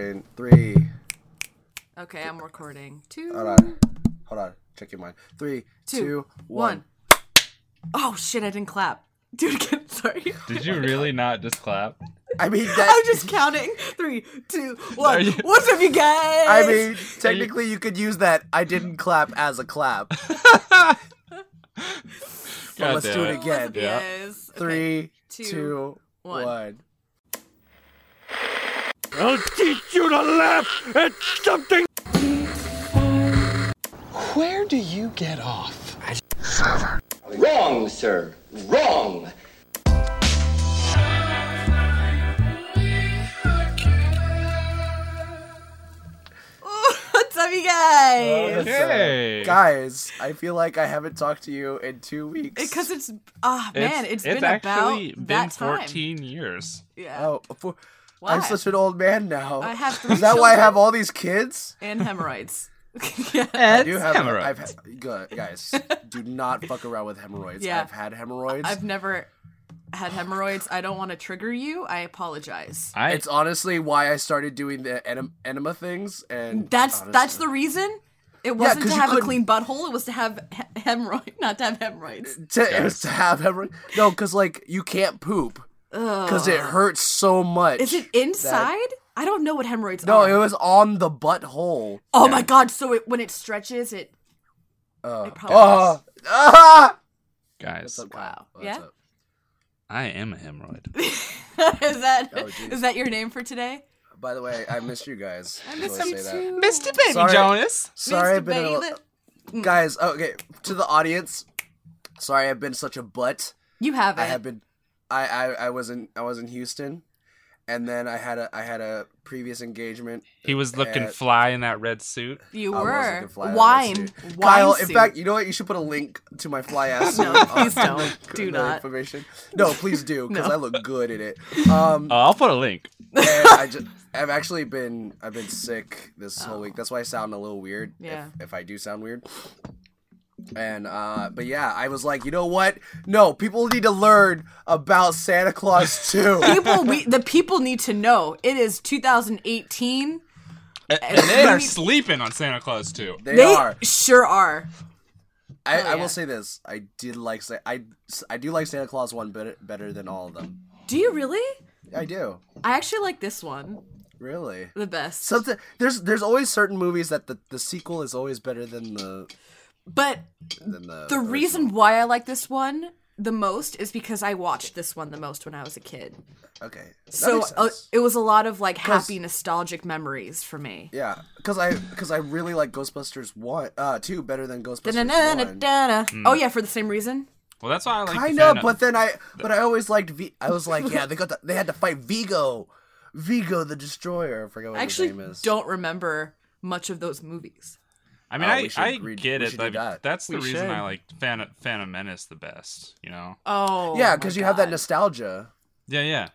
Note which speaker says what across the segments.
Speaker 1: in three.
Speaker 2: Okay, I'm recording. Two.
Speaker 1: Hold on. Hold on. Check your mind. Three,
Speaker 2: Two,
Speaker 1: two, one.
Speaker 2: one. Oh shit! I didn't clap. Dude, again, sorry.
Speaker 3: Did you really not just clap?
Speaker 1: I mean,
Speaker 2: I'm
Speaker 1: that,
Speaker 2: just counting. Three, two,
Speaker 3: Are
Speaker 2: one.
Speaker 3: you-
Speaker 2: What's up, you guys?
Speaker 1: I mean, technically, you could use that I didn't clap as a clap.
Speaker 3: God
Speaker 1: let's
Speaker 3: damn
Speaker 1: do it again.
Speaker 3: Yeah.
Speaker 2: Yes. Okay.
Speaker 1: Three, two,
Speaker 2: two,
Speaker 1: one.
Speaker 2: one.
Speaker 4: I'll teach you to laugh at something.
Speaker 5: Where do you get off?
Speaker 6: Wrong, sir. Wrong.
Speaker 2: What's up, you guys?
Speaker 3: Hey.
Speaker 1: Guys, I feel like I haven't talked to you in two weeks.
Speaker 2: Because it's ah
Speaker 3: It's-
Speaker 2: man,
Speaker 3: it's,
Speaker 2: been
Speaker 3: actually
Speaker 2: about
Speaker 3: been
Speaker 2: that time.
Speaker 3: 14 years.
Speaker 2: Yeah.
Speaker 1: oh, for,
Speaker 2: Why?
Speaker 1: I'm such an old man now.
Speaker 2: I have three
Speaker 1: Is that why I
Speaker 2: children
Speaker 1: have all these kids?
Speaker 2: and hemorrhoids. yeah.
Speaker 1: I
Speaker 3: It's
Speaker 1: do have.
Speaker 3: hemorrhoids.
Speaker 1: I've had- good guys. do not fuck around with hemorrhoids.
Speaker 2: Yeah.
Speaker 1: I've had hemorrhoids.
Speaker 2: I've never had hemorrhoids. I don't want to trigger you. I apologize.
Speaker 3: I,
Speaker 1: It's honestly why I started doing the enem- enema things, and
Speaker 2: That's
Speaker 1: honestly-
Speaker 2: that's the reason. It wasn't
Speaker 1: 'cause
Speaker 2: to
Speaker 1: you
Speaker 2: have a
Speaker 1: couldn't-
Speaker 2: clean butthole. It was to have he- hemorrhoid, not to have hemorrhoids.
Speaker 1: to, it was to have hemorrhoid. No, because like you can't poop because it hurts so much.
Speaker 2: Is it inside? I don't know what hemorrhoids
Speaker 1: No,
Speaker 2: are.
Speaker 1: it was on the butthole.
Speaker 2: oh my god! So it, when it stretches, it
Speaker 1: Uh,
Speaker 2: it probably.
Speaker 1: oh, ah!
Speaker 3: guys,
Speaker 2: Wow.
Speaker 1: What's
Speaker 2: Yeah?
Speaker 1: up?
Speaker 3: I am a hemorrhoid.
Speaker 2: is that
Speaker 1: Oh,
Speaker 2: is
Speaker 1: geez.
Speaker 2: that your name for today?
Speaker 1: By the way, I miss you guys. I miss
Speaker 2: Some two-
Speaker 3: Mr. Baby
Speaker 1: Sorry.
Speaker 3: Jonas.
Speaker 1: Sorry,
Speaker 2: Mr.
Speaker 1: I've been a,
Speaker 2: Bailey.
Speaker 1: guys. Okay, to the audience. Sorry, I've been such a butt.
Speaker 2: You haven't.
Speaker 1: I have been. I, I I was in I was in Houston, and then I had a I had a previous engagement
Speaker 3: He was looking
Speaker 1: Uh,
Speaker 3: fly in that red suit.
Speaker 2: You
Speaker 1: I was
Speaker 2: were
Speaker 1: looking fly on that
Speaker 2: wine.
Speaker 1: suit.
Speaker 2: wine
Speaker 1: Kyle, in
Speaker 2: suit.
Speaker 1: fact, you know what? You should put a link to my fly ass.
Speaker 2: No,
Speaker 1: suit
Speaker 2: please
Speaker 1: on
Speaker 2: don't.
Speaker 1: the-
Speaker 2: Do
Speaker 1: the
Speaker 2: not.
Speaker 1: Information. No, please do, because
Speaker 2: No.
Speaker 1: I look good in it. Um,
Speaker 3: Uh, I'll put a link.
Speaker 1: and I just, I've actually been, I've been sick this whole week. That's why I sound a little weird. if-
Speaker 2: Oh. Yeah.
Speaker 1: If, I do sound weird. And uh, but yeah, I was like, you know what? No, people need to learn about Santa Claus too.
Speaker 2: people, we the people need to know. It is 2018.
Speaker 3: And, they are
Speaker 2: we-
Speaker 3: sleeping on Santa Claus too.
Speaker 1: They,
Speaker 2: They
Speaker 1: are.
Speaker 2: sure are.
Speaker 1: I, I
Speaker 2: yeah.
Speaker 1: will say this: I did like Sa- I I do like Santa Claus one better better than all of them.
Speaker 2: Do you really?
Speaker 1: I do
Speaker 2: I actually like this one
Speaker 1: really.
Speaker 2: the best.
Speaker 1: something there's there's always certain movies that the, the sequel is always better than the
Speaker 2: but
Speaker 1: than the
Speaker 2: the reason why I like this one the most is because I watched this one the most when I was a kid.
Speaker 1: okay that
Speaker 2: So
Speaker 1: makes
Speaker 2: uh,
Speaker 1: sense.
Speaker 2: it was a lot of like happy nostalgic memories for me.
Speaker 1: yeah because i because i really like ghostbusters one uh two better than ghostbusters one.
Speaker 2: Da-na-na-na-na. Oh yeah, for the same reason.
Speaker 3: Well, that's why I like. the
Speaker 1: kind of
Speaker 3: Santa-
Speaker 1: but then i but i always liked v i was like yeah they got the, they had to fight vigo vigo the destroyer i forgot what
Speaker 2: I actually
Speaker 1: his name is
Speaker 2: don't remember much of those movies.
Speaker 3: I mean,
Speaker 1: Oh, we
Speaker 3: I,
Speaker 1: should
Speaker 3: I
Speaker 1: read-
Speaker 3: get
Speaker 1: we
Speaker 3: it.
Speaker 1: should do
Speaker 3: like,
Speaker 1: that.
Speaker 3: That's the
Speaker 1: We
Speaker 3: reason
Speaker 1: should.
Speaker 3: I like Phantom, Phantom Menace the best. You know?
Speaker 2: Oh
Speaker 1: yeah
Speaker 2: because
Speaker 1: because you have that nostalgia
Speaker 3: Yeah, yeah.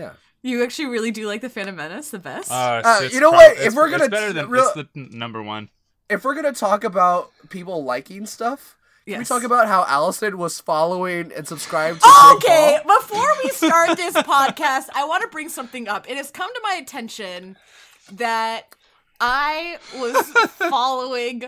Speaker 1: yeah
Speaker 2: you actually really do like the Phantom Menace the best.
Speaker 3: Uh,
Speaker 1: Uh,
Speaker 3: it's
Speaker 1: you know what?
Speaker 3: prob- it's-
Speaker 1: If we're gonna
Speaker 3: it's better than
Speaker 1: real-
Speaker 3: it's the n- number one.
Speaker 1: if we're gonna talk about people liking stuff can we
Speaker 2: Yes.
Speaker 1: talk about how allison was following and subscribed to Jake
Speaker 2: Okay,
Speaker 1: Paul?
Speaker 2: before we start this podcast, I want to bring something up. It has come to my attention that I was following.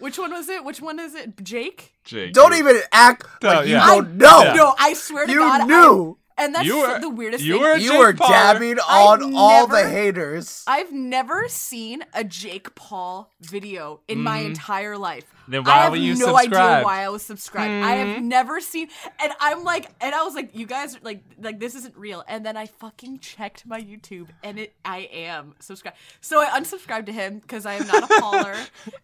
Speaker 2: Which one was it? Which one is it? Jake?
Speaker 3: Jake,
Speaker 1: Don't
Speaker 3: you-
Speaker 1: even act
Speaker 3: No,
Speaker 1: like you
Speaker 3: yeah.
Speaker 2: I-
Speaker 1: don't know.
Speaker 2: No, I swear to
Speaker 1: Oh, You
Speaker 2: God. I-
Speaker 1: knew.
Speaker 2: and that's
Speaker 3: You were-
Speaker 2: the weirdest
Speaker 3: you
Speaker 2: thing.
Speaker 3: were-
Speaker 1: You
Speaker 3: Jake
Speaker 1: were
Speaker 3: Paul.
Speaker 1: dabbing on
Speaker 2: I
Speaker 1: all the
Speaker 2: never-
Speaker 1: haters.
Speaker 2: I've never seen a Jake Paul video in my entire life.
Speaker 3: Mm-hmm. Then
Speaker 2: I
Speaker 3: why
Speaker 2: have
Speaker 3: were you
Speaker 2: no idea
Speaker 3: subscribed? Mm-hmm.
Speaker 2: why I was subscribed. I have never seen, and I'm like, and I was like, you guys are like, like this isn't real. And then I fucking checked my YouTube, and it, I am subscribed. So I unsubscribed to him because I am not a Pauler.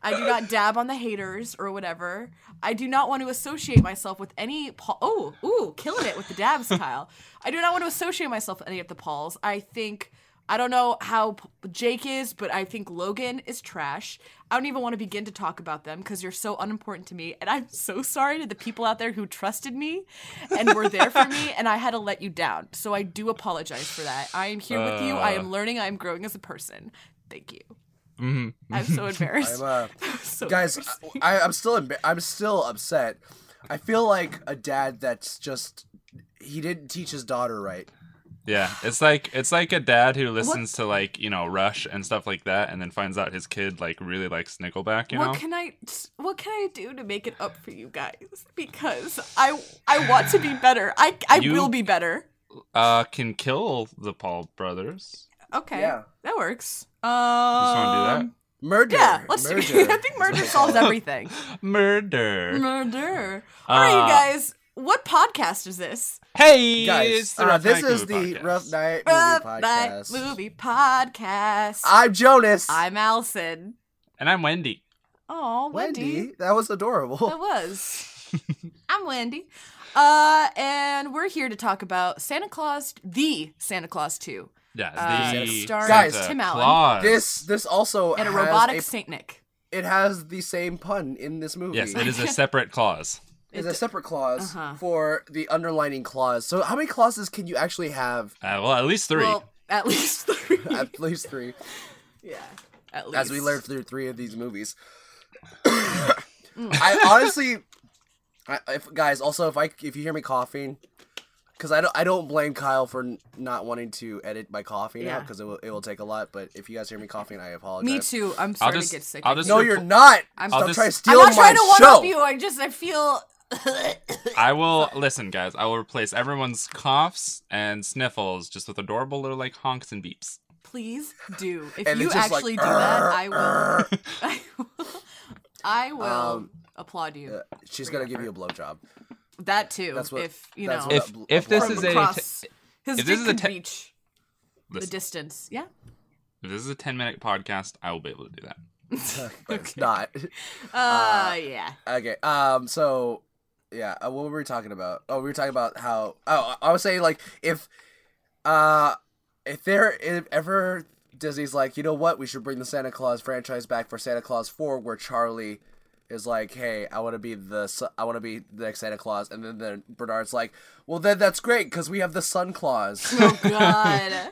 Speaker 2: I do not dab on the haters or whatever. I do not want to associate myself with any Paul. Oh, ooh, killing it with the dabs, Kyle. I do not want to associate myself with any of the Pauls. I think. I don't know how P- Jake is, but I think Logan is trash. I don't even want to begin to talk about them because you're so unimportant to me. And I'm so sorry to the people out there who trusted me and were there for me, and I had to let you down. So I do apologize for that. I am here with you. I am learning. I am growing as a person. Thank you. I'm so embarrassed.
Speaker 1: I'm, uh,
Speaker 2: So
Speaker 1: guys,
Speaker 2: embarrassed.
Speaker 1: I, I'm still emba- I'm still upset. I feel like a dad that's just he didn't teach his daughter right.
Speaker 3: Yeah, it's like it's like a dad who listens to like you know Rush and stuff like that, and then finds out his kid like really likes Nickelback. You know,
Speaker 2: What can I what can I do to make it up for you guys? Because I I want to be better. I I
Speaker 3: You-
Speaker 2: will be better.
Speaker 3: uh, can kill the Paul brothers.
Speaker 2: Okay.
Speaker 1: Yeah.
Speaker 2: That works. Um
Speaker 3: wanna do
Speaker 1: Murder.
Speaker 2: Yeah, let's
Speaker 1: murder.
Speaker 2: do I think murder solves everything.
Speaker 3: Murder.
Speaker 2: Murder. All right,
Speaker 3: Uh,
Speaker 2: you guys. What podcast is this?
Speaker 3: Hey, it's
Speaker 1: Guys,
Speaker 3: the
Speaker 1: uh,
Speaker 3: Rough
Speaker 1: this
Speaker 3: Night
Speaker 1: is
Speaker 3: Movie
Speaker 1: the
Speaker 3: Podcast.
Speaker 1: Rough Night Movie
Speaker 2: Rough Night
Speaker 1: Podcast.
Speaker 2: Uh,
Speaker 1: Ah.
Speaker 2: Movie Podcast.
Speaker 1: I'm Jonas.
Speaker 2: I'm Allison.
Speaker 3: and I'm Wendy.
Speaker 2: Oh,
Speaker 1: Wendy.
Speaker 2: Wendy.
Speaker 1: That was adorable.
Speaker 2: That was. I'm Wendy. Uh, and we're here to talk about Santa Claus, the Santa Claus 2,
Speaker 3: Yeah,
Speaker 2: Uh,
Speaker 3: the
Speaker 2: starring
Speaker 1: Guys,
Speaker 3: Santa
Speaker 2: Tim Allen.
Speaker 3: Claus.
Speaker 1: This this also
Speaker 2: and a
Speaker 1: has
Speaker 2: robotic
Speaker 1: a-
Speaker 2: Saint Nick.
Speaker 1: it has the same pun in this movie.
Speaker 3: Yes, it is a separate clause.
Speaker 1: It's
Speaker 2: It-
Speaker 1: a separate clause
Speaker 2: Uh-huh.
Speaker 1: for the underlining clause. So how many clauses can you actually have?
Speaker 3: Uh, well, at least three.
Speaker 2: Well, at least three.
Speaker 1: At least three,
Speaker 2: yeah. At least.
Speaker 1: as we learned through three of these movies.
Speaker 2: Mm.
Speaker 1: I honestly, I, if, guys, also if I if you hear me coughing, because I don't I don't blame Kyle for n- not wanting to edit my coughing
Speaker 2: Yeah.
Speaker 1: out because it will it will take a lot. But if you guys hear me coughing, I apologize.
Speaker 2: Me too. I'm sorry
Speaker 3: just-
Speaker 2: to get sick.
Speaker 3: I'll just-
Speaker 1: No, you're not.
Speaker 2: I'm-
Speaker 1: Stop
Speaker 3: I'll just-
Speaker 1: trying to
Speaker 2: I'm
Speaker 1: steal
Speaker 2: not
Speaker 1: my
Speaker 2: trying to one
Speaker 1: show.
Speaker 2: up you. I just I feel.
Speaker 3: I will listen, guys. I will replace everyone's coughs and sniffles just with adorable little like honks and beeps.
Speaker 2: Please do. If
Speaker 1: And
Speaker 2: you
Speaker 1: it's just like,
Speaker 2: actually do that,
Speaker 1: "Arr,
Speaker 2: I will.
Speaker 1: arr."
Speaker 2: I will, I will
Speaker 1: Um,
Speaker 2: applaud you.
Speaker 1: She's gonna give you a blowjob.
Speaker 2: That too.
Speaker 1: That's what-
Speaker 2: if you
Speaker 1: that's
Speaker 2: know,
Speaker 1: what
Speaker 3: If-
Speaker 1: a bl-
Speaker 3: if this
Speaker 1: blowjob
Speaker 2: from
Speaker 3: is a-
Speaker 2: across his
Speaker 3: if this
Speaker 2: dick
Speaker 3: is a
Speaker 2: could
Speaker 3: te-
Speaker 2: reach the
Speaker 3: Listen,
Speaker 2: distance. Yeah.
Speaker 3: if this is a ten minute podcast. I will be able to do that.
Speaker 1: but it's not.
Speaker 2: Uh, yeah.
Speaker 1: Okay. Um. So, yeah. Uh, what were we talking about? Oh, we were talking about how. Oh, I I was saying like if, uh, if there if ever Disney's like, you know what, we should bring the Santa Claus franchise back for Santa Claus Four, where Charlie is like, hey, I want to be the s- I want to be the next Santa Claus, and then the Bernard's like, well, then that's great because we have the Sun Claus.
Speaker 2: Oh god.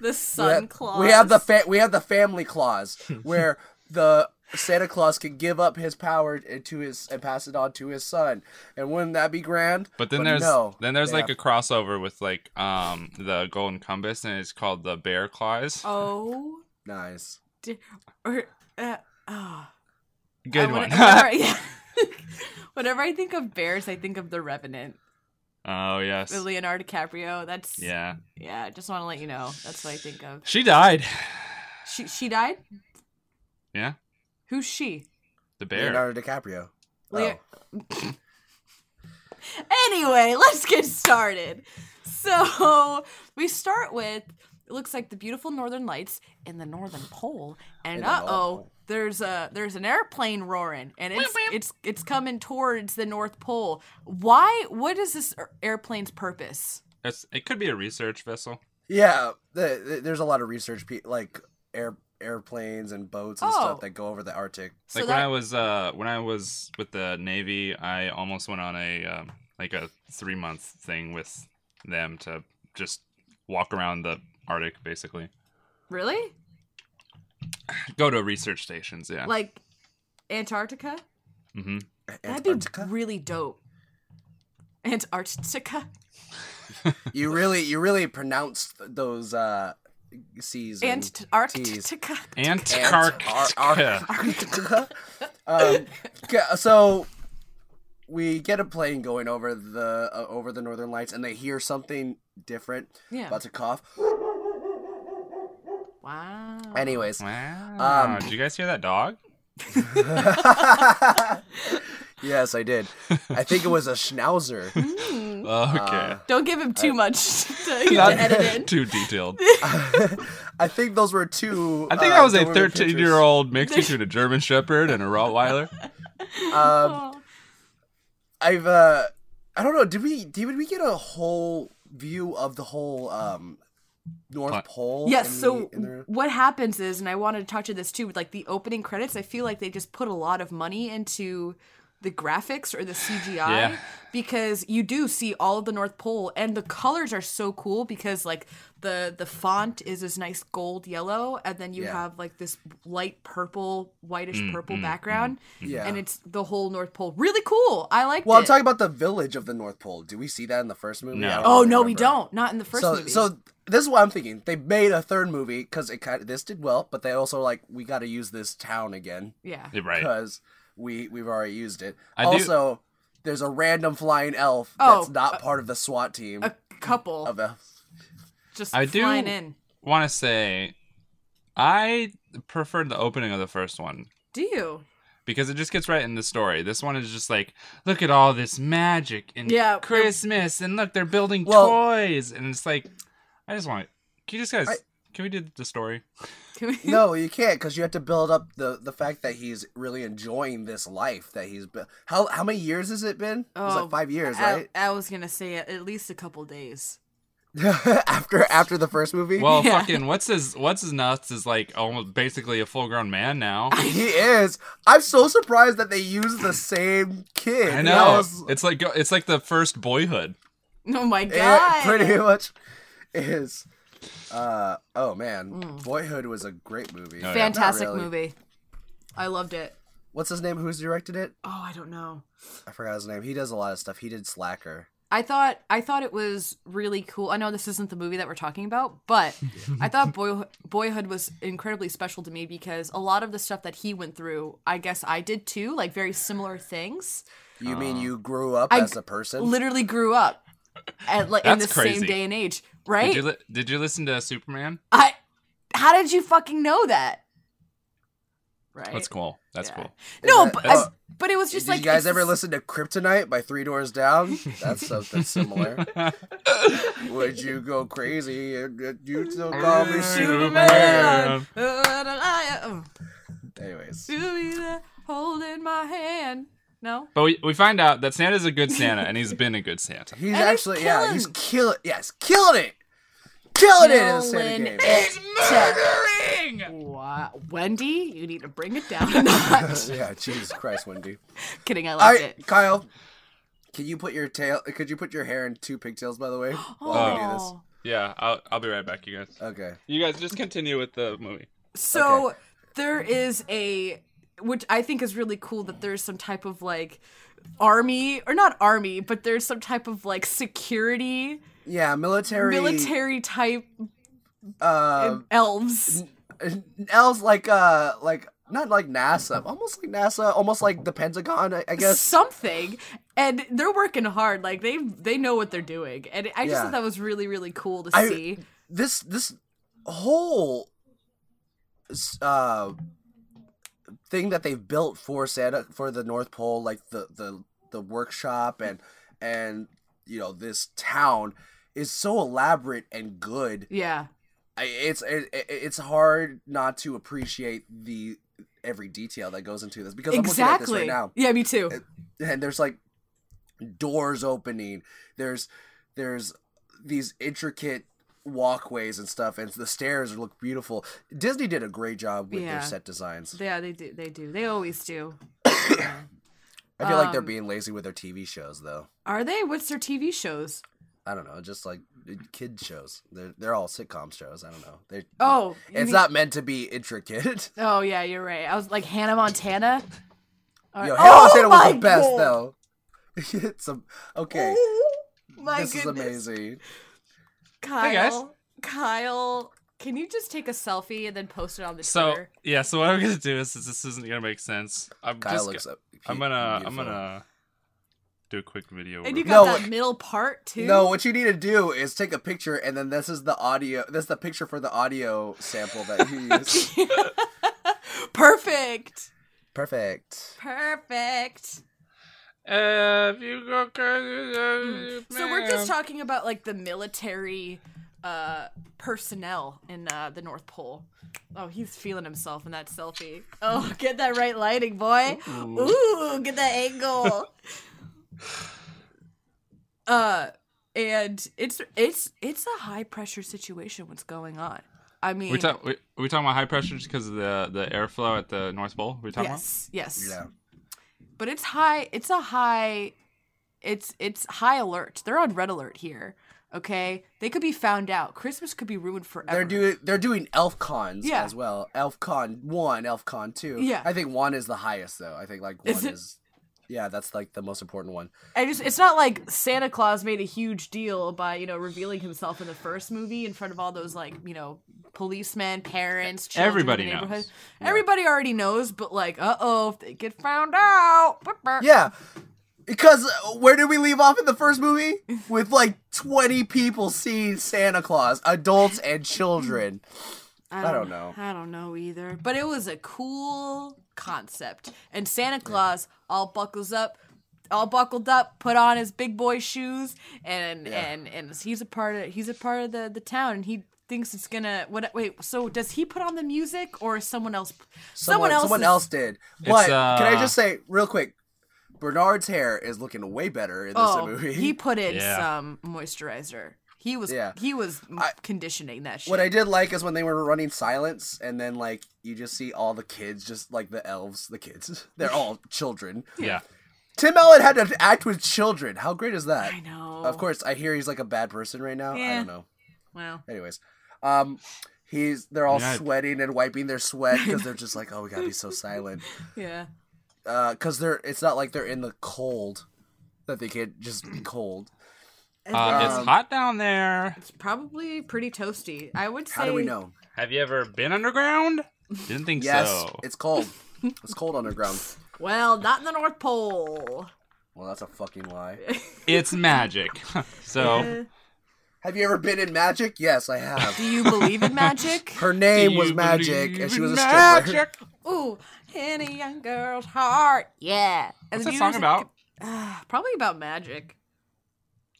Speaker 2: the
Speaker 1: We
Speaker 2: sun
Speaker 1: have-
Speaker 2: claws.
Speaker 1: We have the fa- we have the family clause where the Santa Claus can give up his power and to his and pass it on to his son. And wouldn't that be grand?
Speaker 3: But then there's
Speaker 1: no,
Speaker 3: then there's
Speaker 1: they
Speaker 3: like
Speaker 1: have-
Speaker 3: a crossover with like um the Golden Compass and it's called the Bear Claws.
Speaker 2: Oh.
Speaker 1: nice.
Speaker 2: di- Or uh, oh.
Speaker 3: Good
Speaker 2: I
Speaker 3: one.
Speaker 2: wanna- whenever, yeah. Whenever I think of bears, I think of The Revenant
Speaker 3: oh yes.
Speaker 2: with Leonardo DiCaprio. That's
Speaker 3: Yeah.
Speaker 2: yeah. I Just want to let you know that's what I think of.
Speaker 3: She died.
Speaker 2: She she died.
Speaker 3: Yeah.
Speaker 2: Who's she?
Speaker 3: The bear.
Speaker 1: Leonardo DiCaprio.
Speaker 3: Oh.
Speaker 1: Oh.
Speaker 2: Leo- anyway, let's get started. So we start with it looks like the beautiful northern lights in the northern pole, and
Speaker 1: In the
Speaker 2: uh
Speaker 1: northern
Speaker 2: oh,
Speaker 1: pole.
Speaker 2: there's a there's an airplane roaring, and it's it's it's coming towards the North Pole. Why? What is this air- airplane's purpose?
Speaker 3: It's, it could be a research vessel.
Speaker 1: Yeah, the, the- there's a lot of research, pe- like air airplanes and boats and
Speaker 2: Oh.
Speaker 1: stuff that go over the Arctic.
Speaker 2: So
Speaker 3: Like when
Speaker 2: that-
Speaker 3: I was uh when I was with the Navy, I almost went on a um, like a three month thing with them to just walk around the Arctic, basically.
Speaker 2: really
Speaker 3: Go to research stations. Yeah.
Speaker 2: like Antarctica?
Speaker 3: hmm
Speaker 2: That'd
Speaker 1: Antarctica?
Speaker 2: be really dope. Antarctica,
Speaker 1: you really you really pronounced those uh C's and T's.
Speaker 2: Antarctica.
Speaker 1: Ar-
Speaker 3: Antarctica.
Speaker 1: ar- um, ca- so we get a plane going over the uh, over the northern lights and they hear something different
Speaker 2: Yeah.
Speaker 1: about to cough
Speaker 2: Wow.
Speaker 1: anyways
Speaker 3: Wow.
Speaker 1: Um,
Speaker 3: Did you guys hear that dog?
Speaker 1: yes i did i think it was a schnauzer
Speaker 3: Oh, Okay.
Speaker 2: Don't give him too much to, to
Speaker 3: Not
Speaker 2: edit in.
Speaker 3: too detailed.
Speaker 1: i think those were two
Speaker 3: I think
Speaker 1: uh,
Speaker 3: that was a
Speaker 1: Doberman pinchers.
Speaker 3: 13 year old mix between a German Shepherd and a Rottweiler.
Speaker 1: um,
Speaker 2: Oh.
Speaker 1: i've uh i don't know did we did we get a whole view of the whole um north
Speaker 3: What?
Speaker 1: pole
Speaker 2: Yes.
Speaker 1: in the-
Speaker 2: So
Speaker 1: in the-
Speaker 2: what happens is, and I wanted to touch on this too, with like the opening credits. I feel like they just put a lot of money into the graphics or the CGI
Speaker 3: Yeah.
Speaker 2: because you do see all of the North Pole and the colors are so cool because like the the font is this nice gold yellow and then you
Speaker 1: Yeah. Mm,
Speaker 2: have like this light purple whitish purple background
Speaker 1: Yeah.
Speaker 2: and it's the whole North Pole really cool I like
Speaker 1: Well,
Speaker 2: it.
Speaker 1: I'm talking about the village of the North Pole. Do we see that in the first movie?
Speaker 3: No.
Speaker 1: I
Speaker 2: oh no
Speaker 1: remember.
Speaker 2: we don't not in the first
Speaker 1: so,
Speaker 2: movie
Speaker 1: so this is what I'm thinking. They made a third movie because it kind of, this did well, but they also like we got to use this town again
Speaker 2: yeah
Speaker 3: Right.
Speaker 1: because we we've already used it.
Speaker 3: I do-
Speaker 1: also, there's a random flying elf
Speaker 2: Oh,
Speaker 1: that's not part of the SWAT team
Speaker 2: a couple
Speaker 1: of elves.
Speaker 2: just
Speaker 3: I do-
Speaker 2: flying in
Speaker 3: Want to say, I preferred the opening of the first one
Speaker 2: do you
Speaker 3: because it just gets right in the story. This one is just like, look at all this magic and
Speaker 2: Yeah.
Speaker 3: Christmas, and look they're building
Speaker 1: Well-
Speaker 3: toys, and it's like, I just want. Can you just guys?
Speaker 1: I-
Speaker 3: can we do the story?
Speaker 2: Can we-
Speaker 1: No, you can't because you have to build up the the fact that he's really enjoying this life that he's been. How how many years has it been? it was
Speaker 2: Oh,
Speaker 1: like five years,
Speaker 2: I,
Speaker 1: right?
Speaker 2: I was gonna say at at least a couple days.
Speaker 1: after after the first movie,
Speaker 3: Well,
Speaker 2: Yeah.
Speaker 3: fucking what's his what's his nuts is like almost basically a full grown man now.
Speaker 1: he is. I'm so surprised that they use the same kid.
Speaker 3: I
Speaker 1: That
Speaker 3: know.
Speaker 1: was-
Speaker 3: It's like go- it's like the first boyhood.
Speaker 2: Oh my
Speaker 1: It
Speaker 2: god!
Speaker 1: Eh,
Speaker 3: Oh,
Speaker 1: pretty much is. Uh oh man, Boyhood was a great movie.
Speaker 3: Oh, yeah.
Speaker 2: Mm. Fantastic
Speaker 1: Not really.
Speaker 2: movie. I loved it.
Speaker 1: What's his name? Who's directed it?
Speaker 2: Oh, I don't know.
Speaker 1: I forgot his name. He does a lot of stuff. He did Slacker.
Speaker 2: I thought I thought it was really cool. I know this isn't the movie that we're talking about, but I thought Boy, Boyhood was incredibly special to me because a lot of the stuff that he went through, I guess I did too, like very similar things.
Speaker 1: You
Speaker 3: Oh.
Speaker 1: mean you grew up
Speaker 2: I
Speaker 1: as a person?
Speaker 2: Literally grew up at like in the
Speaker 3: That's crazy.
Speaker 2: same day and age, right?
Speaker 3: Did you li- did you listen to Superman?
Speaker 2: I how did you fucking know that? Right.
Speaker 3: That's cool. That's
Speaker 2: Yeah.
Speaker 3: cool.
Speaker 2: No,
Speaker 1: that-
Speaker 2: but I,
Speaker 1: that's-
Speaker 2: but it was just
Speaker 1: did
Speaker 2: like
Speaker 1: you guys
Speaker 2: it's
Speaker 1: ever
Speaker 2: just-
Speaker 1: listen to Kryptonite by Three Doors Down? That's something similar. Would you go crazy? You still call me Superman.
Speaker 2: Superman. Oh,
Speaker 1: Anyways,
Speaker 2: to be there holding my hand. No.
Speaker 3: But we, we find out that Santa's a good Santa and he's been a good Santa.
Speaker 1: he's
Speaker 2: he's
Speaker 1: actually yeah, he's
Speaker 2: killing-
Speaker 1: killing yes, killing it, killing it in the Santa
Speaker 2: Killing
Speaker 1: game.
Speaker 2: it. Wow. Wendy, you need to bring it down a notch.
Speaker 1: yeah, Jesus Christ, Wendy.
Speaker 2: Kidding, I
Speaker 1: All
Speaker 2: loved
Speaker 1: right,
Speaker 2: it.
Speaker 1: Kyle. Can you put your tail? Could you put your hair in two pigtails? By the way, while we do this.
Speaker 2: Oh.
Speaker 3: Yeah, I'll, I'll be right back, you guys.
Speaker 1: Okay.
Speaker 3: You guys just continue with the movie.
Speaker 2: So there is a which I think is really cool that there's some type of like army or not army, but there's some type of like security
Speaker 1: Yeah, military.
Speaker 2: military type
Speaker 1: Uh,
Speaker 2: elves.
Speaker 1: elves like uh like not like NASA, almost like NASA, almost like the Pentagon, I, I guess.
Speaker 2: something and they're working hard like they they know what they're doing and i just
Speaker 1: Yeah.
Speaker 2: thought that was really really cool to
Speaker 1: I-
Speaker 2: see
Speaker 1: This this whole s- uh thing that they've built for Santa for the North Pole, like the the the workshop and and you know this town is so elaborate and good
Speaker 2: yeah
Speaker 1: I- it's it, it- it's hard not to appreciate the every detail that goes into this because I'm
Speaker 2: exactly
Speaker 1: looking at this
Speaker 2: yeah me too
Speaker 1: right now and there's like doors opening there's there's these intricate walkways and stuff and the stairs look beautiful Disney did a great job with
Speaker 2: Yeah.
Speaker 1: their set designs
Speaker 2: yeah they do they do they always do
Speaker 1: I feel like they're
Speaker 2: Um,
Speaker 1: being lazy with their TV shows though
Speaker 2: are they what's their tv shows
Speaker 1: I don't know just like kid shows they're they're all sitcom shows I don't know they
Speaker 2: oh you
Speaker 1: it's
Speaker 2: mean-
Speaker 1: not meant to be intricate
Speaker 2: oh yeah you're right i was like hannah montana Or-
Speaker 1: Yo, Hannah Montana was
Speaker 2: Oh my
Speaker 1: the best
Speaker 2: God. Oh
Speaker 1: though. it's a, okay.
Speaker 2: my
Speaker 1: this
Speaker 2: goodness
Speaker 1: is amazing.
Speaker 2: kyle
Speaker 3: guys.
Speaker 2: kyle can you just take a selfie and then post it on the
Speaker 3: So,
Speaker 2: Twitter?
Speaker 3: yeah, so what I'm going to do is, is this isn't going to make sense. I'm
Speaker 1: Kyle
Speaker 3: just,
Speaker 1: looks up.
Speaker 3: I'm going to I'm
Speaker 1: beautiful.
Speaker 3: going to do a quick video.
Speaker 2: and you got
Speaker 3: real-
Speaker 1: No,
Speaker 2: that middle part too
Speaker 1: No, what you need to do is take a picture, and then this is the audio. This is the picture for the audio sample that you use.
Speaker 2: perfect
Speaker 1: Perfect.
Speaker 2: perfect
Speaker 3: Uh, if you go crazy, uh,
Speaker 2: Hmm. So we're just
Speaker 3: man.
Speaker 2: talking about like the military uh personnel in uh the North Pole. Oh, he's feeling himself in that selfie. Oh, get that right lighting, boy.
Speaker 3: Mm-hmm.
Speaker 2: Ooh, get that angle. uh and it's it's it's a high pressure situation what's going on. I mean
Speaker 3: We talk, we, are we talking about high pressure just because of the, the airflow at the North Pole? we talking
Speaker 2: Yes, yes.
Speaker 1: Yeah.
Speaker 2: but it's high. It's a high. It's it's high alert. They're on red alert here. Okay, they could be found out. Christmas could be ruined forever.
Speaker 1: They're doing they're doing elf cons
Speaker 2: Yeah.
Speaker 1: as well. Elf con one, elf con two.
Speaker 2: Yeah.
Speaker 1: I think one is the highest though. I think like one
Speaker 2: Is
Speaker 1: is,
Speaker 2: it?
Speaker 1: yeah, that's like the most important one.
Speaker 2: I just it's not like Santa Claus made a huge deal by, you know, revealing himself in the first movie in front of all those like, you know, policemen, parents, children in the
Speaker 3: Everybody
Speaker 2: neighborhood.
Speaker 3: knows.
Speaker 2: Everybody already knows, but like, uh-oh, if they get found out. burp, burp.
Speaker 1: Yeah. Because uh, where did we leave off in the first movie? With like 20 people seeing Santa Claus, adults and children. I don't know.
Speaker 2: I don't know either. But it was a cool concept. And Santa Claus all buckles up, all buckled up, put on his big boy shoes, and
Speaker 1: Yeah.
Speaker 2: and and he's a part of he's a part of the the town, and he thinks it's gonna what wait so does he put on the music or is someone else
Speaker 1: Someone, someone else,
Speaker 2: is-
Speaker 1: did. But can I
Speaker 3: uh,
Speaker 1: just say real quick, Bernard's hair is looking way better in this
Speaker 2: oh,
Speaker 1: movie.
Speaker 2: he put in
Speaker 3: Yeah.
Speaker 2: some moisturizer he was
Speaker 1: Yeah.
Speaker 2: he was
Speaker 1: I-
Speaker 2: conditioning that shit
Speaker 1: What I did like is when they were running silence, and then like you just see all the kids, just like the elves, the kids. They're all children.
Speaker 3: Yeah.
Speaker 1: Tim Allen had to act with children. How great is that?
Speaker 2: I know
Speaker 1: Of course, I hear he's like a bad person right now. I
Speaker 2: Yeah.
Speaker 1: don't know.
Speaker 2: well
Speaker 1: Anyways, um, he's they're all
Speaker 3: Yeah, I-
Speaker 1: sweating and wiping their sweat because they're just like, oh, we gotta be so silent.
Speaker 2: yeah
Speaker 1: Because Uh, they're it's not like they're in the cold that they could just be cold.
Speaker 3: Uh,
Speaker 1: Um,
Speaker 3: it's hot down there.
Speaker 2: it's probably pretty toasty i would say
Speaker 1: How do we know?
Speaker 3: Have you ever been underground? Didn't think
Speaker 1: Yes,
Speaker 3: so.
Speaker 1: it's cold. It's cold underground.
Speaker 2: Well, not in the North Pole.
Speaker 1: Well, that's a fucking lie.
Speaker 3: It's magic. so
Speaker 1: Have you ever been in magic? Yes, I have.
Speaker 2: Do you believe in magic?
Speaker 1: Her name
Speaker 3: Do
Speaker 1: was
Speaker 3: you
Speaker 1: Magic,
Speaker 3: believe
Speaker 1: and she
Speaker 3: in
Speaker 1: was a stripper.
Speaker 3: magic?
Speaker 2: Ooh, in a young girl's heart. Yeah. And then
Speaker 3: What's that
Speaker 2: you
Speaker 3: song
Speaker 2: just-
Speaker 3: about?
Speaker 2: Ah, probably about magic.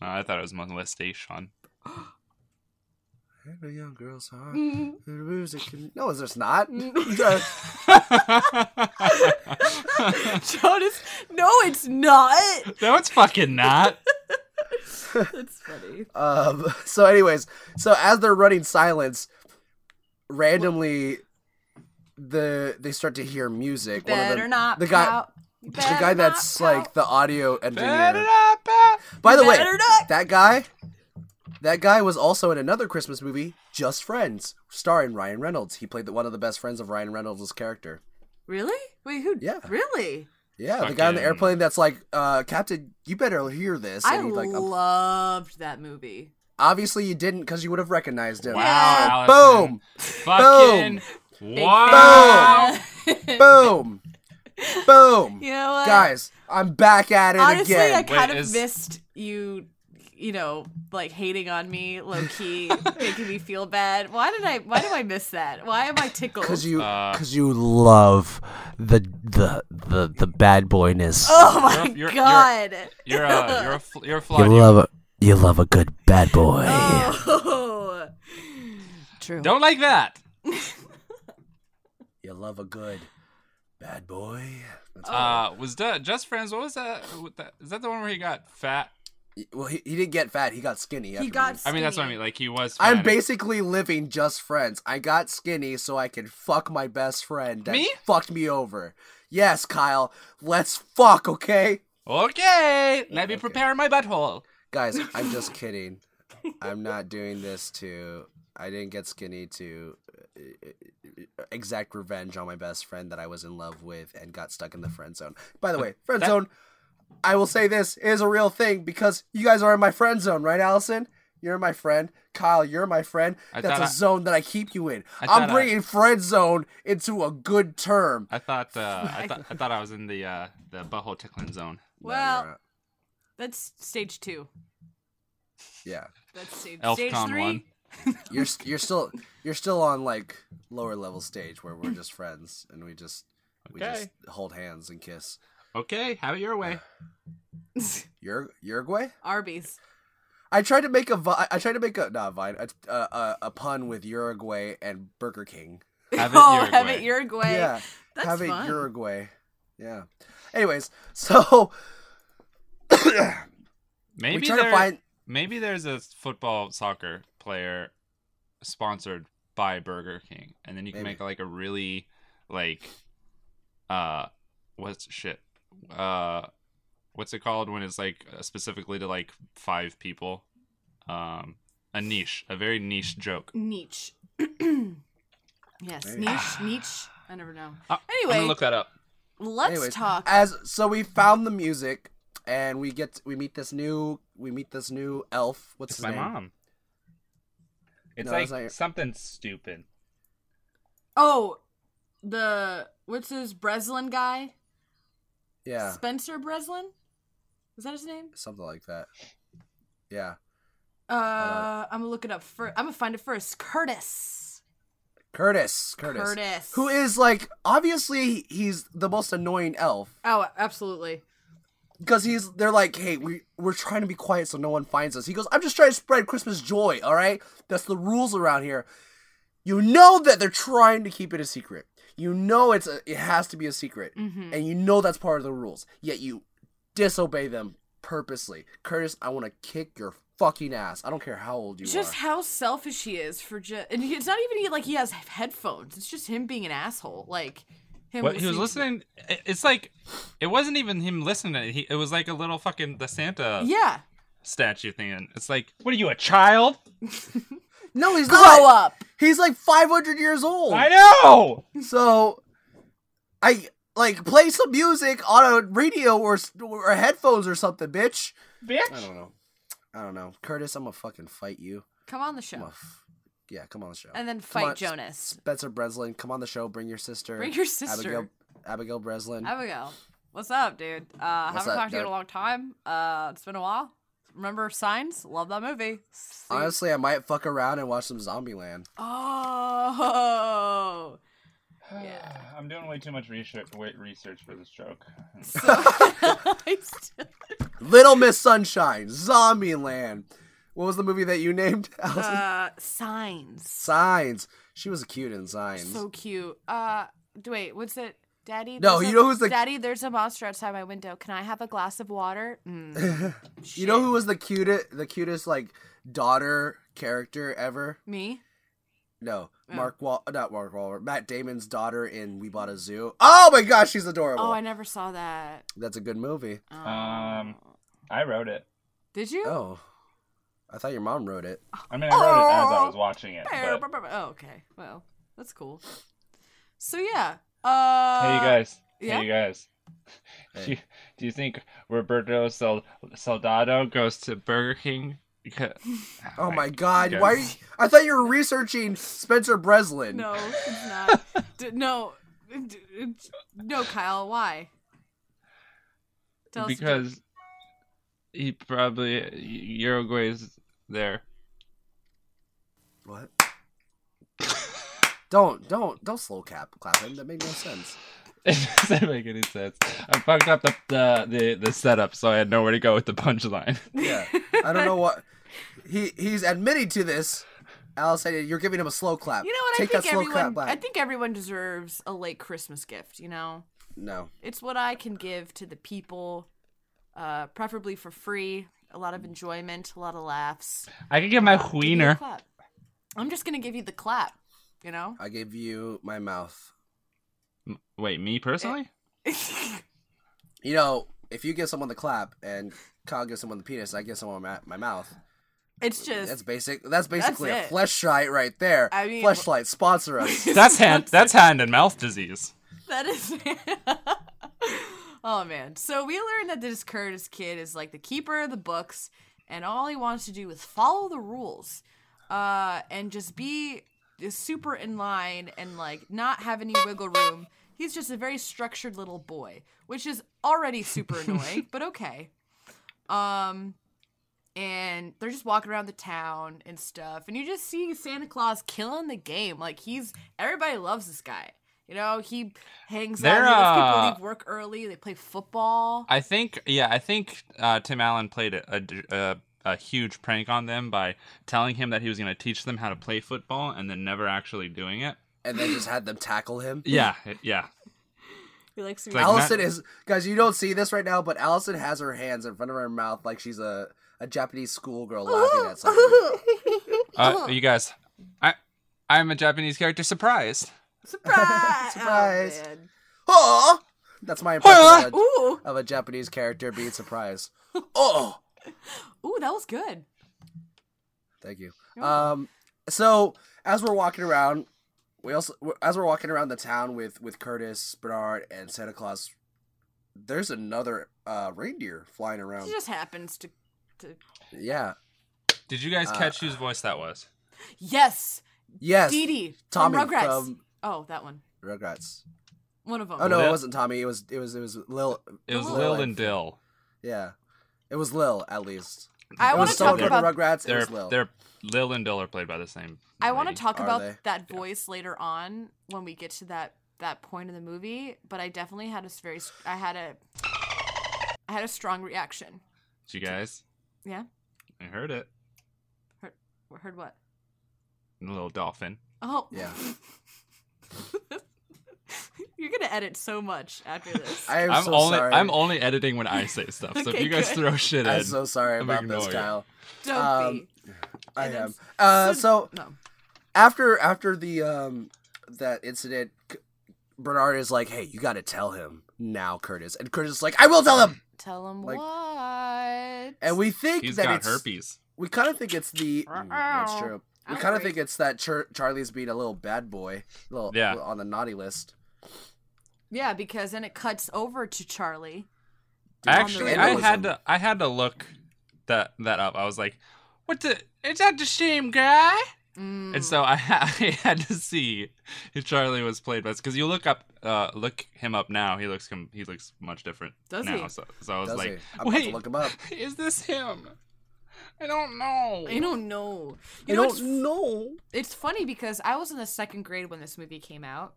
Speaker 3: Uh, I thought it was molestation.
Speaker 1: Every young girl's heart. the music can- No, it's just not. Uh,
Speaker 2: Jonas, no, it's not.
Speaker 3: no, it's fucking not.
Speaker 2: That's funny.
Speaker 1: um, so, anyways, so as they're running silence, randomly, the they start to hear music. One of
Speaker 2: Better
Speaker 1: them-
Speaker 2: not.
Speaker 1: The guy,
Speaker 2: pout.
Speaker 1: the
Speaker 2: Better
Speaker 1: guy
Speaker 2: not
Speaker 1: that's
Speaker 2: pout.
Speaker 1: like the audio
Speaker 3: Better
Speaker 1: engineer.
Speaker 3: not be-
Speaker 1: By the way,
Speaker 2: Better not.
Speaker 1: that guy, that guy was also in another Christmas movie, Just Friends, starring Ryan Reynolds. He played the, one of the best friends of Ryan Reynolds' character.
Speaker 2: Really? Wait, who?
Speaker 1: Yeah.
Speaker 2: Really?
Speaker 1: Yeah, the guy on the
Speaker 3: Fucking-
Speaker 1: airplane that's like, uh, Captain, you better hear this.
Speaker 2: I
Speaker 1: he, like, um,
Speaker 2: loved that movie.
Speaker 1: obviously you didn't because you would have recognized him.
Speaker 3: Wow,
Speaker 2: Yeah.
Speaker 1: Boom,
Speaker 3: Allison. Fucking. Wow.
Speaker 1: boom, boom.
Speaker 2: You know what?
Speaker 1: Guys, I'm back at it
Speaker 2: Honestly,
Speaker 1: again.
Speaker 2: I kind
Speaker 3: Wait,
Speaker 2: of
Speaker 3: is-
Speaker 2: missed you, you know, like hating on me, low key, making me feel bad. Why did I? Why do I miss that? Why am I tickled?
Speaker 1: Cause you,
Speaker 3: Uh,
Speaker 1: cause you love the the the the bad boyness.
Speaker 2: oh my
Speaker 3: You're- you're-
Speaker 2: god!
Speaker 3: You're a you're a fl- you're
Speaker 1: you
Speaker 3: a flawed.
Speaker 1: love a, you love a good bad boy.
Speaker 2: oh. True.
Speaker 3: Don't like that.
Speaker 1: You love a good bad boy. That's
Speaker 2: Oh.
Speaker 3: Uh, was that just friends? What was that? what that- Is that the one where he got fat?
Speaker 1: what- well, he, he didn't get fat. He got skinny.
Speaker 2: he
Speaker 1: afterwards.
Speaker 2: got.
Speaker 3: I mean, that's what I
Speaker 2: skinny.
Speaker 3: mean. Like he was.
Speaker 1: I'm
Speaker 3: fat.
Speaker 1: basically living just friends. I got skinny so I could fuck my best friend that
Speaker 3: Me?
Speaker 1: fucked me over. Yes, Kyle. Let's fuck, okay?
Speaker 3: Okay, let me
Speaker 1: okay.
Speaker 3: prepare my butthole.
Speaker 1: Guys, I'm just kidding. I'm not doing this to. I didn't get skinny to uh, exact revenge on my best friend that I was in love with and got stuck in the friend zone. By the way, friend
Speaker 3: That-
Speaker 1: zone, I will say this is a real thing because you guys are in my friend zone, right, Allison? You're my friend. Kyle, you're my friend.
Speaker 3: I
Speaker 1: That's a
Speaker 3: thought I-
Speaker 1: zone that I keep you in.
Speaker 3: I
Speaker 1: I'm
Speaker 3: thought I-
Speaker 1: bringing friend zone into a good term.
Speaker 3: I thought uh, I thought I thought I was in the uh, the butthole tickling zone.
Speaker 2: Well,
Speaker 1: No, you're not.
Speaker 2: that's stage two.
Speaker 1: yeah.
Speaker 2: That's stage, stage
Speaker 3: Elfcon
Speaker 2: three.
Speaker 3: one.
Speaker 1: you're st- you're still you're still on like lower level stage where we're just friends and we just we just
Speaker 3: Okay.
Speaker 1: hold hands and kiss.
Speaker 3: Okay, have it your way.
Speaker 1: Ur- Uruguay.
Speaker 2: Arby's.
Speaker 1: I tried to make a vi- I tried to make a not a vine a, a, a, a pun with Uruguay and Burger King.
Speaker 3: Have it
Speaker 2: oh,
Speaker 3: your
Speaker 2: have
Speaker 3: way.
Speaker 2: it Uruguay.
Speaker 1: yeah,
Speaker 2: that's
Speaker 1: have it
Speaker 2: fun.
Speaker 1: Uruguay. Yeah. Anyways, so we
Speaker 3: Maybe
Speaker 1: try
Speaker 3: there,
Speaker 1: to find
Speaker 3: maybe there's a football soccer player sponsored by Burger King, and then you can
Speaker 1: Maybe.
Speaker 3: make like a really like uh what's shit uh, what's it called when it's like uh, specifically to like five people? Um, a niche, a very niche joke.
Speaker 2: Nietzsche. yes,
Speaker 1: Hey.
Speaker 2: niche, niche. I never know.
Speaker 3: Uh, I'm
Speaker 2: Anyway,
Speaker 3: gonna look that up.
Speaker 2: let's
Speaker 1: Anyways,
Speaker 2: talk.
Speaker 1: As so, we found the music, and we get we meet this new we meet this new elf. What's
Speaker 7: It's
Speaker 1: his
Speaker 7: my
Speaker 1: name?
Speaker 7: mom. It's
Speaker 1: No,
Speaker 7: like
Speaker 1: it's not your-
Speaker 7: something stupid.
Speaker 2: oh, the what's his Breslin guy?
Speaker 1: Yeah,
Speaker 2: Spencer Breslin. Is that his name?
Speaker 1: something like that. Yeah,
Speaker 2: Uh, I'm gonna look it up first. I'm gonna find it first. Curtis.
Speaker 1: Curtis. Curtis.
Speaker 2: Curtis.
Speaker 1: Who is like obviously he's the most annoying elf
Speaker 2: Oh, absolutely.
Speaker 1: because he's they're like hey we we're trying to be quiet so no one finds us he goes I'm just trying to spread Christmas joy all right that's the rules around here you know that they're trying to keep it a secret you know it's a, it has to be a secret
Speaker 2: Mm-hmm.
Speaker 1: and you know that's part of the rules, yet you disobey them purposely. Curtis, I want to kick your fucking ass. I don't care how old you
Speaker 2: just
Speaker 1: are.
Speaker 2: how selfish he is for just. And it's not even like he has headphones. It's just him being an asshole. Like him.
Speaker 3: What he was
Speaker 2: to-
Speaker 3: listening? it- It's like it wasn't even him listening. He, it was like a little fucking the Santa
Speaker 2: Yeah.
Speaker 3: statue thing. and It's like
Speaker 7: What are you, a child?
Speaker 1: no, he's not.
Speaker 2: Grow up.
Speaker 1: He's like 500 years old.
Speaker 7: I know.
Speaker 1: So, I like play some music on a radio or s- or headphones or something, bitch. I
Speaker 7: Bitch.
Speaker 1: don't know. I don't know, Curtis. I'm gonna fucking fight you.
Speaker 2: Come on the
Speaker 1: I'm
Speaker 2: show.
Speaker 1: gonna f- yeah, come on the show.
Speaker 2: And then
Speaker 1: Come
Speaker 2: fight
Speaker 1: on,
Speaker 2: Jonas.
Speaker 1: Spencer Breslin, come on the show. Bring your sister.
Speaker 2: Bring your sister.
Speaker 1: Abigail. Abigail Breslin.
Speaker 2: Abigail, what's up, dude? Uh,
Speaker 1: What's
Speaker 2: haven't
Speaker 1: up,
Speaker 2: talked to you in a
Speaker 1: dude?
Speaker 2: long time. Uh, it's been a while. Remember Signs? Love that movie. See-
Speaker 1: Honestly, I might fuck around and watch some Zombieland.
Speaker 2: Oh. Yeah.
Speaker 7: I'm doing way too much research, research for this joke.
Speaker 2: So, I still-
Speaker 1: Little Miss Sunshine, Zombieland. What was the movie that you named? Allison?
Speaker 2: uh, signs.
Speaker 1: Signs. She was cute in Signs.
Speaker 2: So cute. Uh, d- wait, what's it? Daddy,
Speaker 1: No,
Speaker 2: there's
Speaker 1: you
Speaker 2: a-
Speaker 1: know who's the-
Speaker 2: Daddy, there's a monster outside my window. Can I have a glass of water? Mm,
Speaker 1: you know who was the cutest, the cutest like daughter character ever?
Speaker 2: me?
Speaker 1: No,
Speaker 2: Oh.
Speaker 1: Mark Wall, not Mark Wahlberg, Matt Damon's daughter in We Bought a Zoo. Oh my gosh, she's adorable.
Speaker 2: Oh, I never saw that.
Speaker 1: That's a good movie.
Speaker 2: Oh.
Speaker 7: Um, I wrote it.
Speaker 2: Did you?
Speaker 1: Oh, I thought your mom wrote it.
Speaker 7: I mean, I wrote it as I
Speaker 2: Oh.
Speaker 7: was watching it.
Speaker 2: Bear,
Speaker 7: But...
Speaker 2: brr, brr, brr. Oh, okay. Well, that's cool. So yeah. Uh,
Speaker 7: Hey, you guys.
Speaker 2: yeah?
Speaker 7: Hey, you guys. Do, you, do you think Roberto Sol- Soldado goes to Burger King? Because...
Speaker 1: Oh my god,
Speaker 7: Okay.
Speaker 1: why? Are you, I thought you were researching Spencer Breslin.
Speaker 2: No, it's not. D- no, D- it's- no, Kyle. Why? Tell us-
Speaker 7: because he probably Uruguay's there.
Speaker 1: What? don't don't don't slow cap clap him. That made no sense.
Speaker 7: It doesn't make any sense. I fucked up the the, the, the setup, so I had nowhere to go with the punchline.
Speaker 1: Yeah, I don't know what he he's admitting to this. Alice, I- you're giving him a slow clap.
Speaker 2: you know what?
Speaker 1: Take
Speaker 2: I think
Speaker 1: that slow clap
Speaker 2: everyone.
Speaker 1: back.
Speaker 2: I think everyone deserves a late Christmas gift. You know,
Speaker 1: no.
Speaker 2: it's what I can give to the people, uh, preferably for free. A lot of enjoyment, a lot of laughs.
Speaker 7: I could get my
Speaker 2: Give you a
Speaker 7: wiener.
Speaker 2: clap. I'm just gonna give you the clap. You know.
Speaker 1: I gave you my mouth.
Speaker 3: wait, me personally?
Speaker 1: You know, if you give someone the clap and Kyle gives someone the penis, I give someone my, my mouth.
Speaker 2: It's just
Speaker 1: That's basic. That's basically
Speaker 2: it.
Speaker 1: a fleshlight right there.
Speaker 2: I mean-
Speaker 1: fleshlight sponsor us.
Speaker 3: That's hand. That's hand and mouth disease.
Speaker 2: That is. oh man! So we learned that this Curtis kid is like the keeper of the books, and all he wants to do is follow the rules, uh, and just be super in line and like not have any wiggle room. He's just a very structured little boy, which is already super annoying, but okay. Um, and they're just walking around the town and stuff and you just see santa claus killing the game like he's everybody loves this guy you know he hangs out
Speaker 3: They're,
Speaker 2: he lets
Speaker 3: uh,
Speaker 2: people leave work early they play football
Speaker 3: I think, yeah, I think uh, Tim Allen played a, a, a, a huge prank on them by telling him that he was going to teach them how to play football and then never actually doing it.
Speaker 1: and then just had them tackle him.
Speaker 3: Yeah, it- yeah.
Speaker 2: he likes to
Speaker 3: Like, not-
Speaker 1: Allison is guys. You don't see this right now, but Allison has her hands in front of her mouth like she's a, a Japanese schoolgirl laughing at something.
Speaker 3: Uh, you guys, I, I'm a Japanese character. Surprised.
Speaker 2: surprise Oh,
Speaker 1: Surprise.
Speaker 2: man.
Speaker 1: Huh? That's my impression of a,
Speaker 2: Oh, Ooh,
Speaker 1: of a Japanese character being surprised. Oh,
Speaker 2: ooh, that was good.
Speaker 1: thank you.
Speaker 2: You're
Speaker 1: Um, so as we're walking around, we also as we're walking around the town with with Curtis, Bernard, and Santa Claus, there's another uh reindeer flying around.
Speaker 2: It just happens to, to.
Speaker 1: Yeah.
Speaker 3: Did you guys
Speaker 1: Uh,
Speaker 3: catch whose voice that was?
Speaker 2: Yes,
Speaker 1: Yes.
Speaker 2: Dee Dee from
Speaker 1: Tommy
Speaker 2: Rugrats.
Speaker 1: from
Speaker 2: Oh, that one.
Speaker 1: Rugrats.
Speaker 2: One of them.
Speaker 1: Oh no, it
Speaker 3: Lil-
Speaker 1: wasn't Tommy. It was it was it was Lil.
Speaker 3: It was
Speaker 2: Lil
Speaker 3: Lil
Speaker 1: and
Speaker 3: and Dill.
Speaker 1: Yeah, it was Lil at least.
Speaker 2: I
Speaker 1: it
Speaker 2: want
Speaker 1: was
Speaker 2: to
Speaker 1: someone
Speaker 2: talk
Speaker 1: from
Speaker 2: about.
Speaker 1: Rugrats. It
Speaker 3: They're,
Speaker 1: was Lil.
Speaker 3: they're Lil and Dill are played by the same.
Speaker 2: I want to
Speaker 3: lady.
Speaker 2: talk
Speaker 1: Are
Speaker 2: about
Speaker 1: they?
Speaker 2: that voice later on when we get to that that point in the movie. But I definitely had a s- very. s- I had a. I had a strong reaction.
Speaker 3: Did you guys?
Speaker 2: Yeah.
Speaker 3: I heard it.
Speaker 2: Heard what?
Speaker 3: The little dolphin.
Speaker 2: Oh.
Speaker 1: Yeah.
Speaker 2: You're gonna edit so much after this.
Speaker 1: I am
Speaker 3: I'm
Speaker 1: so
Speaker 3: only
Speaker 1: sorry.
Speaker 3: I'm only editing when I say stuff. So
Speaker 2: Okay,
Speaker 3: if you guys
Speaker 2: good.
Speaker 3: throw shit
Speaker 1: I'm
Speaker 3: in,
Speaker 1: so sorry
Speaker 3: I'm
Speaker 1: about this,
Speaker 3: ignoring it.
Speaker 1: Kyle.
Speaker 2: Don't
Speaker 1: um,
Speaker 2: be.
Speaker 1: I am.
Speaker 2: And that's-
Speaker 1: Uh, so
Speaker 2: no.
Speaker 1: after after the um that incident, C- Bernard is like, "Hey, you got to tell him now, Curtis." And Curtis is like, "I will tell him."
Speaker 2: Tell him
Speaker 1: Like-
Speaker 2: what.
Speaker 1: And we think
Speaker 3: he's
Speaker 1: that
Speaker 3: got
Speaker 1: it's
Speaker 3: herpes.
Speaker 1: we kind of think it's the Mm, that's true. We
Speaker 2: Ouch.
Speaker 1: kind of think it's that Char- Charlie's being a little bad boy, little
Speaker 3: Yeah.
Speaker 1: on the naughty list.
Speaker 2: Yeah, because then it cuts over to Charlie.
Speaker 3: Actually,
Speaker 1: the
Speaker 3: I
Speaker 1: vandalism.
Speaker 3: had to I had to look that that up. I was like, "What the? Is that the same guy?"
Speaker 2: Mm.
Speaker 3: And so I, ha- I had to see if Charlie was played by because you look up uh look him up now. He looks com- he looks much different
Speaker 2: Does
Speaker 3: now.
Speaker 2: he?
Speaker 3: So so I was
Speaker 1: Does
Speaker 3: like,
Speaker 1: he? I'm about
Speaker 3: "Wait,
Speaker 1: to look him up.
Speaker 3: is this him? I don't know."
Speaker 2: I don't know. You
Speaker 1: I
Speaker 2: know, it's,
Speaker 1: don't know.
Speaker 2: it's funny because I was in the second grade when this movie came out.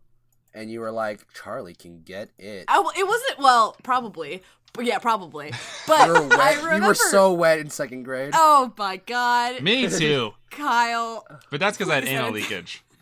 Speaker 1: And you were like, Charlie can get it.
Speaker 2: I, w- it wasn't well, probably. But yeah, probably. But
Speaker 1: You were
Speaker 2: I
Speaker 1: wet.
Speaker 2: remember.
Speaker 1: You were so wet in second grade.
Speaker 2: Oh my god,
Speaker 3: Me too.
Speaker 2: Kyle.
Speaker 3: But that's because I had
Speaker 2: Please
Speaker 3: anal
Speaker 2: edit.
Speaker 3: leakage.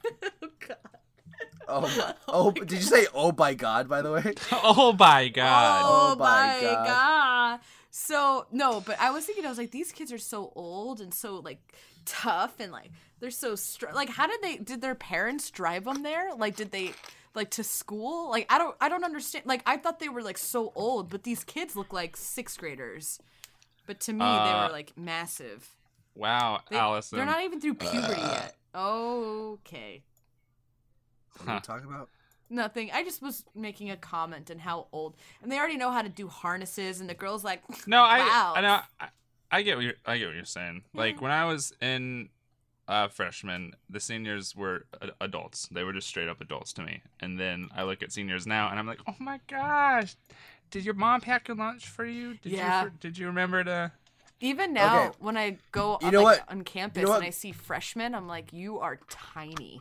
Speaker 1: Oh, my- oh, did you say oh my god? By the way,
Speaker 3: Oh my god.
Speaker 2: Oh,
Speaker 1: Oh
Speaker 2: my
Speaker 1: my
Speaker 2: god.
Speaker 1: God.
Speaker 2: So no, but I was thinking, I was like, these kids are so old and so like tough and like they're so strong. Like, how did they? Did their parents drive them there? Like, did they? Like to school, like I don't, I don't understand. Like I thought they were like so old, but these kids look like sixth graders. But to me, they
Speaker 3: Uh,
Speaker 2: were like massive.
Speaker 3: Wow,
Speaker 2: They,
Speaker 3: Allison.
Speaker 2: they're not even through puberty
Speaker 3: uh,
Speaker 2: yet. Okay,
Speaker 1: what are you talking about?
Speaker 2: nothing. I just was making a comment and how old, and they already know how to do harnesses. And the girl's like,
Speaker 3: No, I,
Speaker 2: Wow.
Speaker 3: I know. I, I get what you're, I get what you're saying. Like when I was in uh, freshman, the seniors were a- adults. They were just straight up adults to me. And then I look at seniors now, and I'm like, oh my gosh, did your mom pack your lunch for you? Did
Speaker 2: Yeah.
Speaker 3: You, for- did you remember to?
Speaker 2: Even now,
Speaker 1: Okay.
Speaker 2: when I go
Speaker 1: You
Speaker 2: on,
Speaker 1: know
Speaker 2: like,
Speaker 1: what?
Speaker 2: on campus
Speaker 1: You know
Speaker 2: and
Speaker 1: what?
Speaker 2: I see freshmen, I'm like, you are tiny.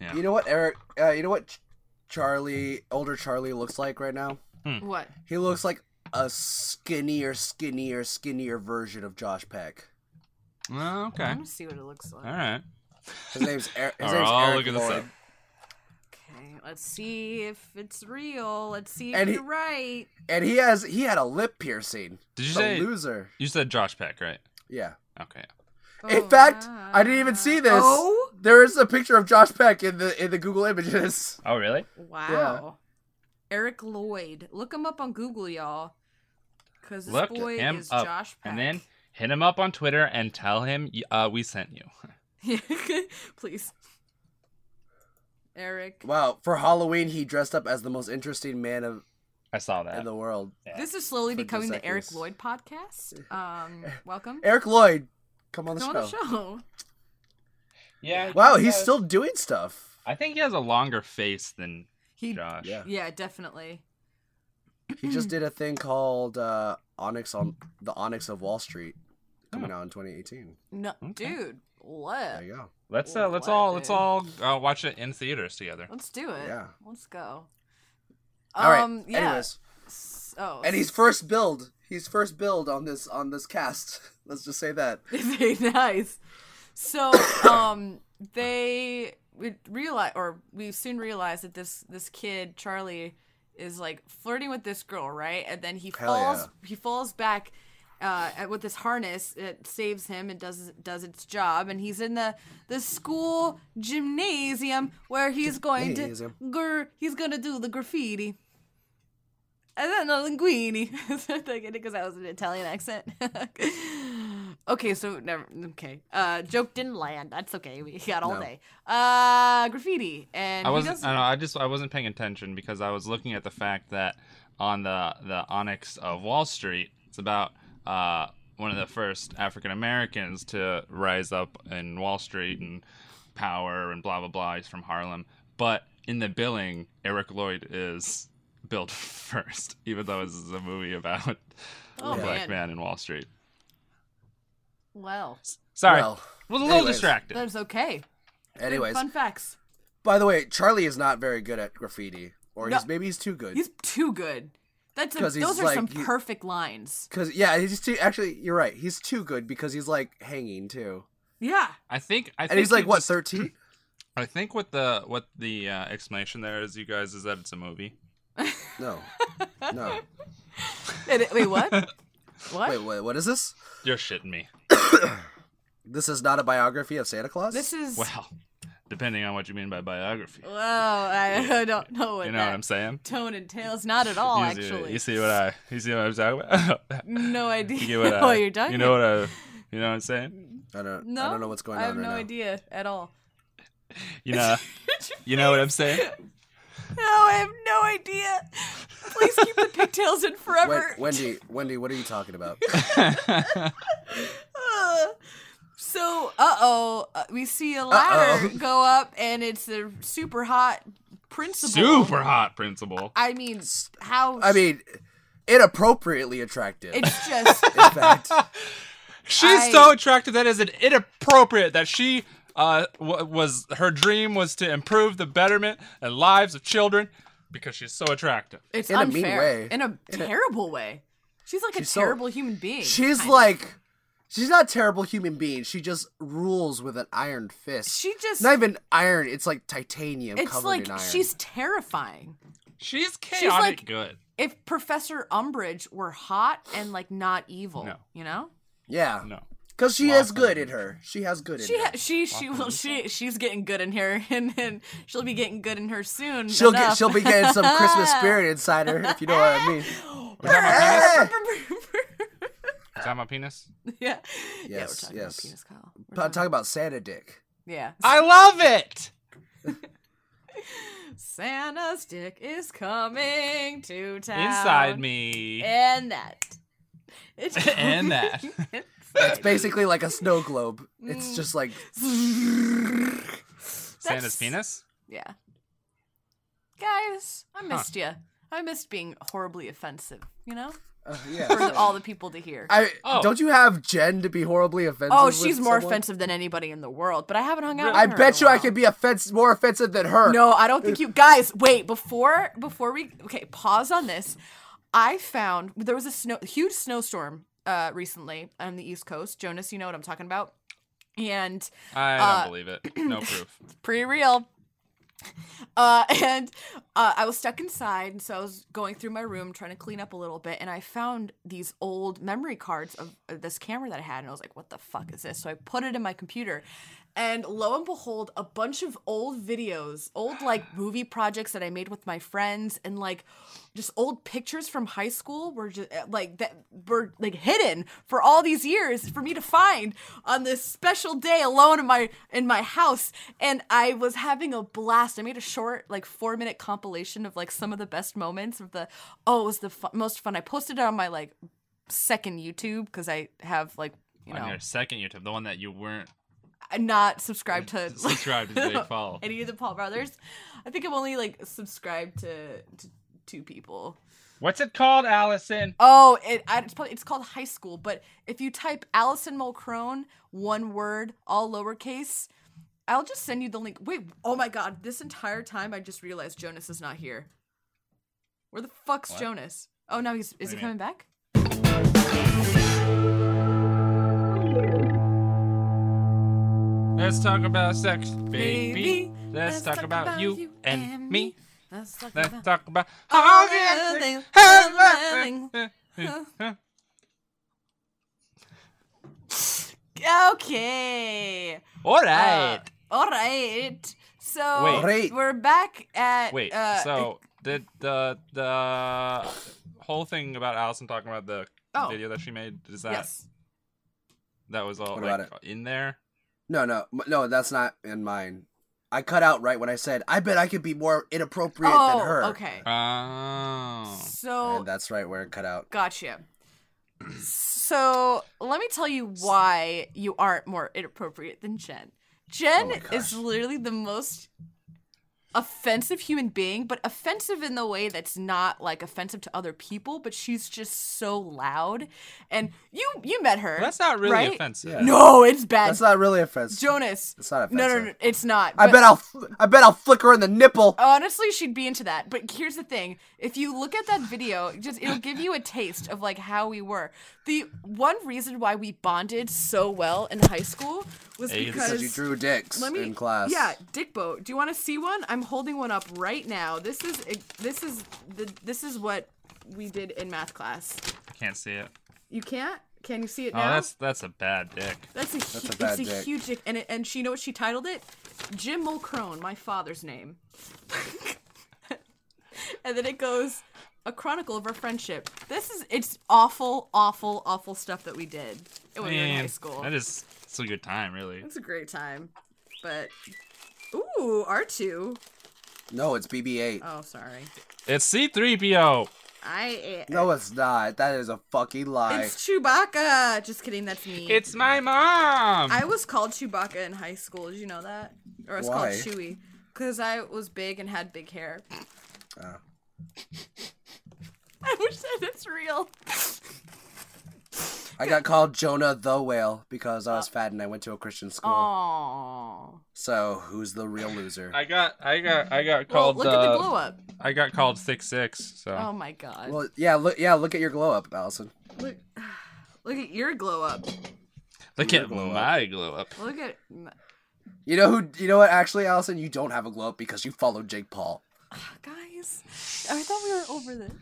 Speaker 3: Yeah.
Speaker 1: You know what, Eric? Uh, you know what, Ch- Charlie, older Charlie looks like right now.
Speaker 2: What?
Speaker 1: He looks like a skinnier, skinnier, skinnier version of Josh Peck.
Speaker 3: Oh, okay.
Speaker 2: I'm gonna see what it looks like.
Speaker 3: All right.
Speaker 1: His name's, er- his
Speaker 3: All right,
Speaker 1: name's
Speaker 3: I'll
Speaker 1: Eric
Speaker 3: look this
Speaker 1: Lloyd.
Speaker 3: up.
Speaker 2: Okay, let's see if it's real. Let's see if
Speaker 1: And he-
Speaker 2: you're right.
Speaker 1: and he has he had a lip piercing.
Speaker 3: Did you
Speaker 1: The
Speaker 3: say
Speaker 1: loser?
Speaker 3: you said Josh Peck, right?
Speaker 1: Yeah.
Speaker 3: Okay.
Speaker 1: In
Speaker 2: Oh,
Speaker 1: fact,
Speaker 2: yeah.
Speaker 1: I didn't even see this.
Speaker 2: Oh,
Speaker 1: There is a picture of Josh Peck in the in the Google images.
Speaker 7: Oh, really?
Speaker 2: wow. Eric Lloyd. Look him up on Google, y'all. Cause this
Speaker 7: Look
Speaker 2: boy
Speaker 7: him
Speaker 2: is
Speaker 7: up,
Speaker 2: Josh Peck.
Speaker 7: And then hit him up on Twitter and tell him y- uh, we sent you.
Speaker 2: then, please, Eric.
Speaker 1: Wow. For Halloween, he dressed up as the most interesting man of
Speaker 7: I saw that.
Speaker 1: in the world.
Speaker 2: This is slowly
Speaker 1: For the
Speaker 2: becoming the Eric
Speaker 1: seconds.
Speaker 2: Lloyd podcast. Um, welcome.
Speaker 1: Eric Lloyd, come on the,
Speaker 2: Come on
Speaker 1: show.
Speaker 2: the show.
Speaker 7: yeah.
Speaker 1: Wow, he's still doing stuff.
Speaker 7: I think he has a longer face than
Speaker 2: He,
Speaker 7: Josh.
Speaker 1: Yeah.
Speaker 2: yeah, definitely.
Speaker 1: He just
Speaker 2: Hmm.
Speaker 1: did a thing called uh, Onyx on the Onyx of Wall Street
Speaker 2: Hmm.
Speaker 1: coming out in 2018.
Speaker 2: No,
Speaker 7: Okay.
Speaker 2: dude, what?
Speaker 1: There you go.
Speaker 7: Let's uh, let's
Speaker 2: What,
Speaker 7: all let's
Speaker 2: dude?
Speaker 7: all uh, watch it in theaters together.
Speaker 2: Let's do it.
Speaker 1: Yeah.
Speaker 2: Let's go.
Speaker 1: All right.
Speaker 2: um, Oh, Yeah.
Speaker 1: Anyways,
Speaker 2: So,
Speaker 1: and he's first build. He's first build on this on this cast. Let's just say that.
Speaker 2: very nice. So, um, they we realize, or we soon realize that this this kid Charlie is like flirting with this girl, right? And then he
Speaker 1: Hell
Speaker 2: falls.
Speaker 1: yeah.
Speaker 2: He falls back. Uh, at- with this harness, it saves him and does does its job, and he's in the the school gymnasium where he's going
Speaker 1: Gymnasium.
Speaker 2: to gr- he's gonna do the graffiti. I don't know linguini. because that was an Italian accent. okay, so never. Okay, uh, joke didn't land. That's okay. We got all
Speaker 1: No.
Speaker 2: day. Uh, graffiti and
Speaker 3: I
Speaker 2: he
Speaker 3: wasn't. uh,
Speaker 2: doesn't-
Speaker 3: I, don't know, I just I wasn't paying attention because I was looking at the fact that on the the Onyx of Wall Street, it's about uh, one of the first African Americans to rise up in Wall Street and power and blah blah blah. He's from Harlem, but in the billing, Eric Lloyd is billed first, even though this is a movie about
Speaker 2: Oh,
Speaker 3: a black
Speaker 2: man.
Speaker 3: man in Wall Street.
Speaker 2: well,
Speaker 3: Sorry,
Speaker 1: Well,
Speaker 3: was a little
Speaker 1: anyways.
Speaker 3: distracted.
Speaker 2: that's okay.
Speaker 1: anyways,
Speaker 2: Fun facts.
Speaker 1: by the way, Charlie is not very good at graffiti, or
Speaker 2: No.
Speaker 1: he's maybe he's too good.
Speaker 2: He's too good. That's a,
Speaker 1: 'Cause he's
Speaker 2: those are
Speaker 1: like-
Speaker 2: some
Speaker 1: he-
Speaker 2: perfect lines.
Speaker 1: Because yeah, he's too. Actually, you're right. He's too good because he's like hanging too,
Speaker 2: Yeah.
Speaker 3: I think I think
Speaker 1: and he's like
Speaker 3: he
Speaker 1: what
Speaker 3: just-
Speaker 1: thirteen?
Speaker 3: I think what the what the uh, explanation there is, you guys, is that it's a movie.
Speaker 1: No, no.
Speaker 2: And it- wait, what? what?
Speaker 1: Wait, wait, what is this?
Speaker 3: You're shitting me.
Speaker 1: This is not a biography of Santa Claus.
Speaker 2: This is.
Speaker 3: Well, depending on what you mean by biography.
Speaker 2: Well, I, I don't know what
Speaker 3: you know
Speaker 2: that
Speaker 3: what I'm saying?
Speaker 2: tone entails. Not at all,
Speaker 3: you, see,
Speaker 2: actually.
Speaker 3: you see what I you see what I'm talking about?
Speaker 2: no idea
Speaker 3: you get what, I,
Speaker 2: what you're talking
Speaker 3: You know what I you know what I'm saying?
Speaker 1: I don't.
Speaker 2: No,
Speaker 1: I don't know what's going on
Speaker 2: I have
Speaker 1: right
Speaker 2: no
Speaker 1: now.
Speaker 2: idea at all.
Speaker 3: You know you know what I'm saying?
Speaker 2: No, I have no idea. Please keep the pigtails in
Speaker 1: Wen-
Speaker 2: forever.
Speaker 1: Wendy, Wendy, what are you talking about?
Speaker 2: Ugh. so, uh-oh, uh oh, we see a ladder
Speaker 1: Uh-oh.
Speaker 2: go up, and it's a super hot principal.
Speaker 3: Super hot principal.
Speaker 2: I mean, how?
Speaker 1: I mean, inappropriately attractive.
Speaker 2: it's just
Speaker 1: in fact,
Speaker 3: She's
Speaker 2: I-
Speaker 3: so attractive that is it inappropriate that she uh w- was her dream was to improve the betterment and lives of children because she's so attractive.
Speaker 2: it's
Speaker 1: In a
Speaker 2: unfair
Speaker 1: mean way.
Speaker 2: in a terrible way. She's like
Speaker 1: She's
Speaker 2: a
Speaker 1: so-
Speaker 2: terrible human being.
Speaker 1: she's
Speaker 2: kind of.
Speaker 1: like, she's not a terrible human being. She just rules with an iron fist.
Speaker 2: she just.
Speaker 1: not even iron. It's like titanium
Speaker 2: It's
Speaker 1: covered
Speaker 2: like
Speaker 1: in iron.
Speaker 2: she's terrifying.
Speaker 3: She's chaotic
Speaker 2: like-
Speaker 3: good.
Speaker 2: If Professor Umbridge were hot and like not evil,
Speaker 3: No.
Speaker 2: you know,
Speaker 1: yeah,
Speaker 3: No.
Speaker 1: because she has good in her. She has good in
Speaker 2: she
Speaker 1: her.
Speaker 2: ha- she she will she she's getting good in her, and, and she'll be getting good in her soon.
Speaker 1: She'll get,
Speaker 2: enough.
Speaker 1: she'll be getting some Christmas spirit inside her, if you know what I mean. Eh!
Speaker 3: Is that my penis?
Speaker 2: yeah. yeah, we're
Speaker 1: Yes,
Speaker 2: talking
Speaker 1: yes.
Speaker 2: About penis, Kyle. We're
Speaker 1: I'm
Speaker 2: talking-
Speaker 1: talking about Santa Dick.
Speaker 2: yeah.
Speaker 3: I love it.
Speaker 2: Santa's dick is coming to town.
Speaker 3: Inside me.
Speaker 2: And that. It's
Speaker 3: And that.
Speaker 2: Inside
Speaker 1: It's basically like a snow globe.
Speaker 2: Mm.
Speaker 1: It's just like
Speaker 3: Santa's
Speaker 2: That's-
Speaker 3: penis?
Speaker 2: Yeah. Guys, I missed ya. I missed being horribly offensive, you know?
Speaker 1: uh,
Speaker 2: For
Speaker 1: yeah.
Speaker 2: all the people to hear.
Speaker 1: I
Speaker 3: Oh.
Speaker 1: don't you have Jen to be horribly offensive?
Speaker 2: oh,
Speaker 1: with
Speaker 2: she's more
Speaker 1: someone?
Speaker 2: offensive than anybody in the world, but I haven't hung out with
Speaker 1: I
Speaker 2: her in
Speaker 1: bet
Speaker 2: a
Speaker 1: you I
Speaker 2: while.
Speaker 1: could be offensive, more offensive than her.
Speaker 2: No, I don't think you guys. Wait, before before we okay, pause on this. I found there was a snow, huge snowstorm uh, recently on the East Coast. Jonas, you know what I'm talking about, and
Speaker 3: I don't
Speaker 2: Uh,
Speaker 3: believe it. No proof.
Speaker 2: pretty real. Uh, and uh, I was stuck inside, and so I was going through my room trying to clean up a little bit, and I found these old memory cards of uh, this camera that I had, and I was like, "What the fuck is this?" So I put it in my computer, and lo and behold, a bunch of old videos, old like movie projects that I made with my friends, and like just old pictures from high school were just like that were like hidden for all these years for me to find on this special day alone in my in my house and i was having a blast i made a short like four minute compilation of like some of the best moments of the oh it was the fu- most fun i posted it on my like second youtube because i have like you
Speaker 3: On
Speaker 2: know
Speaker 3: your second YouTube, the one that you weren't
Speaker 2: I'm not subscribed to
Speaker 3: subscribed to Big Paul.
Speaker 2: any of the paul brothers i think i'm only like subscribed to, to two people
Speaker 7: What's it called, Allison?
Speaker 2: Oh, it, I- it's probably it's called high school. But if you type Allison Mulcrone, one word, all lowercase, I'll just send you the link. Wait, oh my god! This entire time, I just realized Jonas is not here. Where the fuck's Jonas? Oh, now he's is he coming back?
Speaker 7: Let's talk about sex, baby.
Speaker 2: Baby,
Speaker 7: Let's, talk, about, you, and, me.
Speaker 2: Let's talk
Speaker 7: Let's
Speaker 2: about
Speaker 7: talk about
Speaker 2: all
Speaker 7: all
Speaker 2: the
Speaker 7: the
Speaker 2: other things.
Speaker 7: things.
Speaker 2: er Okay. Uh,
Speaker 7: All right.
Speaker 2: All right. So
Speaker 7: Wait.
Speaker 1: Alright.
Speaker 2: Ah, eh, uh, we're back at
Speaker 7: Wait.
Speaker 2: uh,
Speaker 7: so did the the
Speaker 3: whole thing about Allison talking about the
Speaker 2: Oh.
Speaker 3: video that she made? Is that
Speaker 2: Yes.
Speaker 3: that was all
Speaker 1: What
Speaker 3: like,
Speaker 1: about
Speaker 3: in there?
Speaker 1: No, no, m- no. That's not in mine. I cut out right when I said, "I bet I could be more inappropriate
Speaker 2: Oh,
Speaker 1: than her."
Speaker 2: okay.
Speaker 3: Oh.
Speaker 2: So
Speaker 1: And that's right where it cut out.
Speaker 2: Gotcha. So let me tell you why you aren't more inappropriate than Jen.
Speaker 1: Oh
Speaker 2: Jen
Speaker 1: my gosh.
Speaker 2: is literally the most offensive human being, but offensive in the way that's not like offensive to other people, but she's just so loud. And you you met her.
Speaker 3: That's not really
Speaker 2: right?
Speaker 3: offensive.
Speaker 1: Yeah.
Speaker 2: No, it's bad.
Speaker 1: That's not really offensive.
Speaker 2: Jonas.
Speaker 1: It's not offensive.
Speaker 2: No, no, no, it's not.
Speaker 1: I
Speaker 2: but- Oh,
Speaker 1: bet I'll, fl- I bet I'll flick her in the nipple.
Speaker 2: honestly she'd be into that but here's the thing if you look at that video just it'll give you a taste of like how we were the one reason why we bonded so well in high school was
Speaker 3: Hey, it's
Speaker 2: because
Speaker 1: Because you drew dicks
Speaker 2: let me
Speaker 1: in class.
Speaker 2: yeah dick boat do you want to see one i'm holding one up right now this is eh, this is the this is what we did in math class
Speaker 3: Can't see it.
Speaker 2: you can't can you see it
Speaker 3: Oh,
Speaker 2: now
Speaker 3: that's that's a bad dick.
Speaker 2: that's a, hu-
Speaker 1: a bad
Speaker 2: it's a
Speaker 1: dick.
Speaker 2: huge dick and it, and she you know what she titled it jim mulcrone my father's name and then it goes a chronicle of our friendship this is it's awful awful awful stuff that we did when we were Oh, in high
Speaker 3: Man,
Speaker 2: school
Speaker 3: That is it's a good time, really.
Speaker 2: it's a great time but ooh r2
Speaker 1: No, it's BB-8.
Speaker 2: oh sorry
Speaker 3: It's C3PO.
Speaker 2: i
Speaker 1: No, it's not. That is a fucking lie.
Speaker 2: it's chewbacca just kidding that's me
Speaker 3: It's my mom.
Speaker 2: I was called Chewbacca in high school. Did you know that? Or I was
Speaker 1: Why?
Speaker 2: called Chewie because I was big and had big hair.
Speaker 1: Ah.
Speaker 2: I wish that it's real.
Speaker 1: I got called Jonah the whale because I was
Speaker 2: Oh.
Speaker 1: fat and I went to a Christian school.
Speaker 2: Aww.
Speaker 1: So who's the real loser?
Speaker 3: I got I got I got
Speaker 2: Well,
Speaker 3: called
Speaker 2: look at the
Speaker 3: uh,
Speaker 2: blow up.
Speaker 3: I got called thick six, so
Speaker 2: Oh my god.
Speaker 1: Well, yeah, look, yeah, look at your glow up, Allison.
Speaker 2: Look, look at your glow up.
Speaker 3: look
Speaker 1: your
Speaker 3: at
Speaker 1: glow up.
Speaker 3: my glow up.
Speaker 2: Look at. m-
Speaker 1: You know who? You know what? Actually, Allison, you don't have a glow up because you followed Jake Paul.
Speaker 2: Guys, I thought we were over this.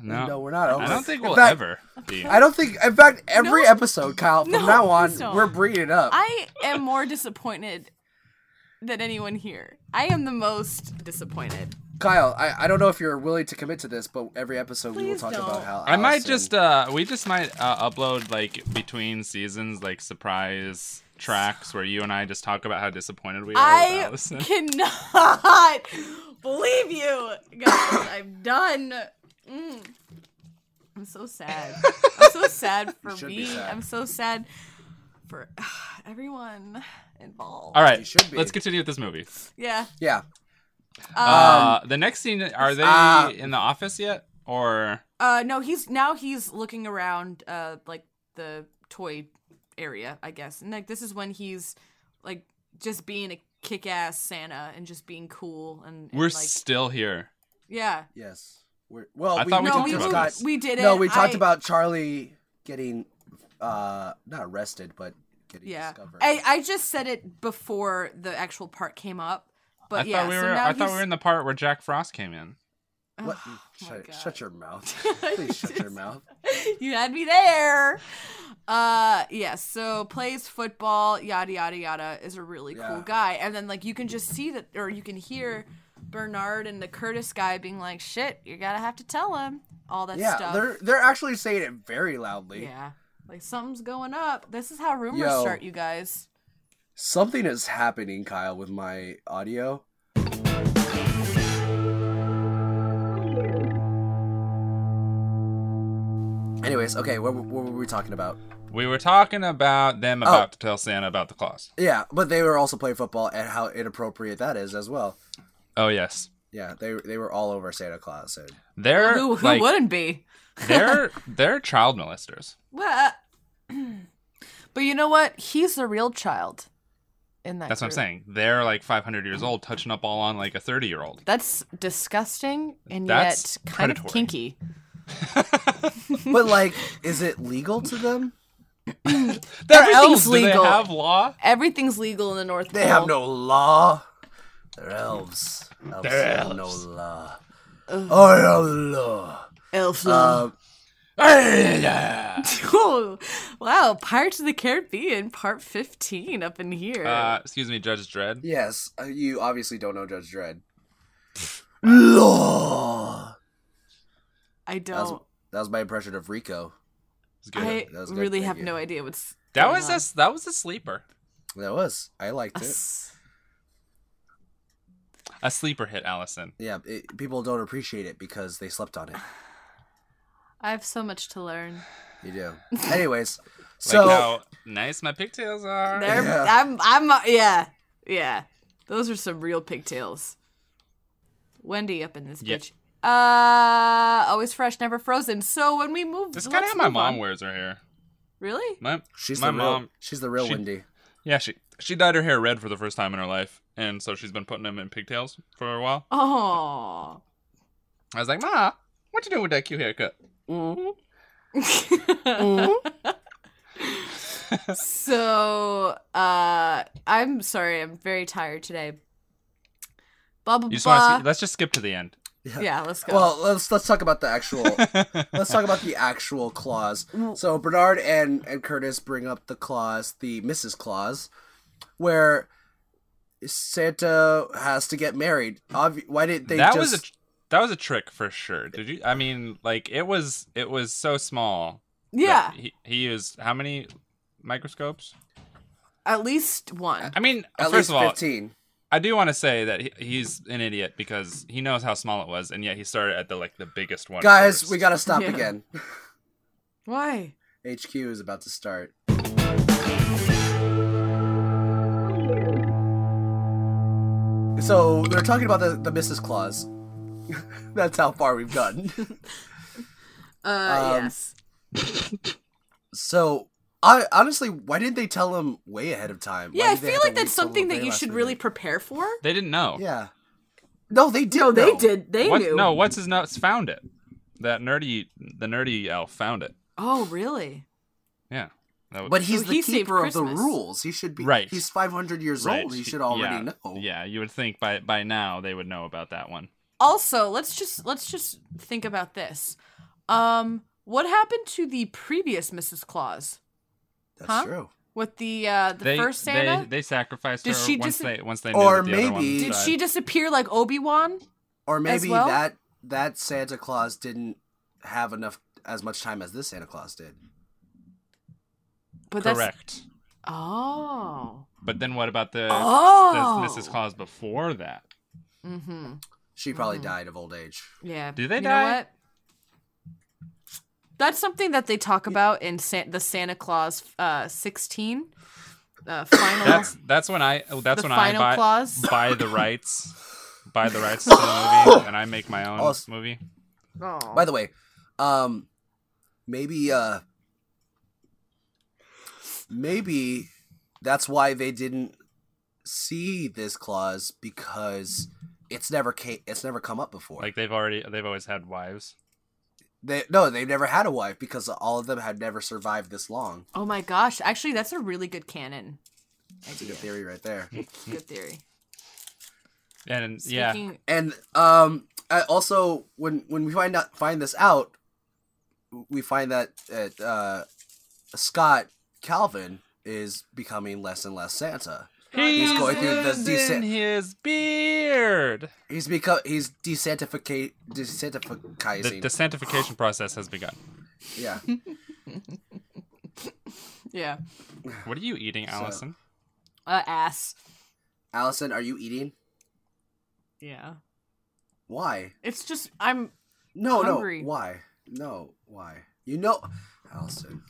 Speaker 3: No,
Speaker 1: No, we're not over.
Speaker 3: I don't think
Speaker 1: In
Speaker 3: we'll
Speaker 1: fact-
Speaker 3: ever be.
Speaker 1: I don't think. In fact, every
Speaker 2: No.
Speaker 1: episode, Kyle, from
Speaker 2: No,
Speaker 1: now on,
Speaker 2: please don't.
Speaker 1: we're bringing it up.
Speaker 2: I am more disappointed than anyone here. I am the most disappointed.
Speaker 1: Kyle, I, I don't know if you're willing to commit to this, but every episode we will
Speaker 2: Please
Speaker 1: talk
Speaker 2: don't.
Speaker 1: about how
Speaker 3: I might
Speaker 1: Allison-
Speaker 3: just uh we just might uh, upload like between seasons like surprise tracks where you and I just talk about how disappointed we are with
Speaker 2: I
Speaker 3: Allison.
Speaker 2: cannot believe you. Guys, I'm done. Mm. I'm so sad. I'm so sad for
Speaker 1: should be
Speaker 2: me.
Speaker 1: sad.
Speaker 2: I'm so sad for everyone involved.
Speaker 3: All right,
Speaker 1: You should be.
Speaker 3: let's continue with this movie.
Speaker 2: Yeah.
Speaker 1: yeah.
Speaker 2: Um,
Speaker 3: uh, the next scene are they
Speaker 1: uh,
Speaker 3: in the office yet or
Speaker 2: Uh no, he's now he's looking around uh like the toy area, I guess. And like this is when he's like just being a kick-ass Santa and just being cool and, and
Speaker 3: we're
Speaker 2: like
Speaker 3: still here?
Speaker 2: yeah.
Speaker 1: Yes. We're, well,
Speaker 3: I
Speaker 1: we,
Speaker 3: thought we
Speaker 2: no,
Speaker 3: talked
Speaker 2: we,
Speaker 1: just
Speaker 3: about
Speaker 2: moved-
Speaker 1: got-
Speaker 3: this.
Speaker 2: we did it.
Speaker 1: No, we talked
Speaker 2: I-
Speaker 1: about Charlie getting uh not arrested, but getting
Speaker 2: yeah.
Speaker 1: discovered.
Speaker 2: I, I just said it before the actual part came up, but
Speaker 3: I
Speaker 2: yeah.
Speaker 3: thought we
Speaker 2: so
Speaker 3: were
Speaker 2: now
Speaker 3: I thought we
Speaker 2: he's-
Speaker 3: were in the part where Jack Frost came in.
Speaker 1: what?
Speaker 2: oh
Speaker 1: Mm,
Speaker 2: my
Speaker 1: shut,
Speaker 2: God.
Speaker 1: shut your mouth. Please shut your mouth.
Speaker 2: you had me there. Uh yeah, so plays football, yada yada yada is a really cool
Speaker 1: Yeah.
Speaker 2: guy. And then like you can just see that or you can hear Bernard and the Curtis guy being like, Shit, you're gonna have to tell him all that
Speaker 1: Yeah,
Speaker 2: stuff.
Speaker 1: they're they're actually saying it very loudly.
Speaker 2: yeah. Like something's going up. This is how rumors
Speaker 1: Yo.
Speaker 2: start, you guys.
Speaker 1: Something is happening, Kyle, with my audio. Anyways, okay, what, what were we talking about?
Speaker 3: We were talking about
Speaker 2: Oh.
Speaker 3: them about to tell Santa about the claws.
Speaker 1: Yeah, but they were also playing football and how inappropriate that is as well.
Speaker 3: Oh yes.
Speaker 1: Yeah, they they were all over Santa Claus. And
Speaker 3: They're
Speaker 2: Who who
Speaker 3: like,
Speaker 2: wouldn't be?
Speaker 3: they're they're child molesters.
Speaker 2: Well, but you know what? He's the real child in that.
Speaker 3: That's what I'm
Speaker 2: group.
Speaker 3: saying. They're like 500 years old, touching up all on like a 30 year old.
Speaker 2: That's disgusting and
Speaker 3: That's
Speaker 2: yet kind
Speaker 3: predatory.
Speaker 2: of kinky.
Speaker 1: but like, is it legal to them?
Speaker 3: They're
Speaker 2: Everything's
Speaker 3: elves. Do they
Speaker 2: legal.
Speaker 3: have law?
Speaker 2: Everything's legal in the North
Speaker 1: They
Speaker 2: Pole.
Speaker 1: have no law. They're elves. elves They're have
Speaker 3: elves.
Speaker 1: no law. Oh, no law.
Speaker 2: elf law.
Speaker 1: Um,
Speaker 2: Oh, wow, Pirates of the Caribbean, part 15 up in here.
Speaker 3: Uh, excuse me, Judge Dredd.
Speaker 1: yes, uh, you obviously don't know Judge Dredd. law.
Speaker 2: I don't.
Speaker 1: That was my impression of Rico.
Speaker 3: It's good.
Speaker 2: I
Speaker 1: That was good.
Speaker 2: really
Speaker 1: Thank
Speaker 2: have
Speaker 1: you.
Speaker 2: no idea what's.
Speaker 3: that
Speaker 2: going
Speaker 3: was
Speaker 2: on.
Speaker 3: a that was a sleeper,
Speaker 1: That was. I liked
Speaker 2: A
Speaker 1: it.
Speaker 2: s-
Speaker 3: a sleeper hit, Allison.
Speaker 1: Yeah, it, people don't appreciate it because they slept on it.
Speaker 2: I have so much to learn.
Speaker 1: You do. Anyways,
Speaker 3: Like
Speaker 1: so
Speaker 3: how nice my pigtails are.
Speaker 2: There,
Speaker 1: Yeah.
Speaker 2: I'm, I'm, uh, yeah, yeah. Those are some real pigtails. Wendy up in this
Speaker 3: Yeah.
Speaker 2: bitch. Uh, always fresh, never frozen. So when we move,
Speaker 3: This is kind of
Speaker 2: let's
Speaker 3: how my
Speaker 2: move
Speaker 3: mom
Speaker 2: on.
Speaker 3: wears her hair.
Speaker 2: Really?
Speaker 3: My
Speaker 1: she's
Speaker 3: my
Speaker 1: the real,
Speaker 3: mom.
Speaker 1: she's the real
Speaker 3: she-
Speaker 1: Wendy.
Speaker 3: Yeah, she she dyed her hair red for the first time in her life, and so she's been putting them in pigtails for a while.
Speaker 2: Oh.
Speaker 3: I was like, Ma, what you doing with that cute haircut? Mm-hmm.
Speaker 2: so, uh, I'm sorry. I'm very tired today. Blah blah
Speaker 3: You just
Speaker 2: blah.
Speaker 3: want to let's just skip to the end.
Speaker 2: yeah, let's go.
Speaker 1: Well, uh, let's let's talk about the actual. let's talk about the actual clause. So Bernard and and Curtis bring up the clause, the Mrs. Clause, where Santa has to get married. Obvi- why didn't they?
Speaker 3: that
Speaker 1: just...
Speaker 3: was a that was a trick for sure. Did you? I mean, like it was it was so small. that
Speaker 2: yeah,
Speaker 3: He, he used how many microscopes?
Speaker 2: at least
Speaker 1: Uh,
Speaker 2: one.
Speaker 3: I mean,
Speaker 1: at
Speaker 3: first
Speaker 1: least
Speaker 3: of all,
Speaker 1: fifteen.
Speaker 3: I do want to say that he, he's an idiot because he knows how small it was, and yet he started at the like the biggest one.
Speaker 1: Guys,
Speaker 3: first.
Speaker 1: we gotta stop
Speaker 2: Yeah.
Speaker 1: again.
Speaker 2: Why?
Speaker 1: HQ is about to start. So they're talking about the, the Mrs. Claus. That's how far we've gotten.
Speaker 2: Uh,
Speaker 1: Um,
Speaker 2: yes.
Speaker 1: So I honestly, why didn't they tell him way ahead of time? Why
Speaker 2: Yeah, I
Speaker 1: did they have
Speaker 2: feel
Speaker 1: to
Speaker 2: like
Speaker 1: wait
Speaker 2: that's
Speaker 1: till the
Speaker 2: something that
Speaker 1: very
Speaker 2: you
Speaker 1: last
Speaker 2: should
Speaker 1: minute?
Speaker 2: really prepare for.
Speaker 3: They didn't know.
Speaker 1: Yeah. No, they did.
Speaker 2: No, they
Speaker 1: know.
Speaker 2: did. They
Speaker 3: What-
Speaker 2: knew.
Speaker 3: No, what's his nuts found it. That nerdy, the nerdy elf found it.
Speaker 2: Oh, really?
Speaker 3: Yeah, that was,
Speaker 1: But he's
Speaker 2: So
Speaker 1: the
Speaker 2: he saved
Speaker 1: keeper of the
Speaker 2: Christmas.
Speaker 1: rules. He should be.
Speaker 3: Right.
Speaker 1: He's five hundred years
Speaker 3: right,
Speaker 1: old. He
Speaker 3: he-
Speaker 1: should already
Speaker 3: yeah,
Speaker 1: know.
Speaker 3: Yeah, you would think by by now they would know about that one.
Speaker 2: Also, let's just let's just think about this. Um, what happened to the previous Mrs. Claus
Speaker 1: That's
Speaker 2: Huh?
Speaker 1: true.
Speaker 2: with the uh the
Speaker 3: they,
Speaker 2: first Santa?
Speaker 3: They, they sacrificed
Speaker 2: Did
Speaker 3: her
Speaker 2: she
Speaker 3: once
Speaker 2: dis-
Speaker 3: they once they knew
Speaker 1: Or
Speaker 3: that the other one
Speaker 1: maybe-
Speaker 2: Did
Speaker 3: died.
Speaker 2: she disappear like Obi Wan?
Speaker 1: Or maybe
Speaker 2: well?
Speaker 1: that that Santa Claus didn't have enough as much time as this Santa Claus did.
Speaker 2: But that's
Speaker 3: Correct.
Speaker 2: oh
Speaker 3: But then what about the,
Speaker 2: oh
Speaker 3: the Mrs. Claus before that?
Speaker 2: Mm-hmm.
Speaker 1: She probably
Speaker 2: Mhm.
Speaker 1: died of old age.
Speaker 2: Yeah.
Speaker 3: Do they
Speaker 2: you Know
Speaker 3: die?
Speaker 2: what? That's something that they talk about in San- the Santa Claus uh, 16 uh, final.
Speaker 3: That's that's when I oh, that's
Speaker 2: the
Speaker 3: when I
Speaker 2: final
Speaker 3: buy
Speaker 2: clause.
Speaker 3: buy the rights, buy the rights to the movie, and I make my own
Speaker 1: Also-
Speaker 3: movie.
Speaker 2: Oh.
Speaker 1: By the way, um, maybe uh, maybe that's why they didn't see this clause because it's never came, it's never come up before.
Speaker 3: Like they've already they've always had wives.
Speaker 1: they no, they've never had a wife because all of them had never survived this long.
Speaker 2: oh my gosh! Actually, that's a really good canon.
Speaker 1: That's a good theory right there.
Speaker 2: Good theory.
Speaker 3: And yeah,
Speaker 2: Speaking,
Speaker 1: And um, I also when when we find out find this out, we find that that uh, Scott Calvin is becoming less and less Santa.
Speaker 3: he's,
Speaker 1: going through the
Speaker 3: losing
Speaker 1: decent-
Speaker 3: his beard.
Speaker 1: He's become he's desantifica-
Speaker 3: The,
Speaker 1: desantificizing.
Speaker 3: the sanctification process has begun.
Speaker 1: yeah.
Speaker 2: yeah,
Speaker 3: What are you eating, Allison?
Speaker 2: uh, ass.
Speaker 1: Allison, are you eating?
Speaker 2: Yeah,
Speaker 1: Why?
Speaker 2: it's just I'm.
Speaker 1: No,
Speaker 2: Hungry.
Speaker 1: no. Why? No, why? You know, Allison,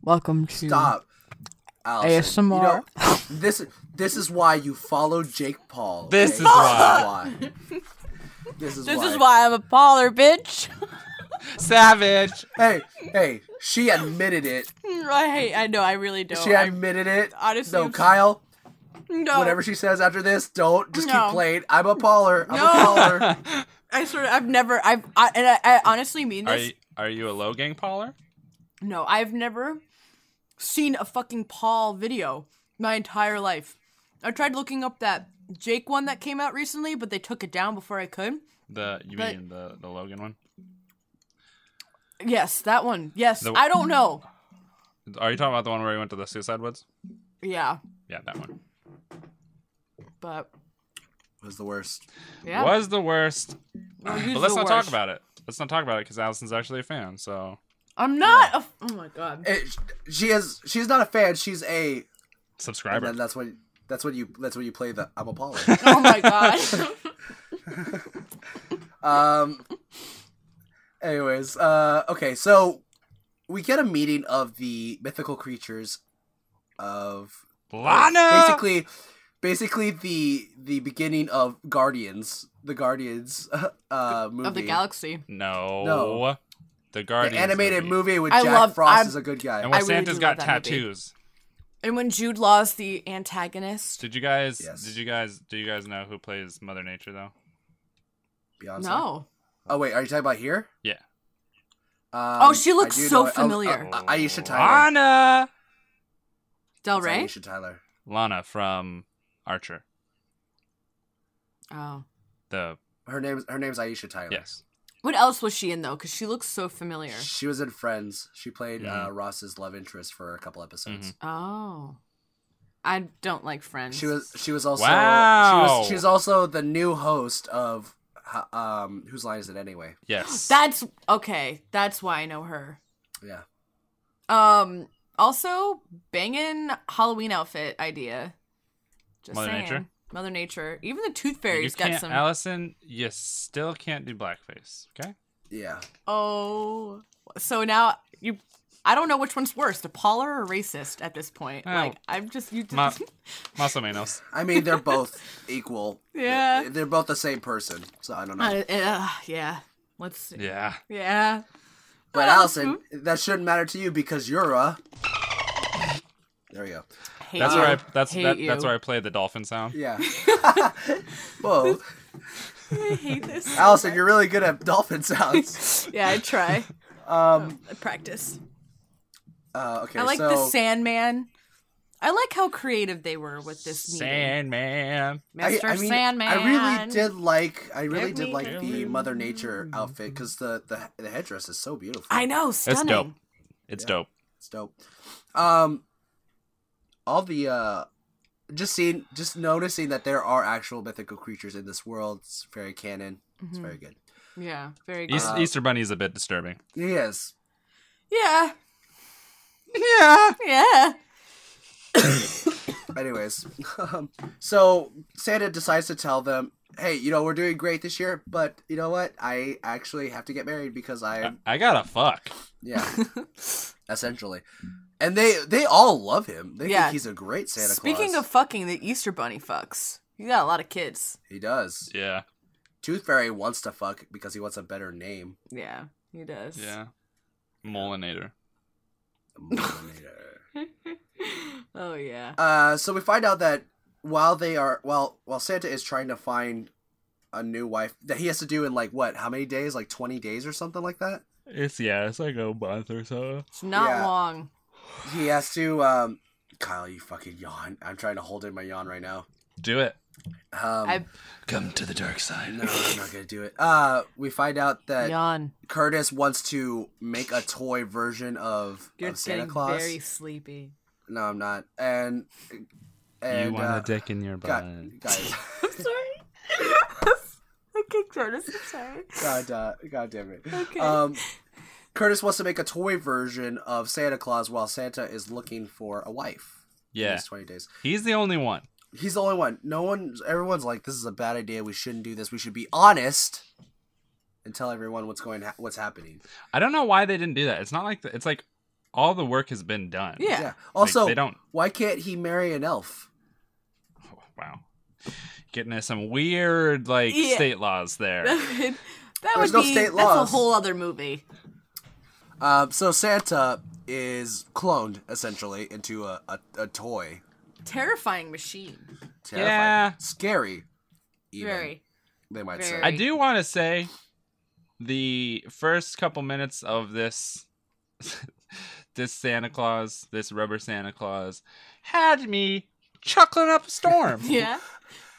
Speaker 2: Welcome to
Speaker 1: stop. Allison, you know, this this is why you follow Jake Paul.
Speaker 3: This
Speaker 1: okay?
Speaker 3: is why.
Speaker 1: why. This is
Speaker 2: This
Speaker 1: why.
Speaker 2: is why I'm a baller, bitch.
Speaker 3: Savage.
Speaker 1: Hey, hey, she admitted it.
Speaker 2: I hate. I know. I really don't.
Speaker 1: she
Speaker 2: I-
Speaker 1: admitted it.
Speaker 2: honestly,
Speaker 1: no,
Speaker 2: I'm-
Speaker 1: Kyle.
Speaker 2: no.
Speaker 1: Whatever she says after this, don't just
Speaker 2: No.
Speaker 1: keep playing. I'm a Pauler. I'm a Pauler.
Speaker 2: I sort of. I've never. I've. I, and I, I honestly mean
Speaker 3: Are
Speaker 2: this.
Speaker 3: you, are you a low gang Pauler?
Speaker 2: No, I've never seen a fucking Paul video my entire life. I tried looking up that Jake one that came out recently, but they took it down before I could.
Speaker 3: The you
Speaker 2: But-
Speaker 3: mean the the Logan one?
Speaker 2: Yes, that one. Yes,
Speaker 3: The-
Speaker 2: I don't know.
Speaker 3: Are you talking about the one where he went to the Suicide Woods?
Speaker 2: Yeah,
Speaker 3: Yeah, that one.
Speaker 2: but
Speaker 1: was the worst.
Speaker 2: Yeah.
Speaker 3: Was the worst.
Speaker 2: Well,
Speaker 3: but
Speaker 2: who's
Speaker 3: let's
Speaker 2: the
Speaker 3: not
Speaker 2: worst?
Speaker 3: talk about it. Let's not talk about it because Allison's actually a fan. So
Speaker 2: I'm not. A, oh my god.
Speaker 1: It, she is. She's not a fan. She's a. And
Speaker 3: subscriber.
Speaker 1: then that's when. That's when you. That's when you play the. I'm Apollo.
Speaker 2: Oh my god.
Speaker 1: um. Anyways, uh, okay, so we get a meeting of the mythical creatures of
Speaker 3: Lana.
Speaker 1: basically basically the the beginning of Guardians, the Guardians uh movie.
Speaker 2: of the galaxy.
Speaker 3: No.
Speaker 1: No.
Speaker 3: The
Speaker 1: The
Speaker 3: Guardians
Speaker 1: animated
Speaker 3: movie.
Speaker 1: movie, with
Speaker 2: I
Speaker 1: Jack
Speaker 2: love-
Speaker 1: Frost
Speaker 2: I'm-
Speaker 1: is a good
Speaker 3: And
Speaker 1: guy.
Speaker 2: I
Speaker 3: when
Speaker 2: really
Speaker 3: Santa's
Speaker 2: do
Speaker 3: got
Speaker 2: love that movie.
Speaker 3: tattoos.
Speaker 2: And when Jude Law's the antagonist.
Speaker 3: Did you guys?
Speaker 1: Yes.
Speaker 3: Did you guys? Do you guys know who plays Mother Nature though?
Speaker 1: Beyonce.
Speaker 2: No.
Speaker 1: Oh wait, are you talking about here?
Speaker 3: Yeah.
Speaker 1: Um,
Speaker 2: Oh, she looks
Speaker 1: I do
Speaker 2: so
Speaker 1: know- oh,
Speaker 2: familiar.
Speaker 1: Oh, I- Aisha Tyler.
Speaker 3: Lana.
Speaker 2: Del
Speaker 1: It's
Speaker 2: Rey?
Speaker 1: Aisha Tyler.
Speaker 3: Lana from Archer.
Speaker 2: Oh.
Speaker 3: The
Speaker 1: Her name's her name's Aisha Tyler.
Speaker 3: yes.
Speaker 2: What else was she in though? Because she looks so familiar.
Speaker 1: She was in Friends. She played
Speaker 3: Mhm.
Speaker 1: uh, Ross's love interest for a couple episodes.
Speaker 2: Oh. I don't like Friends.
Speaker 1: She was she was also she
Speaker 3: Wow.
Speaker 1: was she's also the new host of uh, um whose line is it anyway?
Speaker 3: Yes.
Speaker 2: That's okay. That's why I know her.
Speaker 1: Yeah.
Speaker 2: Um. Also, banging Halloween outfit idea. Just
Speaker 3: Mother
Speaker 2: saying.
Speaker 3: Nature?
Speaker 2: Mother Nature. Even the Tooth
Speaker 3: You
Speaker 2: Fairy's got
Speaker 3: can't-
Speaker 2: some.
Speaker 3: Allison, you still can't do blackface. Okay.
Speaker 1: Yeah.
Speaker 2: oh. So now you. I don't know which one's worse, Apollo or racist at this point.
Speaker 3: Oh.
Speaker 2: Like I'm just you.
Speaker 3: Ma- Más o menos.
Speaker 1: I mean, they're both equal.
Speaker 2: Yeah.
Speaker 1: They're both the same person, so I don't know.
Speaker 2: Uh, uh, yeah. Let's see. Yeah.
Speaker 3: Yeah.
Speaker 1: But Allison, that shouldn't matter to you because you're a. There we go.
Speaker 2: Hate
Speaker 3: That's
Speaker 2: you.
Speaker 3: where I. That's
Speaker 2: Hate
Speaker 3: that,
Speaker 2: you.
Speaker 3: that's where I play the dolphin sound.
Speaker 1: Yeah. Whoa,
Speaker 2: I hate this.
Speaker 1: Allison, you're really good at dolphin sounds.
Speaker 2: Yeah, I try.
Speaker 1: Um.
Speaker 2: I practice.
Speaker 1: Uh, okay.
Speaker 2: I like
Speaker 1: so,
Speaker 2: the Sandman. I like how creative they were with this meeting.
Speaker 3: Sandman.
Speaker 1: I,
Speaker 2: Mr.
Speaker 1: I mean,
Speaker 2: Sandman.
Speaker 1: I really did like. I really
Speaker 2: Give
Speaker 1: did
Speaker 2: me
Speaker 1: like
Speaker 2: the
Speaker 1: the Mother Nature outfit because the, the the headdress is so beautiful.
Speaker 2: I know, stunning.
Speaker 3: dope. It's
Speaker 1: Yeah.
Speaker 3: dope.
Speaker 1: It's dope. Um, all the uh, just seeing, just noticing that there are actual mythical creatures in this world. It's very canon. It's
Speaker 2: Mhm.
Speaker 1: very good.
Speaker 2: Yeah, very good.
Speaker 3: East,
Speaker 1: Uh,
Speaker 3: Easter Bunny is a bit disturbing.
Speaker 1: Yes.
Speaker 2: yeah. Yeah. Yeah.
Speaker 1: Anyways, um, so Santa decides to tell them, "Hey, you know we're doing great this year, but you know what? I actually have to get married because I
Speaker 3: I,
Speaker 1: am
Speaker 3: I gotta fuck.
Speaker 1: yeah, essentially." And they they all love him. They
Speaker 2: Yeah.
Speaker 1: think he's a great Santa
Speaker 2: Speaking
Speaker 1: Claus.
Speaker 2: of fucking, the Easter Bunny fucks. You got a lot of kids.
Speaker 1: he does.
Speaker 3: Yeah.
Speaker 1: Tooth Fairy wants to fuck because he wants a better name.
Speaker 2: Yeah, he does.
Speaker 3: Yeah. Molinator.
Speaker 1: Molinator.
Speaker 2: oh yeah.
Speaker 1: Uh, so we find out that while they are while while Santa is trying to find a new wife that he has to do in like what how many days like 20 days or something like that
Speaker 3: It's yeah. It's like a month or so.
Speaker 2: It's not
Speaker 1: yeah.
Speaker 2: long.
Speaker 1: he has to um Kyle you fucking yawn I'm trying to hold in my yawn right now
Speaker 3: Do it.
Speaker 1: um
Speaker 2: I-
Speaker 5: Come to the dark side.
Speaker 1: no I'm not gonna do it uh we find out that
Speaker 2: Yawn.
Speaker 1: Curtis wants to make a toy version of,
Speaker 2: You're
Speaker 1: of Santa
Speaker 2: getting
Speaker 1: Claus
Speaker 2: very sleepy.
Speaker 1: no I'm not and and
Speaker 3: you want
Speaker 1: uh,
Speaker 3: a dick in your butt.
Speaker 1: God, guys
Speaker 2: I'm sorry. I kicked Curtis. I'm sorry.
Speaker 1: God, uh, God damn it.
Speaker 2: Okay.
Speaker 1: Um, Curtis wants to make a toy version of Santa Claus while Santa is looking for a wife. in
Speaker 3: Yeah.
Speaker 1: these twenty days.
Speaker 3: He's the only one.
Speaker 1: He's the only one. No one. Everyone's like, "This is a bad idea. We shouldn't do this. We should be honest and tell everyone what's going, ha- what's happening."
Speaker 3: I don't know why they didn't do that. It's not like the, it's like all the work has been done.
Speaker 2: Yeah.
Speaker 1: Yeah. Also,
Speaker 3: they don't-
Speaker 1: why can't he marry an elf?
Speaker 3: Oh, wow. Getting into some weird like
Speaker 2: Yeah.
Speaker 3: state laws there.
Speaker 2: that would, that
Speaker 1: There's
Speaker 2: would
Speaker 1: no
Speaker 2: be
Speaker 1: state
Speaker 2: that's
Speaker 1: laws.
Speaker 2: a whole other movie.
Speaker 1: Um, so Santa is cloned essentially into a a, a toy.
Speaker 2: Terrifying machine.
Speaker 1: Terrifying.
Speaker 3: Yeah.
Speaker 1: Scary. Even,
Speaker 2: Very.
Speaker 1: They might
Speaker 2: very.
Speaker 1: say.
Speaker 3: I do want to say the first couple minutes of this this Santa Claus, this rubber Santa Claus had me chuckling up a storm.
Speaker 2: Yeah.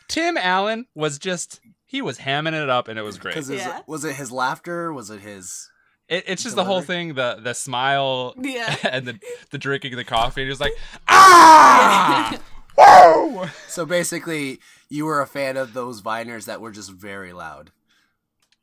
Speaker 3: Tim Allen was just he was hamming it up and it was great.
Speaker 1: Because
Speaker 2: Yeah.
Speaker 1: was it his laughter? Was it his?
Speaker 3: It, it's just the whole thing, the the smile
Speaker 2: Yeah.
Speaker 3: and the the drinking of the coffee. And he was like, ah,
Speaker 7: Whoa!
Speaker 1: So basically, you were a fan of those Viners that were just very loud.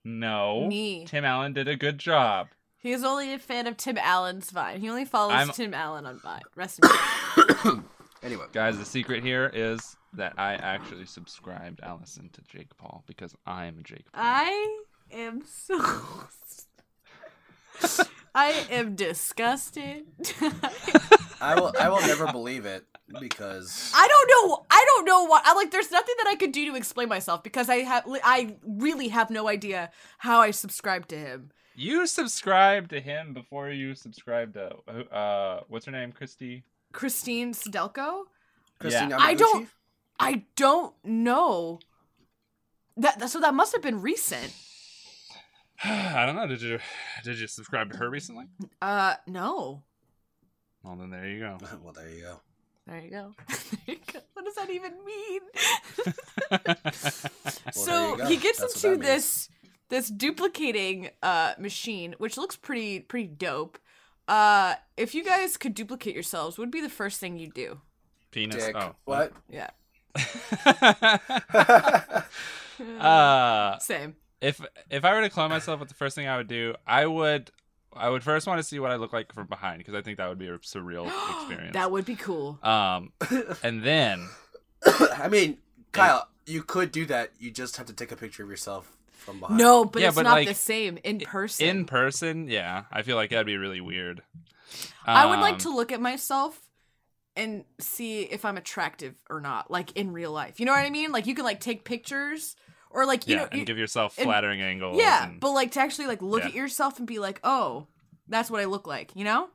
Speaker 7: No.
Speaker 2: Me.
Speaker 7: Tim Allen did a good job.
Speaker 2: He is only a fan of Tim Allen's Vine. He only follows
Speaker 7: I'm-
Speaker 2: Tim Allen on Vine. Rest in peace.
Speaker 1: Anyway,
Speaker 7: Guys, the secret here is that I actually subscribed Allison to Jake Paul because I'm Jake Paul.
Speaker 2: I am so. I am disgusted.
Speaker 1: I will. I will never believe it because
Speaker 2: I don't know. I don't know what. I like. There's nothing that I could do to explain myself because I have. I really have no idea how I subscribed to him.
Speaker 7: You subscribed to him before you subscribed to uh what's her name, Christy?
Speaker 2: Christine Sdelko.
Speaker 1: Christine
Speaker 2: I
Speaker 1: Yamaguchi?
Speaker 2: don't. I don't know. That, that so that must have been recent.
Speaker 3: I don't know. Did you did you subscribe to her recently?
Speaker 2: Uh, no.
Speaker 3: Well, then there you go.
Speaker 1: Well, there you go.
Speaker 2: There you go. There you go. what does that even mean?
Speaker 1: Well,
Speaker 2: so
Speaker 1: there you go.
Speaker 2: he gets
Speaker 1: That's what
Speaker 2: into
Speaker 1: that means.
Speaker 2: this this duplicating uh machine, which looks pretty pretty dope. Uh, if you guys could duplicate yourselves, what would be the first thing you'd do?
Speaker 3: Penis.
Speaker 1: Dick.
Speaker 3: Oh,
Speaker 1: What?
Speaker 2: Yeah,
Speaker 3: uh,
Speaker 2: same.
Speaker 3: if if I were to clone myself, what the first thing I would do, I would I would first want to see what I look like from behind because I think that would be a surreal experience.
Speaker 2: That would be cool.
Speaker 3: um, and then
Speaker 1: I mean, Kyle, you could do that. You just have to take a picture of yourself from behind.
Speaker 2: No, but
Speaker 3: Yeah,
Speaker 2: it's
Speaker 3: but,
Speaker 2: not
Speaker 3: like,
Speaker 2: the same in person.
Speaker 3: in person, yeah, I feel like that'd be really weird.
Speaker 2: I would like
Speaker 3: Um,
Speaker 2: to look at myself and see if I'm attractive or not, like in real life. You know what I mean? Like you can like take pictures or like you
Speaker 3: yeah,
Speaker 2: know
Speaker 3: and
Speaker 2: you-
Speaker 3: give yourself
Speaker 2: and-
Speaker 3: flattering angles.
Speaker 2: Yeah,
Speaker 3: and-
Speaker 2: but like to actually like look
Speaker 3: Yeah.
Speaker 2: at yourself and be like, "Oh, that's what I look like," you know?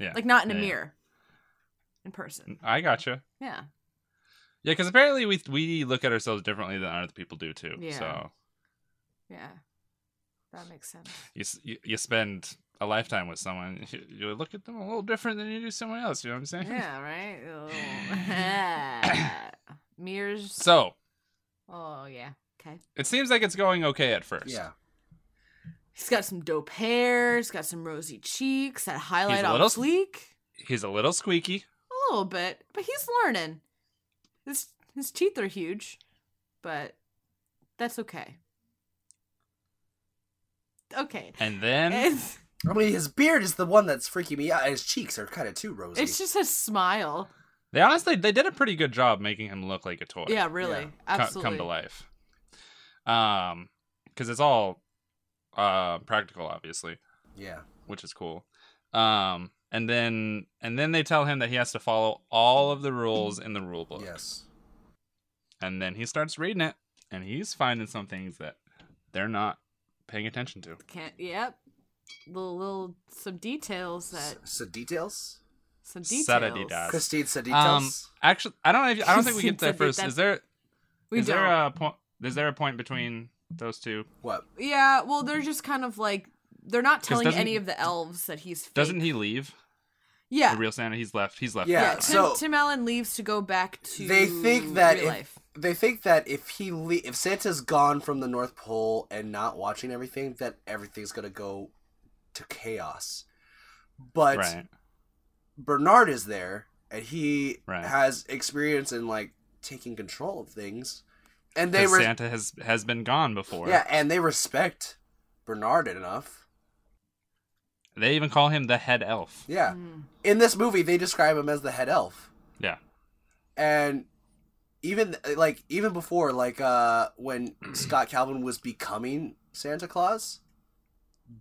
Speaker 3: yeah,
Speaker 2: Like not in
Speaker 3: yeah, Mm.
Speaker 2: a
Speaker 3: yeah.
Speaker 2: mirror. In person.
Speaker 3: I gotcha.
Speaker 2: Yeah.
Speaker 3: Yeah, because apparently we we look at ourselves differently than other people do too.
Speaker 2: Yeah.
Speaker 3: So
Speaker 2: Yeah. That makes sense.
Speaker 3: you, s- you you spend a lifetime with someone, you, you look at them a little different than you do someone else. You know what I'm saying?
Speaker 2: Yeah, right? Oh. Mirrors.
Speaker 3: So
Speaker 2: oh, yeah. Okay.
Speaker 3: it seems like it's going okay at first.
Speaker 1: Yeah.
Speaker 2: He's got some dope hair. He's got some rosy cheeks. That highlight
Speaker 3: a
Speaker 2: on
Speaker 3: little-
Speaker 2: sleek.
Speaker 3: He's a little squeaky.
Speaker 2: A little bit, but he's learning. His his teeth are huge, but that's okay. Okay.
Speaker 3: And then
Speaker 2: It's,
Speaker 1: I mean, his beard is the one that's freaking me out. and His cheeks are kind of too rosy.
Speaker 2: it's just a smile.
Speaker 3: they honestly they did a pretty good job making him look like a toy.
Speaker 2: Yeah, really.
Speaker 1: Yeah.
Speaker 3: co-
Speaker 2: Absolutely.
Speaker 3: come to life. Um, because it's all uh practical, obviously,
Speaker 1: yeah.
Speaker 3: which is cool. Um, and then and then they tell him that he has to follow all of the rules in the rule book.
Speaker 1: Yes.
Speaker 3: And then he starts reading it, and he's finding some things that they're not paying attention to.
Speaker 2: Can't yep. Little little some details that
Speaker 1: S- so details.
Speaker 2: some
Speaker 3: Sada
Speaker 2: details.
Speaker 3: dee-das.
Speaker 1: Christine said
Speaker 3: Um,
Speaker 1: details.
Speaker 3: actually, I don't. know if- I don't think we get there
Speaker 2: That's-
Speaker 3: first. Is there?
Speaker 2: We
Speaker 3: is
Speaker 2: don't.
Speaker 3: there a point? Is there a point between those two?
Speaker 1: what?
Speaker 2: yeah, well they're just kind of like they're not telling
Speaker 3: doesn't-
Speaker 2: any of the elves that he's fake.
Speaker 3: Doesn't he leave?
Speaker 2: Yeah.
Speaker 3: The real Santa. He's left. He's left.
Speaker 1: Yeah,
Speaker 2: yeah, Tim,
Speaker 1: so-
Speaker 2: Tim Allen leaves to go back to
Speaker 1: They think that
Speaker 2: real
Speaker 1: if,
Speaker 2: life.
Speaker 1: they think that if he le- if Santa's gone from the North Pole and not watching everything, that everything's gonna go to chaos. But
Speaker 3: Right.
Speaker 1: Bernard is there, and he
Speaker 3: Right.
Speaker 1: has experience in like taking control of things, and they
Speaker 3: Because
Speaker 1: were
Speaker 3: Santa has has been gone before.
Speaker 1: yeah, and they respect Bernard enough.
Speaker 3: They even call him the head elf.
Speaker 1: Yeah,
Speaker 2: Mm.
Speaker 1: in this movie, they describe him as the head elf.
Speaker 3: Yeah.
Speaker 1: and even like even before like uh when Scott Calvin was becoming Santa Claus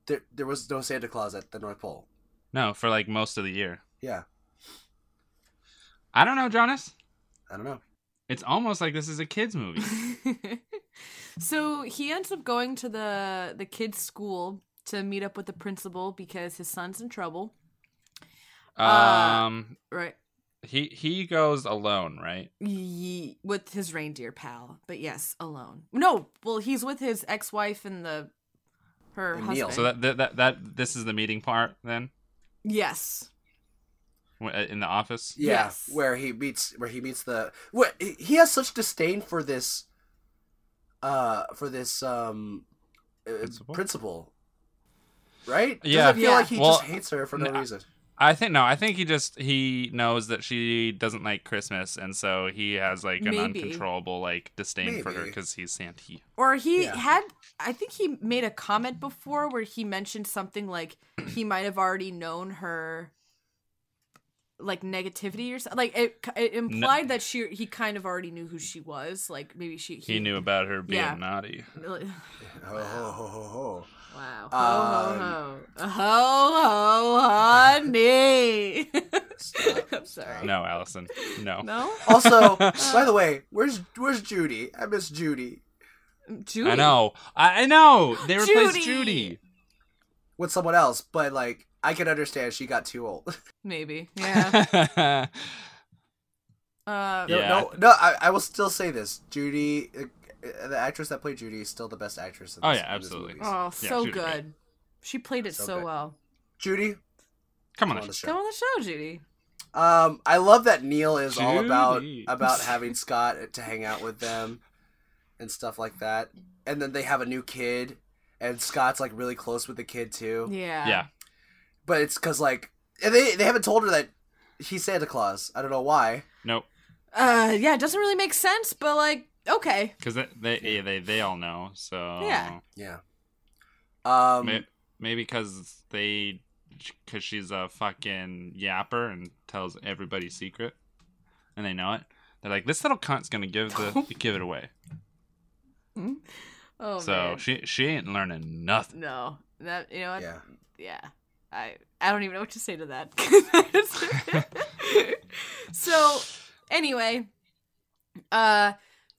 Speaker 1: there there was no Santa Claus at the North Pole.
Speaker 3: No, for like most of the year.
Speaker 1: Yeah.
Speaker 3: I don't know, Jonas.
Speaker 1: I don't know.
Speaker 3: It's almost like this is a kids movie.
Speaker 2: so he ends up going to the the kids' school to meet up with the principal because his son's in trouble.
Speaker 1: Uh,
Speaker 3: um,
Speaker 2: Right.
Speaker 3: he he goes alone, right?
Speaker 2: Ye- with his reindeer pal, but yes, alone. No, well, he's with his ex-wife and the her
Speaker 1: And
Speaker 2: husband.
Speaker 1: Neil.
Speaker 3: So that, that that that this is the meeting part then
Speaker 2: yes,
Speaker 3: Wh- in the office.
Speaker 1: Yeah,
Speaker 2: Yes.
Speaker 1: where he meets where he meets the where, he he has such disdain for this uh for this um uh,
Speaker 3: Principal?
Speaker 1: principal. Right?
Speaker 3: Yeah.
Speaker 1: Doesn't it feel
Speaker 2: Yeah.
Speaker 1: like he
Speaker 3: Well,
Speaker 1: just hates her for no
Speaker 3: n-
Speaker 1: reason.
Speaker 3: I think no. I think he just he knows that she doesn't like Christmas, and so he has like an
Speaker 2: Maybe.
Speaker 3: uncontrollable like disdain for her
Speaker 1: Maybe.
Speaker 3: because he's Santee.
Speaker 2: or he
Speaker 1: Yeah.
Speaker 2: had i think he made a comment before where he mentioned something like he might have already known her like negativity or something like it, it implied that she he kind of already knew who she was like maybe she
Speaker 3: He knew about her being
Speaker 2: Yeah.
Speaker 3: naughty.
Speaker 1: Ho, ho, ho, ho, ho.
Speaker 2: wow ho
Speaker 1: Um,
Speaker 2: ho ho ho honey
Speaker 1: Stop,
Speaker 2: i'm sorry
Speaker 3: No, Allison. No.
Speaker 2: no
Speaker 1: Also, by the way, where's where's Judy? I miss Judy.
Speaker 2: Judy.
Speaker 3: I know. I, I know. They replaced
Speaker 2: Judy!
Speaker 3: Judy.
Speaker 1: With someone else, but like I can understand she got too old.
Speaker 2: maybe yeah uh,
Speaker 3: Yeah.
Speaker 1: No, no, I, I will still say this: Judy, uh, the actress that played Judy, is still the best actress. In
Speaker 3: Oh,
Speaker 1: this,
Speaker 3: yeah,
Speaker 1: in this
Speaker 3: absolutely.
Speaker 1: movie.
Speaker 2: oh so
Speaker 3: Judy, right.
Speaker 2: good she played it
Speaker 1: So
Speaker 2: so,
Speaker 1: good.
Speaker 2: well
Speaker 1: Judy,
Speaker 3: Come
Speaker 1: come
Speaker 3: on.
Speaker 1: on the
Speaker 3: Ash.
Speaker 1: show.
Speaker 2: come on the show judy
Speaker 1: Um, I love that Neil is all about
Speaker 3: Judy.
Speaker 1: about having Scott to hang out with them and stuff like that. And then they have a new kid, and Scott's like really close with the kid too.
Speaker 2: yeah
Speaker 3: Yeah.
Speaker 1: But it's because like and they they haven't told her that he's Santa Claus. I don't know why.
Speaker 3: Nope.
Speaker 2: uh yeah it doesn't really make sense but like okay
Speaker 3: Because they they, yeah, they they all know. So
Speaker 2: Yeah.
Speaker 1: Yeah. Um.
Speaker 3: May- maybe because they because she's a fucking yapper and tells everybody secret, and they know it. They're like, this little cunt's gonna give the give it away.
Speaker 2: oh
Speaker 3: so
Speaker 2: man.
Speaker 3: she she ain't learning nothing.
Speaker 2: no that you know what yeah.
Speaker 1: Yeah.
Speaker 2: i i don't even know what to say to that so anyway uh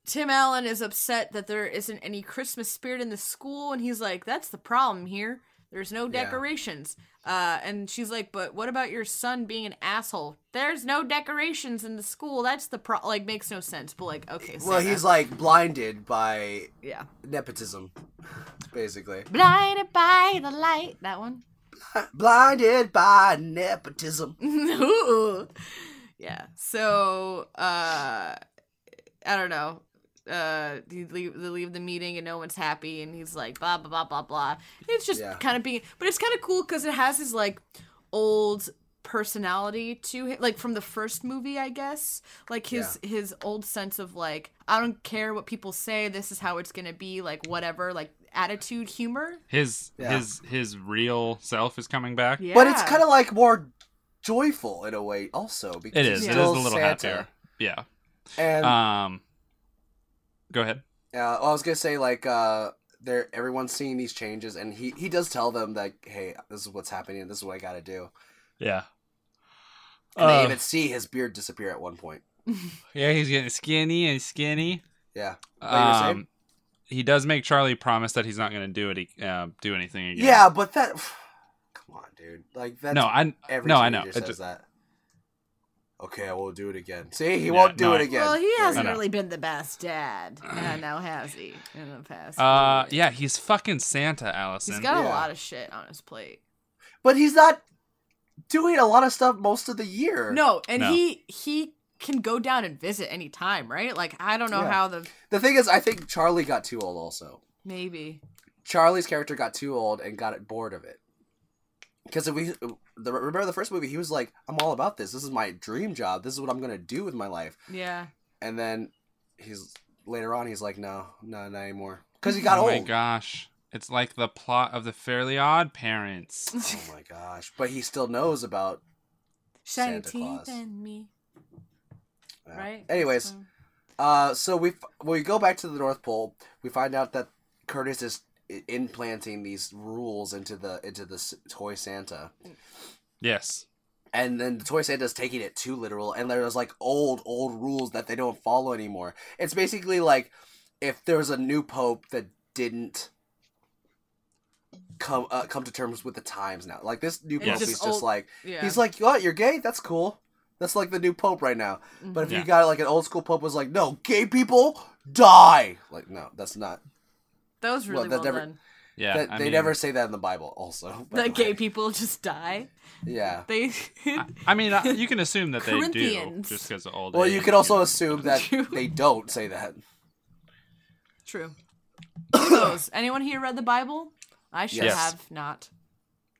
Speaker 2: Tim Allen is upset that there isn't any Christmas spirit in the school, and he's like, "That's the problem here. There's no
Speaker 1: Yeah.
Speaker 2: decorations." Uh, and she's like, "But what about your son being an asshole? There's no decorations in the school. That's the pro. Like, makes no sense. But like, okay,
Speaker 1: Well,
Speaker 2: Santa.
Speaker 1: he's like blinded by
Speaker 2: yeah,
Speaker 1: nepotism, basically.
Speaker 2: blinded by the light. That one.
Speaker 1: Blinded by nepotism.
Speaker 2: Ooh. yeah. So uh I don't know. Uh they leave, they leave the meeting and no one's happy and he's like blah blah blah blah blah. It's just
Speaker 1: Yeah.
Speaker 2: kind of being but it's kind of cool cuz it has his like old personality to him like from the first movie I guess. Like his his old sense of like I don't care what people say, this is how it's going to be like whatever like attitude humor.
Speaker 3: His
Speaker 1: Yeah.
Speaker 3: his his real self is coming back.
Speaker 2: Yeah.
Speaker 1: But it's kind of like more joyful in a way, also because
Speaker 3: It
Speaker 1: he's
Speaker 3: is. It is a
Speaker 1: still
Speaker 3: little
Speaker 1: Santa.
Speaker 3: happier. Yeah.
Speaker 1: And
Speaker 3: Um. Go ahead.
Speaker 1: uh, I was gonna say like uh, they're everyone's seeing these changes, and he he does tell them like, hey, this is what's happening, and this is what I gotta do.
Speaker 3: Yeah.
Speaker 1: And
Speaker 3: Uh,
Speaker 1: they even see his beard disappear at one point.
Speaker 3: yeah, he's getting skinny and skinny.
Speaker 1: Yeah. What you were saying?
Speaker 3: Um, he does make Charlie promise that he's not going to do it, uh, do anything again.
Speaker 1: Yeah, but that. Come on, dude. Like that's
Speaker 3: no, I
Speaker 1: every
Speaker 3: no, I
Speaker 1: teenager
Speaker 3: know. It
Speaker 1: says
Speaker 3: just-
Speaker 1: that. Okay, I will do it again. See, he
Speaker 3: Yeah,
Speaker 1: won't do
Speaker 3: no,
Speaker 1: it
Speaker 3: I-
Speaker 1: again.
Speaker 2: Well, he hasn't
Speaker 3: no.
Speaker 2: really been the best dad, and now has he in the past?
Speaker 3: uh,
Speaker 2: few years?
Speaker 3: yeah, he's fucking Santa, Allison.
Speaker 2: he's got a
Speaker 1: Yeah.
Speaker 2: lot of shit on his plate.
Speaker 1: But he's not doing a lot of stuff most of the year.
Speaker 2: No, and
Speaker 3: No.
Speaker 2: he he can go down and visit any time, right? Like I don't know
Speaker 1: Yeah.
Speaker 2: how the
Speaker 1: The thing is, I think Charlie got too old. Also,
Speaker 2: maybe
Speaker 1: Charlie's character got too old and got bored of it. Because if we the, remember the first movie, he was like, "I'm all about this. This is my dream job. This is what I'm gonna do with my life."
Speaker 2: yeah.
Speaker 1: And then he's later on, he's like, "No, no, not anymore." Because he got
Speaker 3: oh my
Speaker 1: old.
Speaker 3: gosh, it's like the plot of the Fairly Odd Parents.
Speaker 1: Oh my gosh! But he still knows about.
Speaker 2: Shiny
Speaker 1: Santa Claus.
Speaker 2: teeth and me, Um,
Speaker 1: yeah.
Speaker 2: right?
Speaker 1: Anyways,
Speaker 2: So-
Speaker 1: Uh, so we f- when we go back to the North Pole, we find out that Curtis is i- implanting these rules into the into the s- toy Santa,
Speaker 3: yes.
Speaker 1: and then the toy Santa's taking it too literal, and there's like old old rules that they don't follow anymore. It's basically like if there's a new pope that didn't come uh, come to terms with the times now. Like this new
Speaker 2: It's
Speaker 1: pope
Speaker 2: just
Speaker 1: is just
Speaker 2: old-
Speaker 1: like
Speaker 2: yeah.
Speaker 1: he's like, "What? You're gay? That's cool." That's like the new pope right now. But
Speaker 2: Mm-hmm.
Speaker 1: if you
Speaker 3: Yeah.
Speaker 1: got like an old school pope was like, "No, gay people die." Like, no, that's not.
Speaker 2: that was really
Speaker 1: well, that
Speaker 2: well,
Speaker 1: never-
Speaker 2: done.
Speaker 3: Yeah.
Speaker 1: that,
Speaker 3: I
Speaker 1: they
Speaker 3: mean,
Speaker 1: never say that in the Bible. Also, by
Speaker 2: That
Speaker 1: the way.
Speaker 2: gay people just die.
Speaker 1: Yeah.
Speaker 2: They
Speaker 3: I, I mean, uh, you can assume that they do
Speaker 2: Corinthians.
Speaker 3: just because of old.
Speaker 1: Well,
Speaker 3: age,
Speaker 1: you could also
Speaker 3: know.
Speaker 1: assume that
Speaker 2: True.
Speaker 1: they don't say that.
Speaker 2: true. Who knows? Anyone here read the Bible? I should
Speaker 3: Yes.
Speaker 2: have not.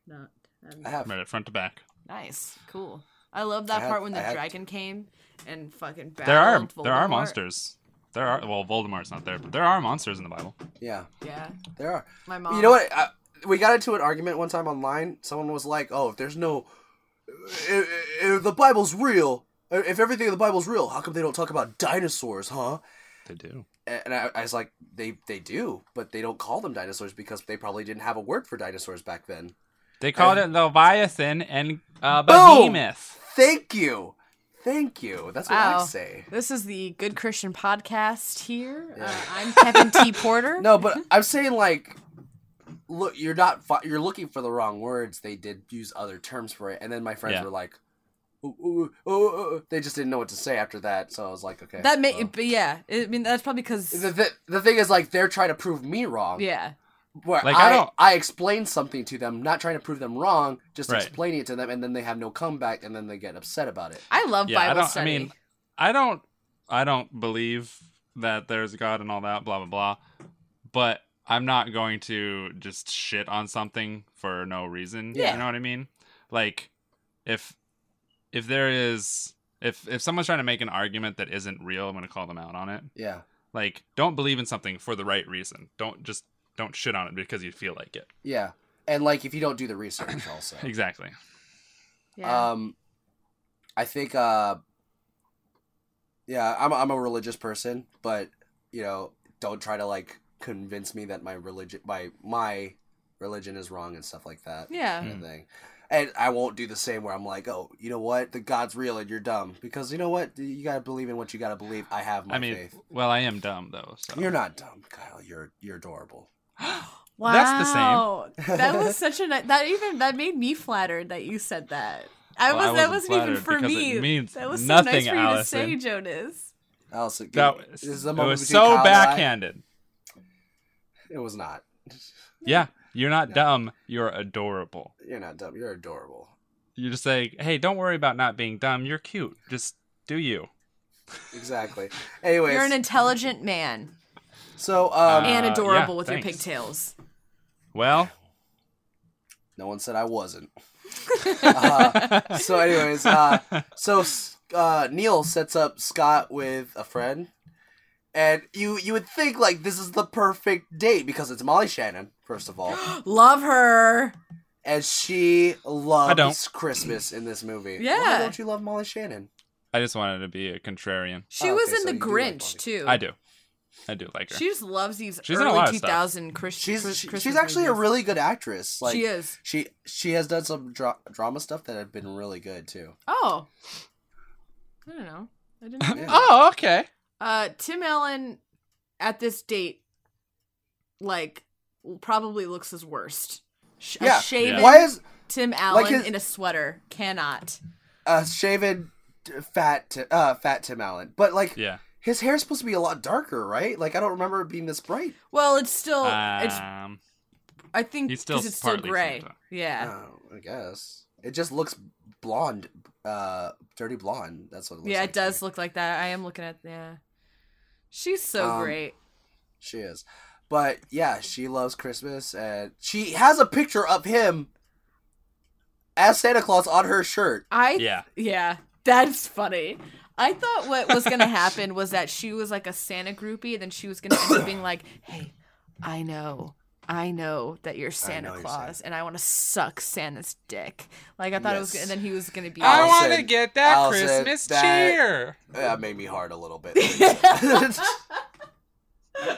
Speaker 2: Not.
Speaker 1: I have.
Speaker 3: right front to back.
Speaker 2: Nice, cool. I love that
Speaker 1: had-
Speaker 2: part when
Speaker 1: I
Speaker 2: the
Speaker 1: had-
Speaker 2: dragon came and fucking.
Speaker 3: There are
Speaker 2: battled
Speaker 3: there are
Speaker 2: Voldemort.
Speaker 3: monsters. There are well, Voldemort's not there, but there are monsters in the Bible.
Speaker 1: Yeah,
Speaker 2: Yeah,
Speaker 1: there are.
Speaker 2: my mom.
Speaker 1: You know what? I, we got into an argument one time online. Someone was like, "Oh, if there's no, if, if the Bible's real, if everything in the Bible's real, how come they don't talk about dinosaurs, huh?"
Speaker 3: They do.
Speaker 1: And I, I was like, "They they do, but they don't call them dinosaurs because they probably didn't have a word for dinosaurs back then."
Speaker 3: They called it Leviathan and uh,
Speaker 1: Boom!
Speaker 3: Behemoth.
Speaker 1: Thank you, thank you. That's what
Speaker 2: Wow.
Speaker 1: I say.
Speaker 2: This is the Good Christian Podcast here. Uh, I'm Kevin T. Porter.
Speaker 1: No, but I'm saying like, look, you're not fi- you're looking for the wrong words. They did use other terms for it, and then my friends
Speaker 3: Yeah.
Speaker 1: were like, ooh, ooh, ooh, ooh, ooh." they just didn't know what to say after that. So I was like, okay.
Speaker 2: that may,
Speaker 3: Oh.
Speaker 1: well.
Speaker 2: but yeah, I mean that's probably
Speaker 1: the,
Speaker 2: because
Speaker 1: the, the thing is like they're trying to prove me wrong.
Speaker 2: yeah,
Speaker 1: Where
Speaker 3: Like, I
Speaker 1: I
Speaker 3: don't-
Speaker 1: I, explain somethin something to them, not trying to prove them wrong, just
Speaker 3: Right.
Speaker 1: explaining it to them, and then they have no comeback, and then they get upset about it.
Speaker 2: I love
Speaker 3: Yeah, I
Speaker 2: Bible
Speaker 3: don't.
Speaker 2: study.
Speaker 3: I mean, I don't. I don't believe that there's a God and all that. Blah blah blah. But I'm not going to just shit on something for no reason.
Speaker 2: Yeah.
Speaker 3: You know what I mean? Like, if if there is if if someone's trying to make an argument that isn't real, I'm going to call them out on it.
Speaker 1: Yeah,
Speaker 3: Like, don't believe in something for the right reason. Don't just don't shit on it because you feel like it.
Speaker 1: yeah, and like if you don't do the research, also.
Speaker 3: Exactly.
Speaker 2: yeah.
Speaker 1: Um, I think, uh, yeah, I'm I'm a religious person, but you know, don't try to like convince me that my religion, my my religion is wrong and stuff like that.
Speaker 2: Yeah.
Speaker 1: kind of thing. And I won't do the same where I'm like, oh, you know what, the God's real and you're dumb because you know what, you gotta believe in what you gotta believe. I have my
Speaker 3: I mean,
Speaker 1: faith.
Speaker 3: well, I am dumb though. So.
Speaker 1: You're not dumb, Kyle. You're you're adorable.
Speaker 2: wow,
Speaker 3: that's the same.
Speaker 2: that was such a ni- that even that made me flattered that you said that. I
Speaker 3: Well, I
Speaker 2: was that
Speaker 3: wasn't
Speaker 2: wasn't even
Speaker 3: flattered
Speaker 2: for
Speaker 3: because
Speaker 2: me.
Speaker 3: it means
Speaker 2: that was so nice
Speaker 3: nothing,
Speaker 2: for you
Speaker 3: Allison.
Speaker 2: to say, Jonas.
Speaker 1: Allison,
Speaker 3: That
Speaker 1: give-
Speaker 3: was,
Speaker 1: this is the
Speaker 3: it
Speaker 1: moment
Speaker 3: was
Speaker 1: between Kyle
Speaker 3: so
Speaker 1: and I.
Speaker 3: backhanded.
Speaker 1: It was not.
Speaker 3: Yeah, you're not dumb. You're adorable.
Speaker 1: You're not dumb. You're adorable.
Speaker 3: You're just like, hey, don't worry about not being dumb. You're cute. Just do you.
Speaker 1: Exactly. Anyways,
Speaker 2: You're an intelligent man
Speaker 1: so um,
Speaker 3: Uh,
Speaker 2: and
Speaker 3: yeah,
Speaker 2: adorable with your
Speaker 3: thanks.
Speaker 2: pigtails.
Speaker 3: Well,
Speaker 1: No one said I wasn't. Uh, so, anyways, uh, so uh, Neil sets up Scott with a friend, and you you would think like this is the perfect date because it's Molly Shannon first of all,
Speaker 2: Love her.
Speaker 1: and she loves
Speaker 3: don't.
Speaker 1: Christmas in this movie. why
Speaker 2: Yeah.
Speaker 1: don't you love Molly Shannon?
Speaker 3: I just wanted to be a contrarian.
Speaker 2: She
Speaker 1: Oh,
Speaker 2: was
Speaker 1: okay,
Speaker 2: in
Speaker 1: so
Speaker 2: the
Speaker 1: you do like
Speaker 2: Grinch
Speaker 1: Bobby.
Speaker 2: too.
Speaker 3: I do. I do like her.
Speaker 2: She just loves these
Speaker 3: She's in a
Speaker 2: early
Speaker 3: lot of stuff.
Speaker 2: 2000 Christian.
Speaker 1: She's
Speaker 2: Christmas
Speaker 1: she- she's actually a
Speaker 2: movies.
Speaker 1: really good actress. Like
Speaker 2: she is.
Speaker 1: She she has done some dra- drama stuff that have been really good too.
Speaker 2: Oh, I don't know. I didn't. Know that.
Speaker 3: oh, okay.
Speaker 2: Uh, Tim Allen at this date, like, probably looks his worst. Sh-
Speaker 1: Yeah.
Speaker 2: A shaven
Speaker 1: Why is
Speaker 2: Tim Allen
Speaker 1: his-
Speaker 2: in a sweater cannot.
Speaker 1: uh, shaven t- fat t- uh, fat Tim Allen? But like
Speaker 3: Yeah.
Speaker 1: His hair's supposed to be a lot darker, right? Like I don't remember it being this bright.
Speaker 2: Well, it's still. it's.
Speaker 3: Um,
Speaker 2: I think
Speaker 3: he's still
Speaker 2: 'cause it's still
Speaker 3: partly
Speaker 2: gray.
Speaker 3: shaved.
Speaker 2: Yeah.
Speaker 1: Oh, I guess it just looks blonde, uh, dirty blonde. That's what it looks.
Speaker 2: yeah,
Speaker 1: like
Speaker 2: it
Speaker 1: to
Speaker 2: does
Speaker 1: me.
Speaker 2: look like that. I am looking at. Yeah. She's so
Speaker 1: Um,
Speaker 2: great.
Speaker 1: She is, but yeah, she loves Christmas, and she has a picture of him as Santa Claus on her shirt.
Speaker 2: I
Speaker 3: Yeah.
Speaker 2: yeah, that's funny. I thought what was gonna happen was that she was like a Santa groupie, then she was gonna end up being like, "Hey, I know, I know that you're Santa
Speaker 1: know you're
Speaker 2: Claus, and I want to suck Santa's dick." Like I thought it was,
Speaker 1: Yes.
Speaker 2: and then he was gonna be.
Speaker 1: I
Speaker 2: like-
Speaker 1: want- Allison, Allison, that-
Speaker 3: cheer.
Speaker 1: That made me hard a little bit. That's
Speaker 2: like,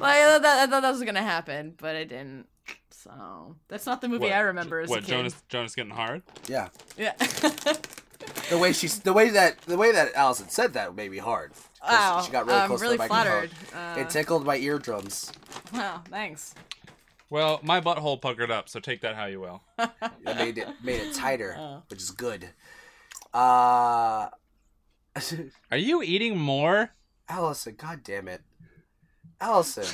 Speaker 2: I, thought that, I thought that was gonna happen, but it didn't. So that's not the movie I remember as
Speaker 3: what
Speaker 2: a kid.
Speaker 3: Jonas? Jonas getting hard?
Speaker 1: yeah,
Speaker 2: Yeah.
Speaker 1: the way she's the way that the way that Allison said that made me hard. 'Cause
Speaker 2: wow,
Speaker 1: she got really
Speaker 2: I'm
Speaker 1: close
Speaker 2: really
Speaker 1: to the microphone.
Speaker 2: flattered. Uh,
Speaker 1: It tickled my eardrums.
Speaker 2: wow, thanks.
Speaker 3: Well, my butthole puckered up, so take that how you will.
Speaker 1: that made it made it tighter,
Speaker 2: Oh.
Speaker 1: which is good. Uh
Speaker 3: Are you eating more?
Speaker 1: Allison, god damn it. Allison.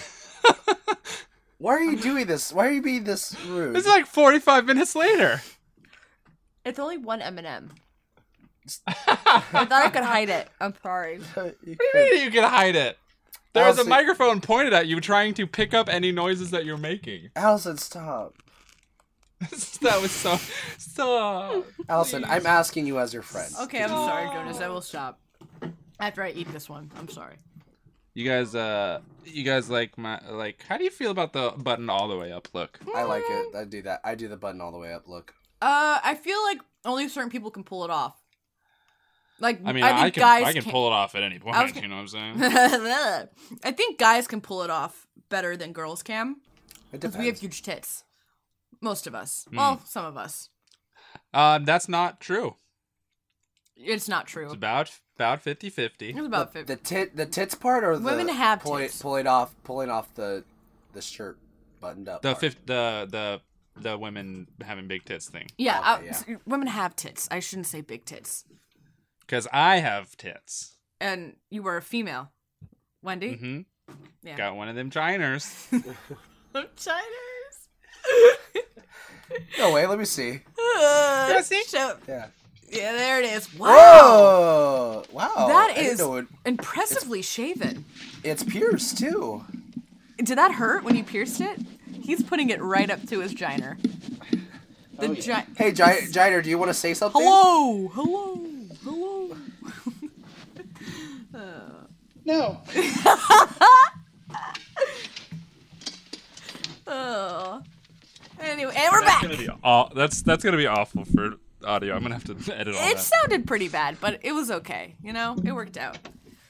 Speaker 1: why are you doing this? Why are you being this rude?
Speaker 3: It's like 45 minutes later.
Speaker 2: It's only one M and M. I thought I could hide it. I'm sorry.
Speaker 1: Uh, You
Speaker 3: What do
Speaker 1: could-
Speaker 3: you mean you can hide it? There was a
Speaker 1: Allison-
Speaker 3: microphone pointed at you trying to pick up any noises that you're making.
Speaker 1: Allison, stop.
Speaker 3: that was so. Stop.
Speaker 1: Allison, I'm asking you as your friend.
Speaker 2: Okay, I'm sorry, Jonas. I will stop after I eat this one. I'm sorry.
Speaker 3: You guys, uh, you guys like my like? How do you feel about the button all the way up look?
Speaker 1: I like it. I do that. I do the button all the way up. Look,
Speaker 2: Uh, I feel like only certain people can pull it off. Like
Speaker 3: I mean,
Speaker 2: I
Speaker 3: I,
Speaker 2: think
Speaker 3: can
Speaker 2: guys
Speaker 3: I can
Speaker 2: can't-
Speaker 3: pull it off at any point.
Speaker 2: was gonna-
Speaker 3: You know what I'm saying?
Speaker 2: I think guys can pull it off better than girls
Speaker 1: it
Speaker 2: can because
Speaker 1: depends.
Speaker 2: we have huge tits. Most of us.
Speaker 3: Hmm.
Speaker 2: Well, some of us.
Speaker 3: um, that's not true.
Speaker 2: It's not true.
Speaker 3: It's about about 50
Speaker 2: It
Speaker 3: 50
Speaker 2: was about
Speaker 1: the
Speaker 2: fifty.
Speaker 1: tit, the tits part, or the
Speaker 2: Women have
Speaker 1: pull it-
Speaker 2: tits.
Speaker 1: pulling off, pulling off the the shirt buttoned up.
Speaker 3: The
Speaker 1: part.
Speaker 3: fifth the the the women having big tits thing.
Speaker 2: Yeah, I-
Speaker 1: Okay, yeah.
Speaker 2: s- women have tits. I shouldn't say big tits.
Speaker 3: Because I have tits.
Speaker 2: And you were a female, Wendy.
Speaker 3: hmm
Speaker 2: Yeah.
Speaker 3: Got one of them chiners.
Speaker 1: Mm-hmm. No way. Let me see.
Speaker 2: Uh, so-
Speaker 1: Yeah.
Speaker 2: yeah, there it is. Wow,
Speaker 1: Whoa! Oh, Wow.
Speaker 2: That
Speaker 1: I didn't
Speaker 2: is-
Speaker 1: know it-
Speaker 2: impressively shaven.
Speaker 1: it's pierced too.
Speaker 2: Did that hurt when you pierced it? He's putting it right up to his giner.
Speaker 1: Oh,
Speaker 2: The gi-
Speaker 1: Hey, Gi- Jiner, do you want to say something?
Speaker 2: Hello, hello, hello.
Speaker 5: No.
Speaker 2: Oh. Anyway, and we're back.
Speaker 3: gonna be aw- that's that's gonna be awful for audio. I'm gonna have to edit all
Speaker 2: It
Speaker 3: that.
Speaker 2: sounded pretty bad, but it was okay. You know, it worked out.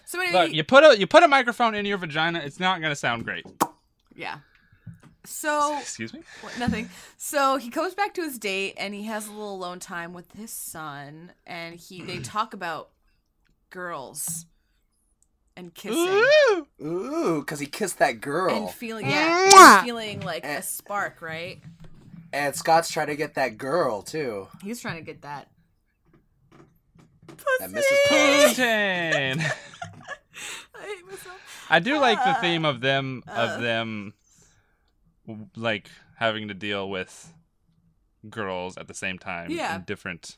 Speaker 2: So anyway,
Speaker 3: Look, you put a you put a microphone in your vagina. It's not gonna sound great.
Speaker 2: yeah. So
Speaker 3: Excuse me.
Speaker 2: What- nothing. So he goes back to his date and he has a little alone time with his son and he they talk about girls and kissing
Speaker 1: Ooh, because he kissed that girl.
Speaker 2: and feeling yeah, and feeling like a spark, right?
Speaker 1: And Scott's trying to get that girl too.
Speaker 2: He's trying to get that.
Speaker 1: That Mrs. Poe.
Speaker 3: Putin.
Speaker 2: I hate myself.
Speaker 3: I do like the theme of them
Speaker 2: Uh.
Speaker 3: of them w- like having to deal with girls at the same time
Speaker 2: Yeah.
Speaker 3: in different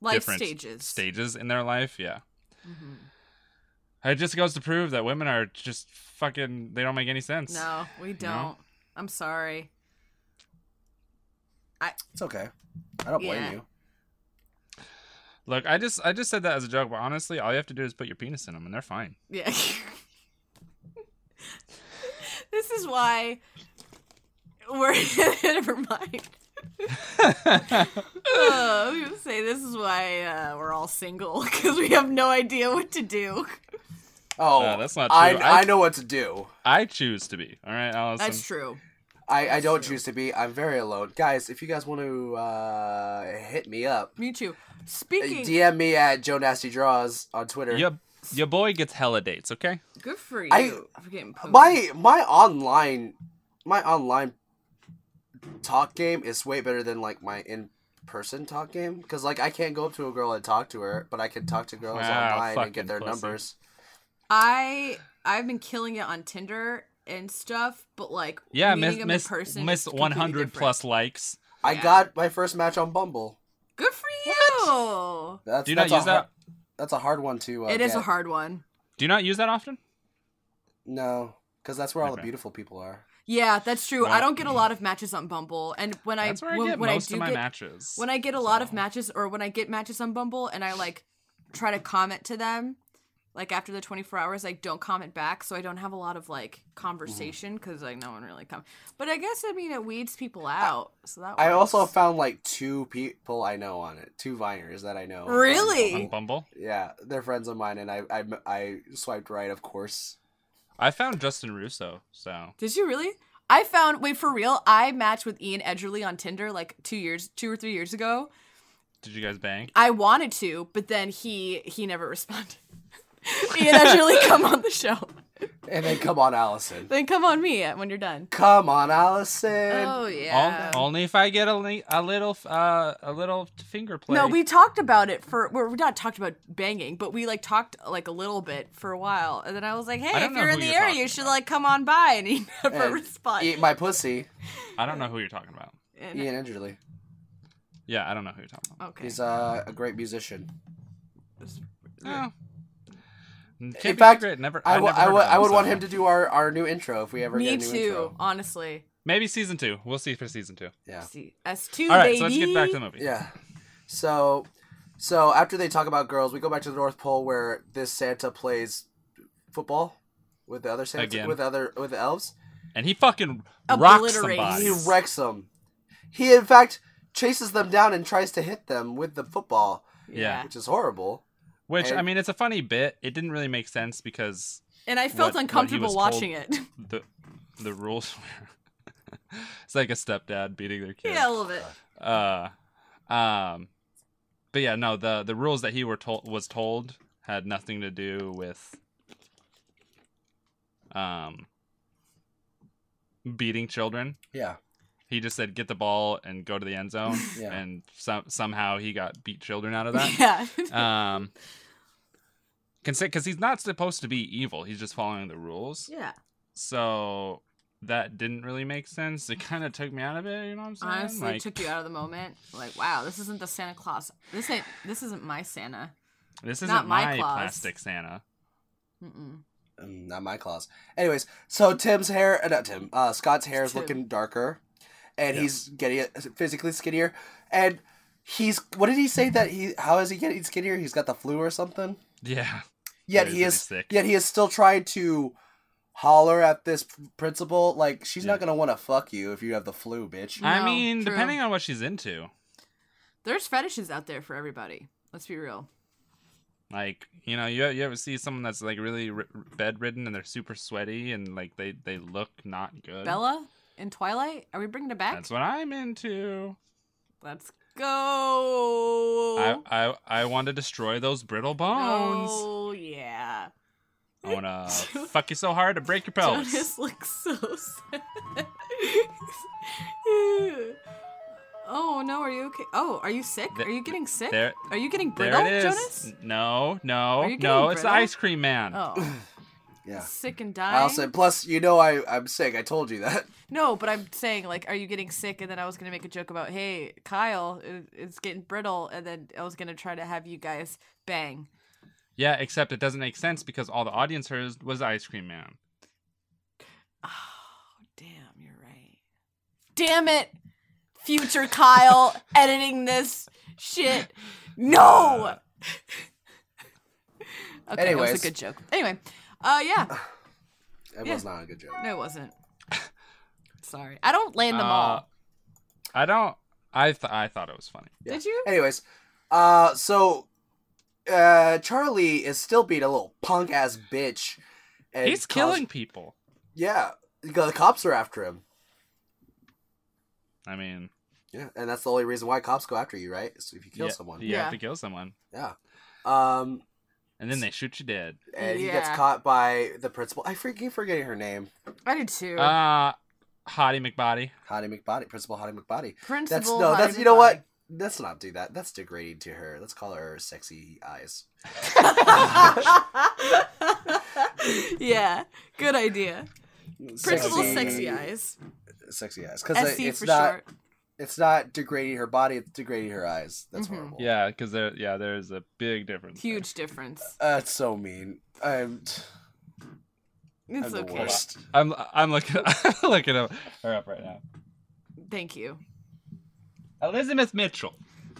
Speaker 2: Life
Speaker 3: different
Speaker 2: stages.
Speaker 3: stages in their life. Yeah.
Speaker 2: Mm-hmm.
Speaker 3: It just goes to prove that women are just fucking. They don't make any sense.
Speaker 2: No, we don't. I'm sorry.
Speaker 1: It's okay. I don't blame
Speaker 2: Yeah.
Speaker 1: you.
Speaker 3: Look, I just I just said that as a joke, but honestly, all you have to do is put your penis in them, and they're fine.
Speaker 2: Yeah. this is why we're never mind. uh, we would say this is why uh, we're all single because we have no idea what to do.
Speaker 1: Oh,
Speaker 3: No, that's not
Speaker 1: I,
Speaker 3: true. I-
Speaker 1: I know what to do.
Speaker 3: I choose to be. All right, Allison.
Speaker 2: That's true.
Speaker 1: I, I don't choose to be. I'm very alone, guys. If you guys want to uh, hit me up,
Speaker 2: Me too. Speaking,
Speaker 1: DM me at Joe Nasty Draws on Twitter.
Speaker 3: Your your boy gets hella dates. Okay.
Speaker 2: good for you.
Speaker 1: I-
Speaker 2: for getting poked.
Speaker 1: My my online my online talk game is way better than like my in person talk game because like I can't go up to a girl and talk to her, but I can talk to girls
Speaker 3: Wow,
Speaker 1: online and get
Speaker 3: Ah, fucking
Speaker 1: their
Speaker 3: pussy.
Speaker 1: numbers.
Speaker 2: I I've been killing it on Tinder and stuff, but like
Speaker 3: Yeah,
Speaker 2: meeting
Speaker 3: miss
Speaker 2: them
Speaker 3: miss
Speaker 2: in person
Speaker 3: miss
Speaker 2: is completely
Speaker 3: 100
Speaker 2: different.
Speaker 3: plus likes.
Speaker 1: I got my first match on Bumble.
Speaker 2: Good for you.
Speaker 1: That's,
Speaker 3: Do you not
Speaker 1: that's a
Speaker 3: use that?
Speaker 1: har- That's a hard one to. Uh,
Speaker 2: It is a
Speaker 1: get.
Speaker 2: hard one.
Speaker 3: Do you not use that often?
Speaker 1: No, because that's where all the
Speaker 3: Okay.
Speaker 1: beautiful people are.
Speaker 2: Yeah, that's true. I
Speaker 3: Well-
Speaker 2: don't get a lot of matches on Bumble, and when
Speaker 3: That's
Speaker 2: I
Speaker 3: where I
Speaker 2: when,
Speaker 3: get
Speaker 2: when I
Speaker 3: most
Speaker 2: do
Speaker 3: of my
Speaker 2: get
Speaker 3: matches.
Speaker 2: when I get a lot of
Speaker 3: so.
Speaker 2: matches, or when I get matches on Bumble, and I like try to comment to them, like after the twenty four hours, I don't comment back, so I don't have a lot of like
Speaker 1: Mm-hmm.
Speaker 2: conversation because like no one really come. But I guess I mean it weeds people out, so that
Speaker 1: I also
Speaker 2: works.
Speaker 1: found like two people I know on it, two viners that I know. on
Speaker 2: Really?
Speaker 3: on
Speaker 1: Bumble.
Speaker 3: Bumble.
Speaker 1: Yeah, they're friends of mine, and I I, I swiped right, of course.
Speaker 3: I found Justin Russo. So
Speaker 2: did you really? I found wait for real. I matched with Ian Edgerly on Tinder like two years, two or three years ago.
Speaker 3: did you guys bang?
Speaker 2: I wanted to, but then he he never responded. Ian Edgerly, come on the show.
Speaker 1: And then come on, Allison.
Speaker 2: Then come on me when you're done.
Speaker 1: Come on, Allison.
Speaker 2: Oh
Speaker 3: Ol-
Speaker 2: yeah.
Speaker 3: only if I get a, li- a little uh, a little finger play.
Speaker 2: no, we talked about it for well, we not talked about banging, but we like talked like a little bit for a while, and then I was like, "Hey,
Speaker 3: don't
Speaker 2: if
Speaker 3: know
Speaker 2: you're in
Speaker 3: who
Speaker 2: the
Speaker 3: you're
Speaker 2: area,
Speaker 3: talking
Speaker 2: you should
Speaker 3: about.
Speaker 2: like come on by." And he never
Speaker 1: And
Speaker 2: responded.
Speaker 1: Eat my pussy,
Speaker 3: I don't know who you're talking about.
Speaker 2: And-
Speaker 1: Ian Edgerly.
Speaker 3: Yeah, I don't know who you're talking about.
Speaker 2: okay.
Speaker 1: He's uh, a great musician.
Speaker 3: No. Oh. Can't
Speaker 1: In
Speaker 3: be
Speaker 1: fact,
Speaker 3: great. Never.
Speaker 1: I
Speaker 3: I've
Speaker 1: wou-
Speaker 3: never
Speaker 1: I
Speaker 3: heard
Speaker 1: would
Speaker 3: of him,
Speaker 1: I would want
Speaker 3: so-
Speaker 1: him to do our, our new intro if we ever
Speaker 2: Me
Speaker 1: get a new
Speaker 2: too.
Speaker 1: intro.
Speaker 2: Honestly,
Speaker 3: Maybe season two. We'll see for season two.
Speaker 1: Yeah.
Speaker 2: See, S two
Speaker 3: All right,
Speaker 2: baby.
Speaker 3: so let's get back to the movie.
Speaker 1: Yeah. So, so after they talk about girls, we go back to the North Pole where this Santa plays football with the other Santa,
Speaker 3: Again.
Speaker 1: with other with the elves.
Speaker 3: And he fucking rocks
Speaker 2: Obliterates.
Speaker 3: somebody.
Speaker 1: He
Speaker 2: Nice.
Speaker 1: wrecks them. He in fact chases them down and tries to hit them with the football,
Speaker 3: Yeah.
Speaker 1: which is horrible.
Speaker 3: Which I
Speaker 1: And-
Speaker 3: mean, it's a funny bit. It didn't really make sense because
Speaker 2: And I felt
Speaker 3: what- what he
Speaker 2: uncomfortable
Speaker 3: was
Speaker 2: watching it.
Speaker 3: the the rules were it's like a stepdad beating their kid.
Speaker 2: yeah, a little bit.
Speaker 3: Uh, um, but yeah, no the the rules that he were told was told had nothing to do with um beating children.
Speaker 1: Yeah.
Speaker 3: He just said get the ball and go to the end zone,
Speaker 1: Yeah.
Speaker 3: and some, somehow he got beat children out of that.
Speaker 2: Yeah.
Speaker 3: um because he's not supposed to be evil he's just following the rules
Speaker 2: yeah.
Speaker 3: so that didn't really make sense it kind of took me out of it you know what i'm saying
Speaker 2: Honestly,
Speaker 3: Like,
Speaker 2: took you out of the moment. Like, wow, this isn't the Santa Claus. This ain't. This isn't my Santa.
Speaker 3: this isn't
Speaker 2: not my
Speaker 3: my,
Speaker 2: claws.
Speaker 3: plastic santa
Speaker 2: Mm-mm.
Speaker 1: Mm, Not my claws. Anyways, so Tim's hair, uh, not Tim, uh, Scott's hair is
Speaker 2: Tim.
Speaker 1: looking darker, and he's getting uh, physically skinnier. And he's what did he say that he? How is he getting skinnier? He's got the flu or something.
Speaker 3: yeah
Speaker 1: Yet
Speaker 3: Yeah,
Speaker 1: he
Speaker 3: he's
Speaker 1: is.
Speaker 3: pretty sick.
Speaker 1: Yet he is still trying to holler at this p- principal. Like she's not
Speaker 3: Yeah.
Speaker 1: gonna want to fuck you if you have the flu, bitch.
Speaker 3: i
Speaker 2: No,
Speaker 3: mean
Speaker 2: true.
Speaker 3: depending on what she's into
Speaker 2: There's fetishes out there for everybody. Let's be real.
Speaker 3: like you know you, you ever see someone that's like really r- bedridden and they're super sweaty and like they they look not good
Speaker 2: Bella in Twilight. Are we bringing it back?
Speaker 3: that's what i'm into
Speaker 2: Let's go.
Speaker 3: i i, I want to destroy those brittle bones
Speaker 2: Oh yeah.
Speaker 3: i want to fuck you so hard to break your pelvis
Speaker 2: Jonas looks so sad. oh no, are you okay? Oh, are you sick?
Speaker 3: Th-
Speaker 2: are you getting sick?
Speaker 3: there-
Speaker 2: are you getting
Speaker 3: There
Speaker 2: brittle,
Speaker 3: it is.
Speaker 2: Jonas?
Speaker 3: N- No,
Speaker 2: Are
Speaker 3: no,
Speaker 2: you
Speaker 3: no.
Speaker 2: getting
Speaker 3: It's the
Speaker 2: brittle?
Speaker 3: ice cream man.
Speaker 2: Oh,
Speaker 1: Yeah.
Speaker 2: sick and
Speaker 1: I
Speaker 2: dying.
Speaker 1: also plus you know I I'm sick. I told you that.
Speaker 2: no, but I'm saying like, are you getting sick? And then I was gonna make a joke about, hey, Kyle, it, it's getting brittle, and then I was gonna try to have you guys bang.
Speaker 3: Yeah, except it doesn't make sense because all the audience heard was ice cream man.
Speaker 2: Oh, damn, you're right. Damn it, future Kyle, editing this shit. No. okay, that was
Speaker 1: Uh. Anyways.
Speaker 2: a good joke. Anyway, uh, yeah,
Speaker 1: It
Speaker 2: Yeah.
Speaker 1: was not a good joke.
Speaker 2: no, it wasn't. Sorry, I don't land them
Speaker 3: Uh,
Speaker 2: all.
Speaker 3: I don't. I th- I thought it was funny.
Speaker 1: yeah.
Speaker 2: Did you?
Speaker 1: Anyways, uh, so uh, Charlie is still being a little punk ass bitch. And
Speaker 3: He's
Speaker 1: cause-
Speaker 3: killing people.
Speaker 1: Yeah, the cops are after him.
Speaker 3: I mean,
Speaker 1: Yeah, and that's the only reason why cops go after you, right? Is if you kill
Speaker 3: yeah,
Speaker 1: someone.
Speaker 3: you
Speaker 2: Yeah.
Speaker 3: have to kill someone,
Speaker 1: Yeah. Um,
Speaker 3: and then they shoot you dead.
Speaker 1: and he gets
Speaker 2: Yeah.
Speaker 1: caught by the principal. I freaking forgetting her name.
Speaker 2: I did too.
Speaker 3: Uh, Hottie McBody.
Speaker 1: Hottie McBody, Principal Hottie McBody.
Speaker 2: Principal.
Speaker 1: That's no,
Speaker 2: Hottie
Speaker 1: that's you know
Speaker 2: McBody.
Speaker 1: what? Let's not do that. That's degrading to her. Let's call her sexy eyes.
Speaker 2: yeah, good idea. Principal
Speaker 1: Sexy-
Speaker 2: sexy eyes.
Speaker 1: Sexy eyes, because
Speaker 2: SC
Speaker 1: it's
Speaker 2: for
Speaker 1: not
Speaker 2: short.
Speaker 1: it's not degrading her body. It's degrading her eyes. That's
Speaker 2: Mhm.
Speaker 1: horrible.
Speaker 3: Yeah, because there. Yeah, there's a big difference. there.
Speaker 2: Huge difference.
Speaker 1: That's so mean. I'm, I'm
Speaker 2: It's
Speaker 1: the
Speaker 2: okay.
Speaker 1: worst.
Speaker 3: I'm I'm looking looking up
Speaker 7: Her up right now.
Speaker 2: Thank you.
Speaker 3: Elizabeth Mitchell.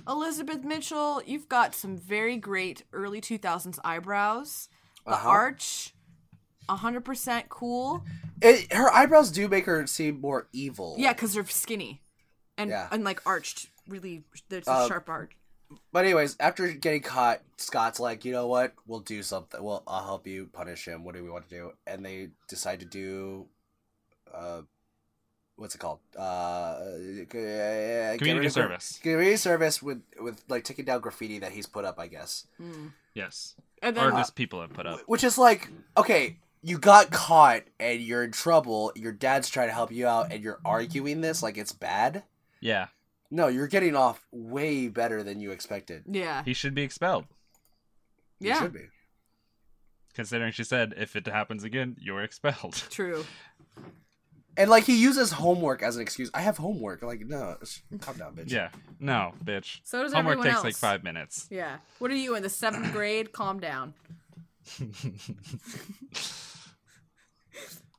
Speaker 2: Elizabeth Mitchell, you've got some very great early 2000s eyebrows. The
Speaker 1: Uh-huh.
Speaker 2: arch, 100% cool.
Speaker 1: It, her eyebrows do make her seem more evil.
Speaker 2: Yeah, because they're skinny and,
Speaker 1: Yeah.
Speaker 2: and like arched, really, there's a
Speaker 1: Uh,
Speaker 2: sharp arch.
Speaker 1: But anyways, after getting caught, Scott's like, you know what? We'll do something. Well, I'll help you punish him. What do we want to do? And they decide to do, uh, what's it called? Uh, get rid
Speaker 3: Community
Speaker 1: of-
Speaker 3: service.
Speaker 1: Community service with with like taking down graffiti that he's put up, I guess.
Speaker 2: Mm.
Speaker 3: Yes.
Speaker 2: And
Speaker 3: Or
Speaker 2: then,
Speaker 3: just people have put up.
Speaker 1: Which is like, okay, you got caught and you're in trouble. Your dad's trying to help you out, and you're arguing this like it's bad.
Speaker 3: Yeah,
Speaker 1: No, you're getting off way better than you expected.
Speaker 2: yeah.
Speaker 3: he should be expelled.
Speaker 1: You
Speaker 2: Yeah,
Speaker 1: should be.
Speaker 3: considering she said if it happens again you're expelled
Speaker 2: true.
Speaker 1: And like he uses homework as an excuse. I have homework. Like no, sh- calm down, bitch.
Speaker 3: yeah no bitch
Speaker 2: So does
Speaker 3: homework
Speaker 2: everyone
Speaker 3: takes
Speaker 2: else.
Speaker 3: like five minutes
Speaker 2: Yeah. What are you in the seventh grade? Calm down.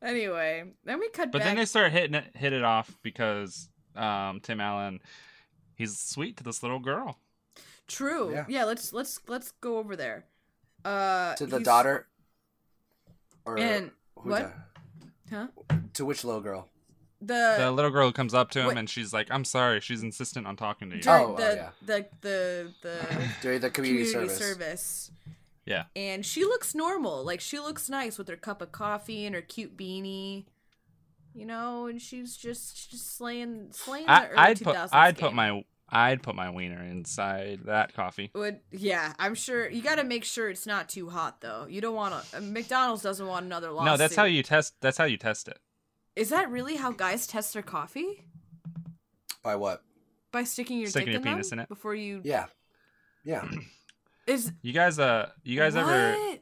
Speaker 2: Anyway, then we cut
Speaker 3: But
Speaker 2: back.
Speaker 3: then they start hitting it, hit it off because um, Tim Allen, he's sweet to this little girl.
Speaker 2: True. Yeah.
Speaker 1: Yeah.
Speaker 2: Let's let's let's go over there. Uh,
Speaker 1: to the
Speaker 2: he's-
Speaker 1: daughter. Or
Speaker 2: and
Speaker 1: who
Speaker 2: what?
Speaker 1: da-
Speaker 2: Huh?
Speaker 1: To which little girl?
Speaker 2: the
Speaker 3: the little girl comes up to him
Speaker 2: wait.
Speaker 3: and she's like, "I'm sorry." She's insistent on talking to you.
Speaker 2: during
Speaker 1: Oh, oh,
Speaker 2: the,
Speaker 1: yeah.
Speaker 2: the the the
Speaker 1: During the community,
Speaker 2: community service.
Speaker 1: service.
Speaker 3: Yeah.
Speaker 2: And she looks normal. Like she looks nice with her cup of coffee and her cute beanie. You know, and she's just just slaying slaying the
Speaker 3: I,
Speaker 2: early
Speaker 3: I'd put
Speaker 2: 2000s
Speaker 3: I'd put
Speaker 2: game.
Speaker 3: my I'd put my wiener inside that coffee.
Speaker 2: would yeah, I'm sure you got to make sure it's not too hot though. You don't want to McDonald's doesn't want another lawsuit.
Speaker 3: No, that's how you test. That's how you test it.
Speaker 2: Is that really how guys test their coffee?
Speaker 1: By what?
Speaker 2: By sticking your dick
Speaker 3: Sticking your
Speaker 2: in
Speaker 3: penis
Speaker 2: them
Speaker 3: in it.
Speaker 2: before you
Speaker 1: Yeah. Yeah.
Speaker 2: is
Speaker 3: You guys, uh, you guys ever,
Speaker 2: What?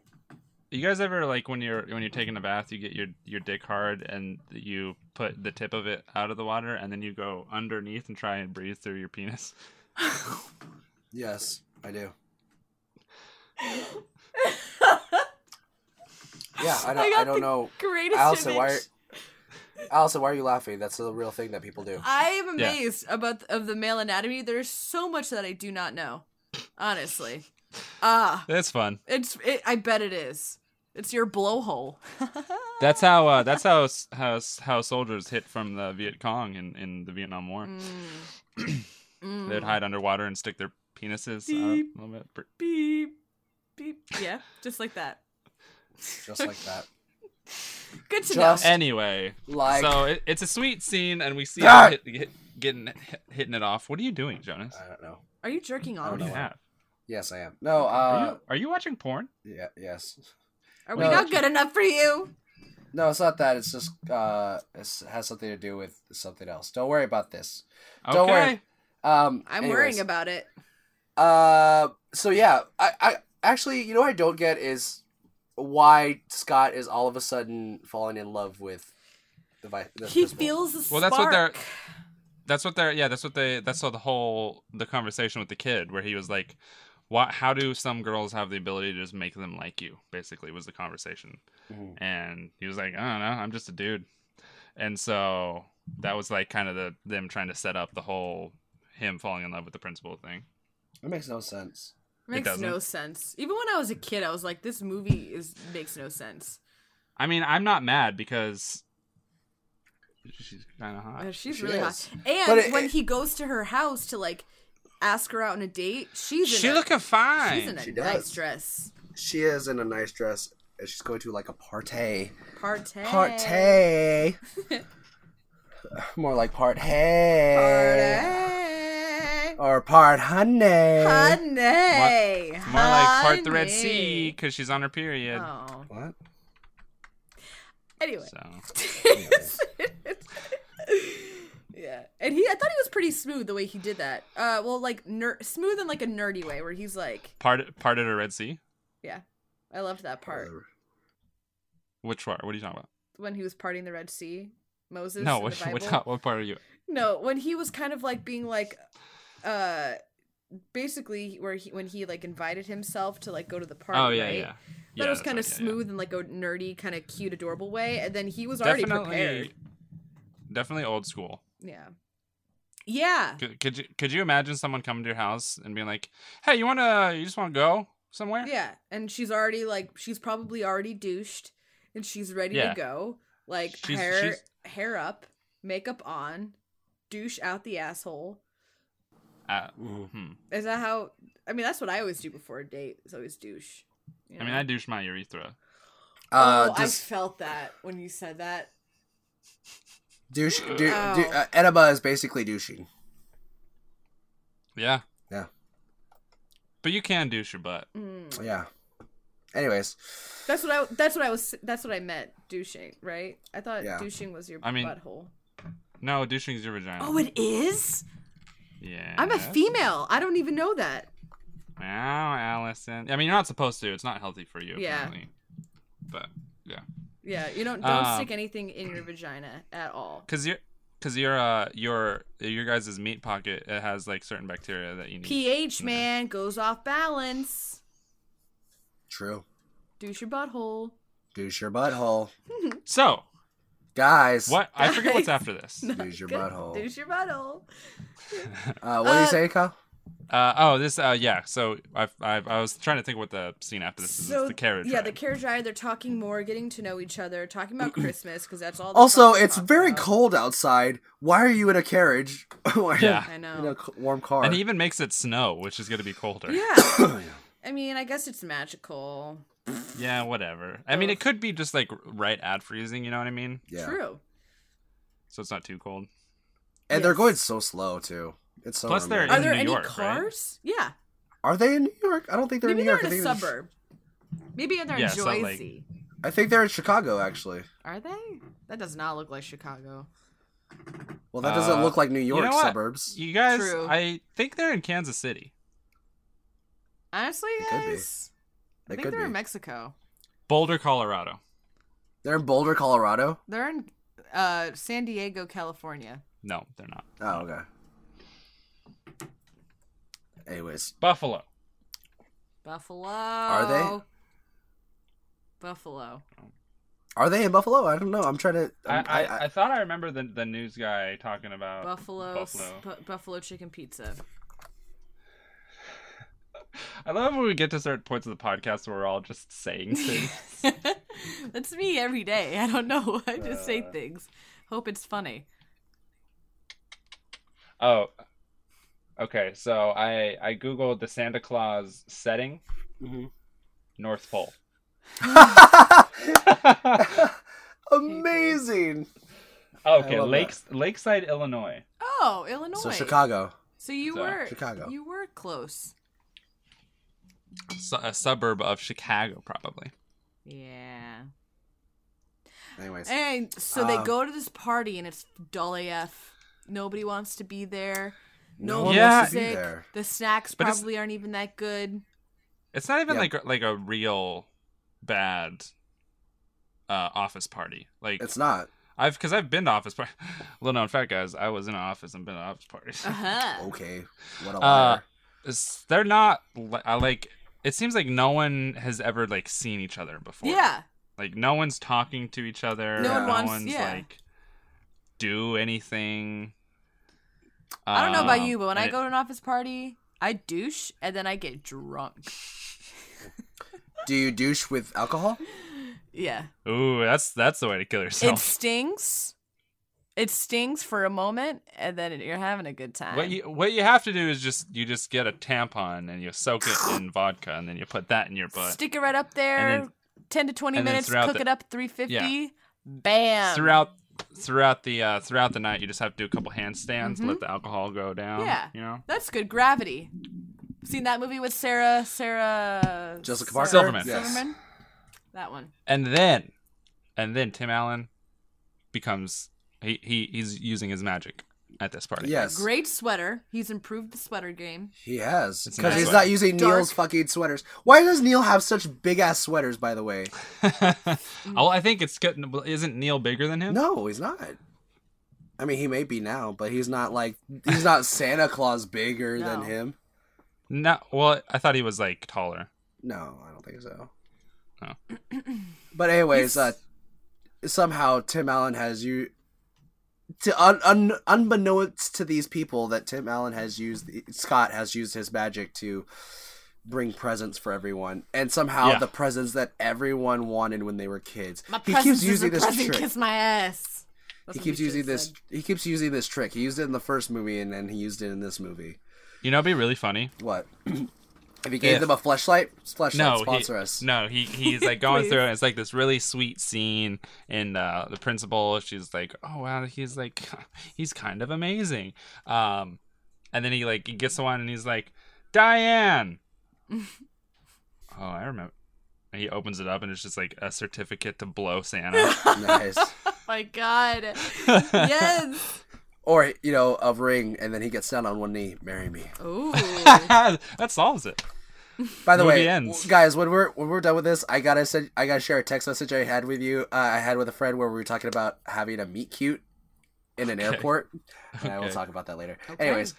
Speaker 3: you guys ever like when you're when you're taking a bath, you get your your dick hard and you put the tip of it out of the water and then you go underneath and try and breathe through your penis.
Speaker 1: Yes, I do. Yeah, I don't.
Speaker 2: I
Speaker 1: I,
Speaker 2: got
Speaker 1: don't
Speaker 2: the
Speaker 1: know.
Speaker 2: Greatest
Speaker 1: Allison,
Speaker 2: image.
Speaker 1: why? Allison, why are you laughing? That's the real thing that people do.
Speaker 2: I am
Speaker 3: Yeah.
Speaker 2: amazed about th- of the male anatomy. There's so much that I do not know. Honestly. Ah,
Speaker 3: That's fun.
Speaker 2: it's it, I bet it is. It's your blowhole.
Speaker 3: That's how uh, that's how s- how s- how soldiers hit from the Viet Cong in, in the Vietnam War.
Speaker 2: Mm.
Speaker 3: They'd hide underwater and stick their penises out
Speaker 2: Beep.
Speaker 3: a little bit.
Speaker 2: beep beep. Yeah, just like that.
Speaker 1: Just like that.
Speaker 2: Good to
Speaker 1: Just-
Speaker 2: know.
Speaker 3: Anyway,
Speaker 1: Like-
Speaker 3: so it, it's a sweet scene, and we see
Speaker 1: Ah!
Speaker 3: him hit, hit, getting hit, hitting it off. What are you doing, Jonas?
Speaker 1: I don't know.
Speaker 2: Are you jerking
Speaker 1: I
Speaker 2: off?
Speaker 1: don't
Speaker 3: What do you
Speaker 1: know.
Speaker 3: have?
Speaker 1: Yes, I am. No.
Speaker 3: Are
Speaker 1: Uh.
Speaker 3: you, are you watching porn?
Speaker 1: Yeah. Yes.
Speaker 2: Are we
Speaker 1: No.
Speaker 2: not good enough for you?
Speaker 1: No, it's not that. It's just uh, it's, it has something to do with something else. Don't worry about this. Don't worry.
Speaker 3: Okay.
Speaker 1: Um,
Speaker 2: I'm
Speaker 1: anyways.
Speaker 2: worrying about it.
Speaker 1: Uh, so yeah, I, I actually, you know, what I don't get is why Scott is all of a sudden falling in love with the vi- the
Speaker 2: He
Speaker 1: this woman.
Speaker 2: feels the
Speaker 3: Well,
Speaker 2: spark.
Speaker 3: that's what they're. That's what they're. Yeah, that's what they. That's the whole the conversation with the kid where he was like, "What? How do some girls have the ability to just make them like you?" Basically, was the conversation,
Speaker 1: Mhm.
Speaker 3: and he was like, "I don't know. I'm just a dude," and so that was like kind of the them trying to set up the whole him falling in love with the principal thing.
Speaker 1: It makes no sense.
Speaker 2: It makes
Speaker 3: doesn't.
Speaker 2: no sense. Even when I was a kid, I was like, this movie is makes no sense.
Speaker 3: I mean, I'm not mad because she's kind of hot.
Speaker 2: Uh, She's
Speaker 1: She
Speaker 2: really
Speaker 1: is.
Speaker 2: hot. And
Speaker 1: But it-
Speaker 2: when
Speaker 1: it-
Speaker 2: he goes to her house to like ask her out on a date, she's in
Speaker 3: She
Speaker 2: a,
Speaker 3: looking fine.
Speaker 2: she's in a
Speaker 1: She does.
Speaker 2: nice dress.
Speaker 1: She is in a nice dress. and She's going to like a party.
Speaker 2: Partay.
Speaker 1: Party. More like part hey
Speaker 2: Partay.
Speaker 1: or part honey.
Speaker 2: Honey.
Speaker 3: More like part the Red Sea because she's on her period.
Speaker 2: Oh.
Speaker 1: What?
Speaker 2: Anyway.
Speaker 3: So
Speaker 2: yeah, and he—I thought he was pretty smooth the way he did that. Uh, well, like ner- smooth in like a nerdy way, where he's like,
Speaker 3: part parted a Red Sea.
Speaker 2: yeah, I loved that
Speaker 1: Uh.
Speaker 2: part
Speaker 3: Which part? What are you talking about?
Speaker 2: when he was parting the Red Sea. Moses.
Speaker 3: no,
Speaker 2: in
Speaker 3: what,
Speaker 2: the Bible.
Speaker 3: what, ta- what part are you?
Speaker 2: No, when he was kind of like being like, uh, basically where he when he like invited himself to like go to the party.
Speaker 3: oh yeah,
Speaker 2: right?
Speaker 3: yeah.
Speaker 2: That
Speaker 3: yeah,
Speaker 2: was
Speaker 3: that's
Speaker 2: kind of
Speaker 3: right, yeah, yeah.
Speaker 2: smooth and like a nerdy, kind of cute, adorable way, and then he was already prepared.
Speaker 3: Definitely, definitely old school.
Speaker 2: Yeah. Yeah.
Speaker 3: Could, could you could you imagine someone coming to your house and being like, "Hey, you wanna you just wanna go somewhere?"
Speaker 2: Yeah, and she's already like she's probably already douched, and she's ready
Speaker 3: Yeah.
Speaker 2: to go. Like
Speaker 3: She's-
Speaker 2: hair,
Speaker 3: she's-
Speaker 2: hair up, makeup on, douche out the asshole.
Speaker 3: Uh,
Speaker 1: Mhm.
Speaker 3: hmm.
Speaker 2: Is that how? I mean, that's what I always do before a date. Is always douche. you
Speaker 3: I mean,
Speaker 2: know?
Speaker 3: I douche my urethra.
Speaker 1: Uh,
Speaker 2: oh,
Speaker 1: does
Speaker 2: I felt that when you said that.
Speaker 1: douche, dou- dou-
Speaker 2: Ow.
Speaker 1: uh, enema is basically douching.
Speaker 3: Yeah.
Speaker 1: Yeah.
Speaker 3: But you can douche your butt.
Speaker 2: Mm.
Speaker 1: Yeah. Anyways,
Speaker 2: That's what I. That's what I was. That's what I meant. Douching, right? I thought
Speaker 1: Yeah.
Speaker 2: douching was your
Speaker 3: I mean-
Speaker 2: butthole.
Speaker 3: No, douching is your vagina.
Speaker 2: Oh, it is.
Speaker 3: yeah.
Speaker 2: I'm a female. I don't even know that.
Speaker 3: Wow, Allison. I mean, you're not supposed to. It's not healthy for you.
Speaker 2: Yeah.
Speaker 3: Apparently. But yeah,
Speaker 2: Yeah, you don't don't
Speaker 3: Uh,
Speaker 2: stick anything in your vagina at all.
Speaker 3: because you're. Cause your uh your your guys' meat pocket it has like certain bacteria that you need.
Speaker 2: pH man goes off balance.
Speaker 1: true.
Speaker 2: Douche your butthole.
Speaker 1: Douche your butthole.
Speaker 3: So
Speaker 1: Guys,
Speaker 3: What? I forget what's
Speaker 2: Guys.
Speaker 3: after this.
Speaker 1: Use your butthole.
Speaker 2: Use your butthole.
Speaker 1: Uh, what do
Speaker 2: Uh,
Speaker 1: you say, Kyle?
Speaker 3: Uh, oh, this. Uh, yeah. So I, I, I was trying to think what the scene after this is. It's the carriage.
Speaker 2: Yeah,
Speaker 3: ride.
Speaker 2: the carriage ride. They're talking more, getting to know each other, talking about Christmas because that's all. they
Speaker 1: Also,
Speaker 2: fucking
Speaker 1: it's
Speaker 2: talk
Speaker 1: very
Speaker 2: about.
Speaker 1: cold outside. Why are you in a carriage? Why are you
Speaker 3: Yeah.
Speaker 2: I know.
Speaker 1: In a c- warm car.
Speaker 3: and he even makes it snow, which is gonna be colder.
Speaker 2: Yeah. I mean, I guess it's magical.
Speaker 3: Yeah, whatever. I mean, it could be just like right at freezing. You know what I mean?
Speaker 1: yeah.
Speaker 2: True.
Speaker 3: So it's not too cold.
Speaker 1: And they're
Speaker 2: Yes.
Speaker 1: going so slow too. It's so.
Speaker 3: Plus they're
Speaker 1: romantic.
Speaker 2: Are
Speaker 3: in
Speaker 2: there
Speaker 3: New
Speaker 2: any
Speaker 3: York, right?
Speaker 2: cars? Yeah.
Speaker 1: Are they in New York? I don't think they're
Speaker 2: Maybe
Speaker 1: in New York.
Speaker 2: they're in a
Speaker 1: I, think
Speaker 2: suburb. Maybe they're in
Speaker 3: Yeah, so, like-
Speaker 2: Jersey.
Speaker 1: I think they're in Chicago actually.
Speaker 2: Are they? That does not look like Chicago.
Speaker 1: Well, that doesn't
Speaker 3: Uh,
Speaker 1: look like New
Speaker 3: you
Speaker 1: York
Speaker 3: know what?
Speaker 1: suburbs.
Speaker 3: You guys,
Speaker 2: True.
Speaker 3: I think they're in Kansas City.
Speaker 2: Honestly,
Speaker 1: They could be.
Speaker 2: guys, I
Speaker 1: They
Speaker 2: think
Speaker 1: could
Speaker 2: they're
Speaker 1: be.
Speaker 2: in Mexico.
Speaker 3: Boulder, Colorado.
Speaker 1: They're in Boulder, Colorado.
Speaker 2: They're in uh, San Diego, California.
Speaker 3: No, they're not.
Speaker 1: Oh, okay. Anyways,
Speaker 7: Buffalo.
Speaker 2: Buffalo.
Speaker 1: Are
Speaker 2: Buffalo.
Speaker 1: are they in Buffalo? I don't know. I'm trying to.
Speaker 7: I,
Speaker 1: I'm,
Speaker 2: Um,
Speaker 1: I,
Speaker 7: I, I thought I remember the, the news guy talking
Speaker 3: Uh,
Speaker 7: about
Speaker 2: Buffalo.
Speaker 7: Buffalo.
Speaker 2: sp- buffalo chicken pizza.
Speaker 7: I love when we get to certain points of the podcast where we're all just saying things.
Speaker 2: That's me every day. I don't know. I just say
Speaker 3: Uh,
Speaker 2: things. Hope it's funny.
Speaker 7: oh, okay. So I I googled the Santa Claus setting,
Speaker 1: Mhm.
Speaker 7: North Pole.
Speaker 1: Amazing.
Speaker 7: Oh, okay,
Speaker 1: love
Speaker 7: lakes Lakeside, Illinois.
Speaker 2: Oh, Illinois.
Speaker 1: So Chicago.
Speaker 2: So you
Speaker 7: So,
Speaker 2: were
Speaker 1: Chicago.
Speaker 2: You were close.
Speaker 3: Su- a suburb of Chicago, probably.
Speaker 2: Yeah.
Speaker 1: Anyways,
Speaker 2: And so they
Speaker 1: Um,
Speaker 2: go to this party and it's dull AF. Nobody wants to be there. No,
Speaker 1: no
Speaker 2: one
Speaker 3: Yeah.
Speaker 2: wants to
Speaker 1: be
Speaker 2: sick.
Speaker 1: there.
Speaker 2: The snacks
Speaker 3: But it's-
Speaker 2: probably aren't even that good.
Speaker 3: It's not even
Speaker 1: Yeah.
Speaker 3: like like a real bad uh, office party. Like
Speaker 1: It's not.
Speaker 3: I've because I've been to office party. Little known fact, guys, I was in an office and been to office parties.
Speaker 2: Uh huh.
Speaker 1: Okay. What a
Speaker 3: Uh,
Speaker 1: liar.
Speaker 3: It's- They're not li- I like. It seems like no one has ever like seen each other before.
Speaker 2: Yeah.
Speaker 3: Like no one's talking to each other.
Speaker 2: No
Speaker 1: one wants-
Speaker 3: one's
Speaker 2: yeah.
Speaker 3: like do anything.
Speaker 2: I don't know about you,
Speaker 3: Um,
Speaker 2: but when I
Speaker 3: and it-
Speaker 2: go to an office party, I douche and then I get drunk.
Speaker 1: Do you douche with alcohol?
Speaker 2: Yeah.
Speaker 3: ooh, that's that's the way to kill
Speaker 2: It
Speaker 3: yourself.
Speaker 2: stings. It stings for a moment and then you're having a good time.
Speaker 3: What you what you have to do is just you just get a tampon and you soak it in vodka and then you put that in your butt.
Speaker 2: Stick it right up there.
Speaker 3: then-
Speaker 2: 10 to 20
Speaker 3: and then
Speaker 2: minutes,
Speaker 3: throughout
Speaker 2: cook
Speaker 3: the-
Speaker 2: it up 350. Bam.
Speaker 3: throughout throughout the uh, throughout the night, you just have to do a couple handstands, let the alcohol go down.
Speaker 2: Mm-hmm. Yeah.
Speaker 3: you know.
Speaker 2: That's good. Gravity. Seen that movie with Sarah Sarah
Speaker 1: Jessica
Speaker 2: Sarah
Speaker 1: Parker?
Speaker 3: Silverman.
Speaker 1: Yes.
Speaker 2: Silverman? That one.
Speaker 3: And then, and then Tim Allen becomes he, he he's using his magic at this party.
Speaker 1: Yes.
Speaker 2: Great sweater. He's improved the sweater game.
Speaker 1: He has.
Speaker 3: It's a
Speaker 1: Because
Speaker 3: nice
Speaker 1: he's
Speaker 3: sweater.
Speaker 1: not using
Speaker 2: Dark.
Speaker 1: Neil's fucking sweaters. Why does Neil have such big ass sweaters, by the way?
Speaker 3: oh, I think it's getting. Isn't Neil bigger than him?
Speaker 1: No, he's not. I mean, he may be now, but he's not like he's not Santa Claus bigger than
Speaker 2: No.
Speaker 1: him.
Speaker 3: No. Well, I thought he was like taller.
Speaker 1: No, I don't think so.
Speaker 3: No.
Speaker 1: But anyways,
Speaker 2: He's-
Speaker 1: uh, somehow Tim Allen has you to un, un, unbeknownst to these people that Tim Allen has used Scott has used his magic to bring presents for everyone, and somehow
Speaker 3: Yeah.
Speaker 1: the presents that everyone wanted when they were kids.
Speaker 2: My
Speaker 1: he
Speaker 2: presence
Speaker 1: keeps
Speaker 2: is
Speaker 1: using
Speaker 2: a
Speaker 1: this
Speaker 2: present.
Speaker 1: trick.
Speaker 2: Kiss my ass. That's
Speaker 1: He
Speaker 2: what
Speaker 1: keeps
Speaker 2: we should've
Speaker 1: using this.
Speaker 2: said.
Speaker 1: He keeps using this trick. He used it in the first movie, and then he used it in this movie.
Speaker 3: You know, it'd be really funny.
Speaker 1: What? if he gave
Speaker 3: If-
Speaker 1: them a fleshlight, fleshlight
Speaker 3: No,
Speaker 1: sponsor
Speaker 3: he,
Speaker 1: us.
Speaker 3: no, he he's like going through, and it's like this really sweet scene, and uh, the principal, she's like, "Oh wow, he's like, he's kind of amazing," um, and then he like he gets the one, and he's like, "Diane," oh, I remember. And he opens it up, and it's just like a certificate to blow Santa.
Speaker 1: nice.
Speaker 2: My God. yes.
Speaker 1: Or you know, a ring, and then he gets down on one knee, marry me.
Speaker 2: Ooh.
Speaker 3: that solves it.
Speaker 1: By the
Speaker 3: Movie
Speaker 1: way,
Speaker 3: ends.
Speaker 1: w- guys, when we're when we're done with this, I gotta send, I gotta share a text message I had with you. Uh, I had with a friend where we were talking about having a meet cute in an airport, and I will
Speaker 3: Okay.
Speaker 1: talk about that later.
Speaker 2: Okay.
Speaker 1: Anyways,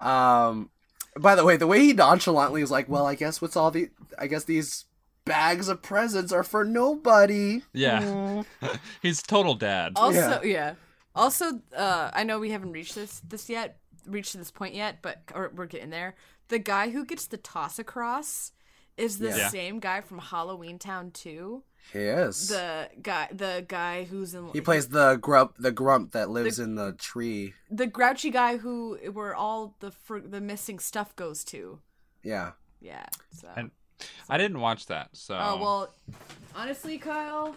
Speaker 1: um, by the way, the way he nonchalantly is like, well, I guess what's all the, I guess these bags of presents are for nobody.
Speaker 3: Yeah. He's total dad.
Speaker 2: Also, yeah. Also, uh, I know we haven't reached this this yet, reached to this point yet, but or we're getting there. The guy who gets the toss across is the
Speaker 1: Yeah. Yeah.
Speaker 2: same guy from Halloween Town 2.
Speaker 1: He is.
Speaker 2: The guy, the guy who's in
Speaker 1: he plays the grump, the grump that lives in the tree.
Speaker 2: the grouchy guy who where all the fr- the missing stuff goes to.
Speaker 1: Yeah.
Speaker 2: Yeah. So.
Speaker 3: And- um, I didn't watch that, so.
Speaker 2: Oh well, honestly, Kyle,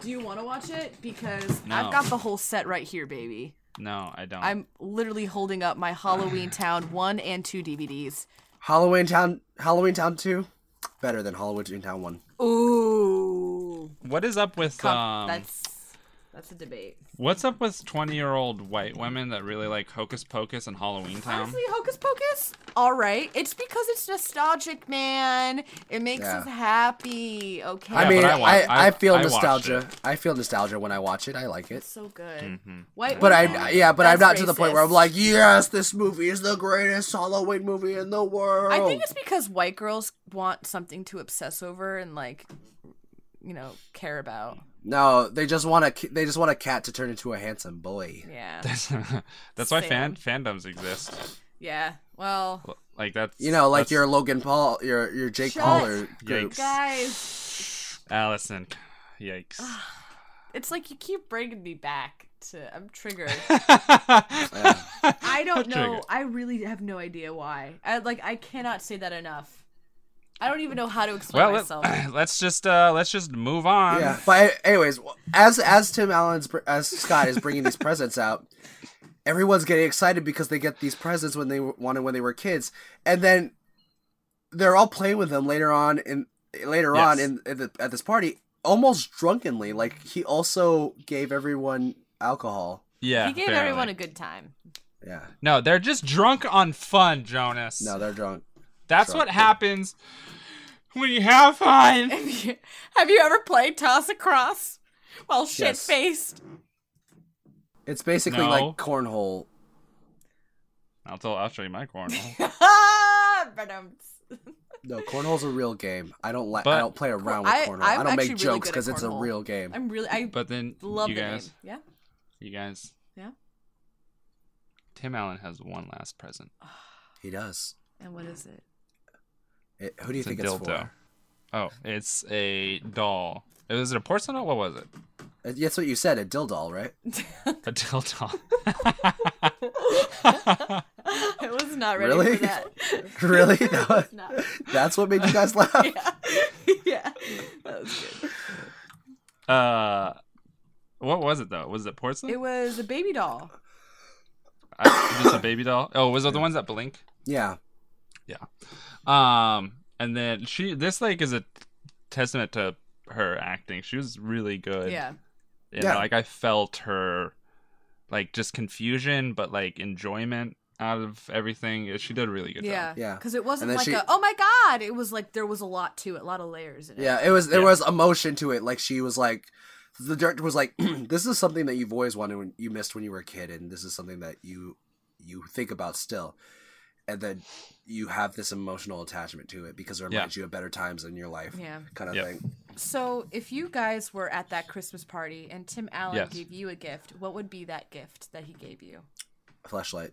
Speaker 2: do you want to watch it? Because I've
Speaker 3: No.
Speaker 2: got the whole set right here, baby.
Speaker 3: No, I don't.
Speaker 2: I'm literally holding up my Halloween Town one and two DVDs.
Speaker 1: Halloween Town, Halloween Town Two, better than Halloween Town One.
Speaker 2: Ooh,
Speaker 3: What is up with um?
Speaker 2: that's that's a debate.
Speaker 3: What's up with twenty-year-old white women that really like Hocus Pocus and Halloween Town?
Speaker 2: Honestly, Hocus Pocus, all right. It's because it's nostalgic, man. It makes
Speaker 1: Yeah.
Speaker 2: us happy. Okay,
Speaker 1: I
Speaker 3: Yeah,
Speaker 1: mean,
Speaker 3: but I
Speaker 1: I,
Speaker 3: wa-
Speaker 1: I,
Speaker 3: I-
Speaker 1: feel
Speaker 3: I watched
Speaker 1: nostalgia.
Speaker 3: it.
Speaker 1: I feel nostalgia when I watch it. I like it.
Speaker 2: so good.
Speaker 3: Mm-hmm.
Speaker 2: White
Speaker 1: But
Speaker 2: women,
Speaker 1: I, yeah, but I'm not
Speaker 2: that's
Speaker 1: to the point where I'm
Speaker 2: racist.
Speaker 1: like, yes, this movie is the greatest Halloween movie in the world.
Speaker 2: I think it's because white girls want something to obsess over and like, you know, care about.
Speaker 1: no, they just want a, they just want a cat to turn into a handsome boy.
Speaker 2: Yeah,
Speaker 3: that's why fan
Speaker 2: Sam.
Speaker 3: fandoms exist.
Speaker 2: yeah. Well,
Speaker 3: Like that's
Speaker 1: You know, like
Speaker 3: that's-
Speaker 1: your Logan Paul, your your Jake
Speaker 2: Shut
Speaker 1: Paul or group.
Speaker 3: Yikes.
Speaker 2: guys,
Speaker 3: Allison. Yikes.
Speaker 2: it's like you keep bringing me back to. I'm triggered.
Speaker 3: I
Speaker 2: I don't know. I really have no idea why. I like. I cannot say that enough. I don't even know how to explain
Speaker 3: Well,
Speaker 2: myself.
Speaker 3: let, let's just uh let's just move on.
Speaker 2: Um,
Speaker 1: Yeah, but anyways, as as Tim Allen's br- as Scott is bringing these presents out, everyone's getting excited because they get these presents when they were- wanted when they were kids, and then they're all playing with them later on in later on
Speaker 3: Yes.
Speaker 1: in, in the, at this party, almost drunkenly. Like he also gave everyone alcohol.
Speaker 3: Yeah.
Speaker 2: he gave
Speaker 3: barely.
Speaker 2: everyone a good time.
Speaker 1: Yeah,
Speaker 3: No, they're just drunk on fun, Jonas.
Speaker 1: no, they're drunk.
Speaker 3: that's
Speaker 1: drunk.
Speaker 3: what happens when you have fun.
Speaker 2: Have you, have you ever played toss across? Well, shit
Speaker 1: Yes.
Speaker 2: faced.
Speaker 1: It's basically
Speaker 3: No.
Speaker 1: like cornhole.
Speaker 3: I'll tell. I'll show you my cornhole.
Speaker 1: No, cornhole's a real game. I don't like. I
Speaker 3: But-
Speaker 1: don't play around with
Speaker 2: I-
Speaker 1: cornhole. I,
Speaker 2: I'm
Speaker 1: don't make
Speaker 2: actually really
Speaker 1: jokes
Speaker 2: good at
Speaker 1: because it's a
Speaker 2: cornhole.
Speaker 1: real game.
Speaker 2: I'm really. I
Speaker 3: But then
Speaker 2: love
Speaker 3: you
Speaker 2: the
Speaker 3: guys,
Speaker 2: name.
Speaker 3: you guys,
Speaker 2: Yeah.
Speaker 3: Tim Allen has one last present.
Speaker 1: He does.
Speaker 2: Yeah. And what is it?
Speaker 1: It, who do you
Speaker 3: It's a
Speaker 1: think it's for?
Speaker 3: dildo. Oh, it's a doll. It was it a porcelain doll? What was it?
Speaker 1: Uh, That's what you said, a dildo, right?
Speaker 3: A dildo.
Speaker 2: I was not ready
Speaker 1: Really?
Speaker 2: for that.
Speaker 1: really? That was-
Speaker 2: No.
Speaker 1: that's what made you guys laugh?
Speaker 2: Yeah. yeah. That was good.
Speaker 3: uh, what was it though? Was it porcelain?
Speaker 2: It was a baby doll.
Speaker 3: I- just a baby doll. Oh, was it the ones that blink?
Speaker 1: Yeah.
Speaker 3: Um, and then she. This like is a testament to her acting. She was really good.
Speaker 2: Yeah.
Speaker 3: you
Speaker 1: Yeah.
Speaker 3: know, like I felt her like just confusion, but like enjoyment out of everything. She did a really good
Speaker 2: Yeah.
Speaker 3: job.
Speaker 1: Yeah.
Speaker 2: Because it wasn't
Speaker 1: then
Speaker 2: like
Speaker 1: she-
Speaker 2: a, oh my God. It was like there was a lot to it, a lot of layers in it.
Speaker 1: Yeah. It was there
Speaker 3: Yeah.
Speaker 1: was emotion to it. Like she was like the director was like, This is something that you've always wanted when you missed when you were a kid and this is something that you you think about still. And then you have this emotional attachment to it because it
Speaker 3: Yeah.
Speaker 1: reminds you of better times in your life.
Speaker 2: Yeah.
Speaker 1: Kind of
Speaker 3: Yep.
Speaker 1: thing.
Speaker 2: So if you guys were at that Christmas party and Tim Allen
Speaker 3: Yes.
Speaker 2: gave you a gift, what would be that gift that he gave you?
Speaker 1: Flashlight.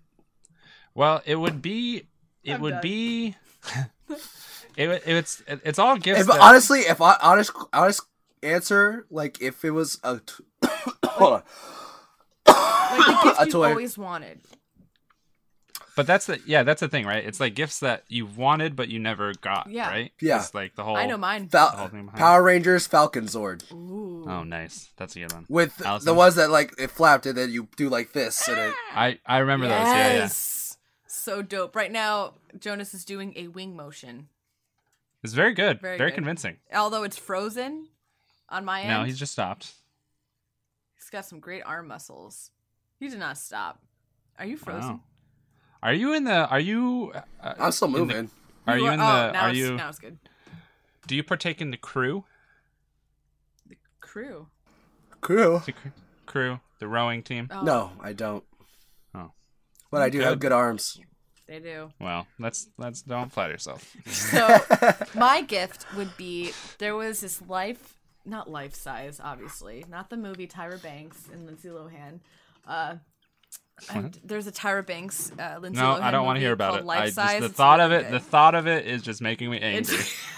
Speaker 3: Well, it would be, it
Speaker 2: I'm
Speaker 3: would
Speaker 2: done.
Speaker 3: be, it, would- it's it's all gifts.
Speaker 1: If
Speaker 3: that-
Speaker 1: honestly, if I honest honest answer, like if it was a t- hold on.
Speaker 2: Like the gift
Speaker 1: A
Speaker 2: you
Speaker 1: toy.
Speaker 2: always wanted.
Speaker 3: but that's the yeah, that's the thing, right? It's like gifts that you've wanted but you never got.
Speaker 2: Yeah.
Speaker 3: Right.
Speaker 1: Yeah.
Speaker 3: It's like the whole.
Speaker 2: I know mine.
Speaker 1: Fal-
Speaker 3: whole thing behind
Speaker 1: Power Rangers Falcon Zord.
Speaker 2: Ooh.
Speaker 3: Oh, nice. That's a good one.
Speaker 1: with the
Speaker 3: Allison?
Speaker 1: ones that like it flapped and then you do like this and it
Speaker 3: I I remember those. Yeah, yeah.
Speaker 2: Yes. So dope. Right now, Jonas is doing a wing motion.
Speaker 3: It's very good.
Speaker 2: Very
Speaker 3: Very,
Speaker 2: good.
Speaker 3: convincing.
Speaker 2: Although it's frozen on my end,
Speaker 3: No,
Speaker 2: he's...
Speaker 3: he's just stopped.
Speaker 2: got some great arm muscles. He did not stop. Are you frozen?
Speaker 3: Wow. Are you in the? Are you? Uh,
Speaker 2: Ah.
Speaker 1: I'm still
Speaker 3: in the-
Speaker 1: moving.
Speaker 3: are you
Speaker 2: were-
Speaker 3: in
Speaker 2: oh,
Speaker 3: the?
Speaker 2: now
Speaker 3: Are
Speaker 2: it's,
Speaker 3: you?
Speaker 2: Now it's good.
Speaker 3: Do you partake in the crew?
Speaker 2: The crew.
Speaker 1: Cool.
Speaker 3: The cr- crew, the rowing team.
Speaker 2: Oh.
Speaker 1: No, I don't.
Speaker 3: Oh.
Speaker 1: But I do have
Speaker 3: Good.
Speaker 1: good arms.
Speaker 2: They do.
Speaker 3: Well, let's let's don't flatter yourself.
Speaker 2: So my gift would be there was this life, not life size, obviously, not the movie Tyra Banks and Lindsay Lohan. Uh, I- there's a Tyra Banks, uh, Lindsay
Speaker 3: No,
Speaker 2: Lohan.
Speaker 3: I don't want to hear about it.
Speaker 2: Life
Speaker 3: I
Speaker 2: size.
Speaker 3: just, the
Speaker 2: It's
Speaker 3: thought of
Speaker 2: really
Speaker 3: it,
Speaker 2: good.
Speaker 3: the thought of it is just making me angry.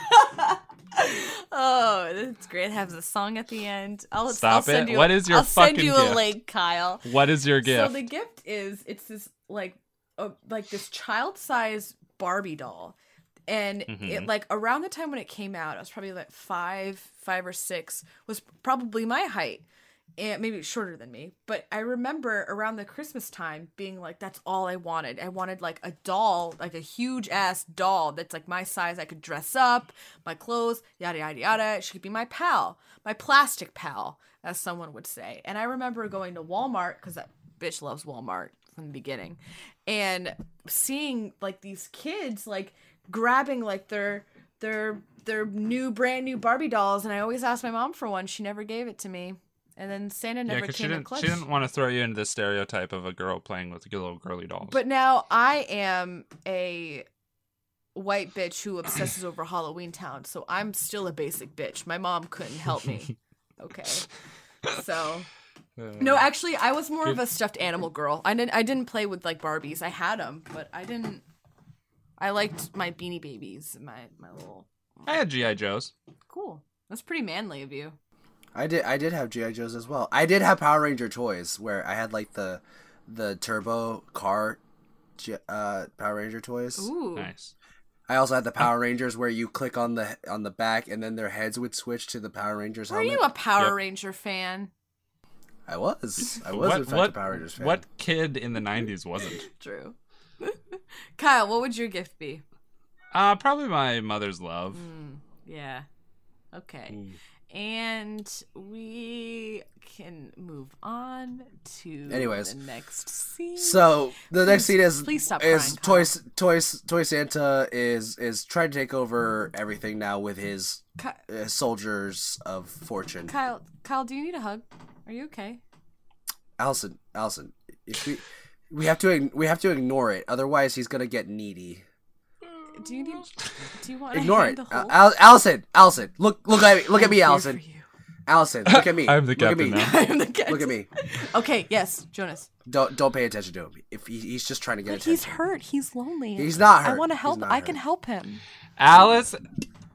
Speaker 2: oh, it's great. It has a song at the end. I'll
Speaker 3: Stop
Speaker 2: I'll send
Speaker 3: it.
Speaker 2: You,
Speaker 3: What is your
Speaker 2: I'll send
Speaker 3: fucking
Speaker 2: you a
Speaker 3: gift?
Speaker 2: link, Kyle.
Speaker 3: what is your gift?
Speaker 2: So the gift is it's this like a, like this child size Barbie doll, and it
Speaker 3: Mm-hmm.
Speaker 2: like around the time when it came out, I was probably like five, five or six, was probably my height. And eh, maybe shorter than me, but I remember around the Christmas time being like, "That's all I wanted. I wanted like a doll, like a huge ass doll that's like my size. I could dress up, my clothes, yada yada yada. She could be my pal, my plastic pal, as someone would say." And I remember going to Walmart because that bitch loves Walmart from the beginning. And seeing like these kids like grabbing like their their their new brand new Barbie dolls and I always asked my mom for one. She never gave it to me. And then Santa
Speaker 3: yeah,
Speaker 2: never
Speaker 3: because
Speaker 2: came
Speaker 3: she
Speaker 2: in
Speaker 3: didn't
Speaker 2: clutch.
Speaker 3: she didn't want to throw you into the stereotype of a girl playing with little girly dolls.
Speaker 2: But now I am a white bitch who obsesses over Halloween Town, so I'm still a basic bitch. My mom couldn't help me. Okay. So
Speaker 3: Uh,
Speaker 2: No, actually I was more of a stuffed animal girl. I didn't I didn't play with like Barbies. I had them, but I didn't I liked my beanie babies, and my my little
Speaker 3: I had GI Joes.
Speaker 2: cool. That's pretty manly of you.
Speaker 1: I did. I did have GI Joes as well. I did have Power Ranger toys where I had like the the turbo car J- uh, Power Ranger toys.
Speaker 2: Ooh.
Speaker 3: Nice.
Speaker 1: I also
Speaker 3: Oh.
Speaker 1: had the Power Rangers where you click on the on the back and then their heads would switch to the Power Rangers
Speaker 2: Were
Speaker 1: helmet.
Speaker 2: you a Power
Speaker 3: Yep.
Speaker 2: Ranger fan?
Speaker 1: I was. I was in
Speaker 3: What
Speaker 1: fact a
Speaker 3: what
Speaker 1: Power Rangers fan.
Speaker 3: what kid in the '90s wasn't?
Speaker 2: True. Kyle, what would your gift be?
Speaker 3: Uh, probably my mother's love.
Speaker 2: Mm. Yeah. Okay. And we can move on to
Speaker 1: Anyways.
Speaker 2: the next scene.
Speaker 1: So the next
Speaker 2: Please-
Speaker 1: scene is
Speaker 2: please stop
Speaker 1: is
Speaker 2: crying, Kyle.
Speaker 1: Toy S- Toy S- Toy Santa is is trying to take over everything now with his
Speaker 2: Ki-
Speaker 1: uh, soldiers of fortune.
Speaker 2: Kyle, Kyle, do you need a hug? Are you okay?
Speaker 1: Allison, Allison, if we we have to ig- we have to ignore it, otherwise he's gonna get needy.
Speaker 2: Do you need? Do you want? a
Speaker 1: Ignore
Speaker 2: hand
Speaker 1: it,
Speaker 2: to
Speaker 1: Al-
Speaker 2: hold?
Speaker 1: Al- Allison, Allison, look look at me, look at me,
Speaker 2: I'm here
Speaker 1: Allison, Allison, look at me.
Speaker 3: I'm the
Speaker 1: Look at
Speaker 3: captain
Speaker 1: me.
Speaker 3: now.
Speaker 2: for you. I'm the guy.
Speaker 1: Look at me.
Speaker 2: Okay. Yes, Jonas.
Speaker 1: Don't don't pay attention to him. If he, he's just trying to get
Speaker 2: But
Speaker 1: attention.
Speaker 2: he's hurt. He's lonely.
Speaker 1: He's not
Speaker 2: I
Speaker 1: hurt.
Speaker 2: want to
Speaker 1: He's
Speaker 2: help.
Speaker 1: not
Speaker 2: I can
Speaker 1: hurt.
Speaker 2: help him.
Speaker 3: Alice,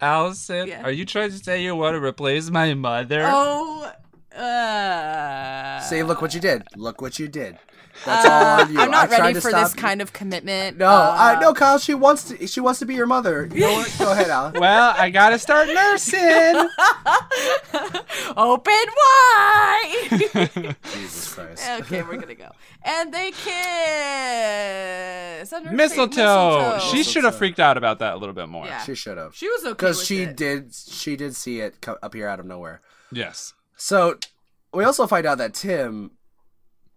Speaker 3: Allison,
Speaker 2: Yeah.
Speaker 3: are you trying to say you want to replace my mother?
Speaker 2: Oh. Uh,
Speaker 1: See, look what you did. Look what you did. That's all on you.
Speaker 2: I'm
Speaker 1: I
Speaker 2: not
Speaker 1: tried
Speaker 2: ready
Speaker 1: to
Speaker 2: for
Speaker 1: stop
Speaker 2: this kind of commitment.
Speaker 1: No, uh, no, Kyle. She wants to. She wants to be your mother. You know what? Go ahead, Al.
Speaker 3: Well, I gotta start nursing.
Speaker 2: Open wide.
Speaker 1: Jesus Christ.
Speaker 2: okay, we're gonna go. And they kiss under fake
Speaker 3: mistletoe.
Speaker 2: mistletoe.
Speaker 3: She should have freaked out about that a little bit more.
Speaker 2: Yeah.
Speaker 1: She should have.
Speaker 2: She was okay
Speaker 1: Because
Speaker 2: with
Speaker 1: she
Speaker 2: it.
Speaker 1: did. She did see it co- appear out of nowhere.
Speaker 3: Yes.
Speaker 1: So we also find out that Tim,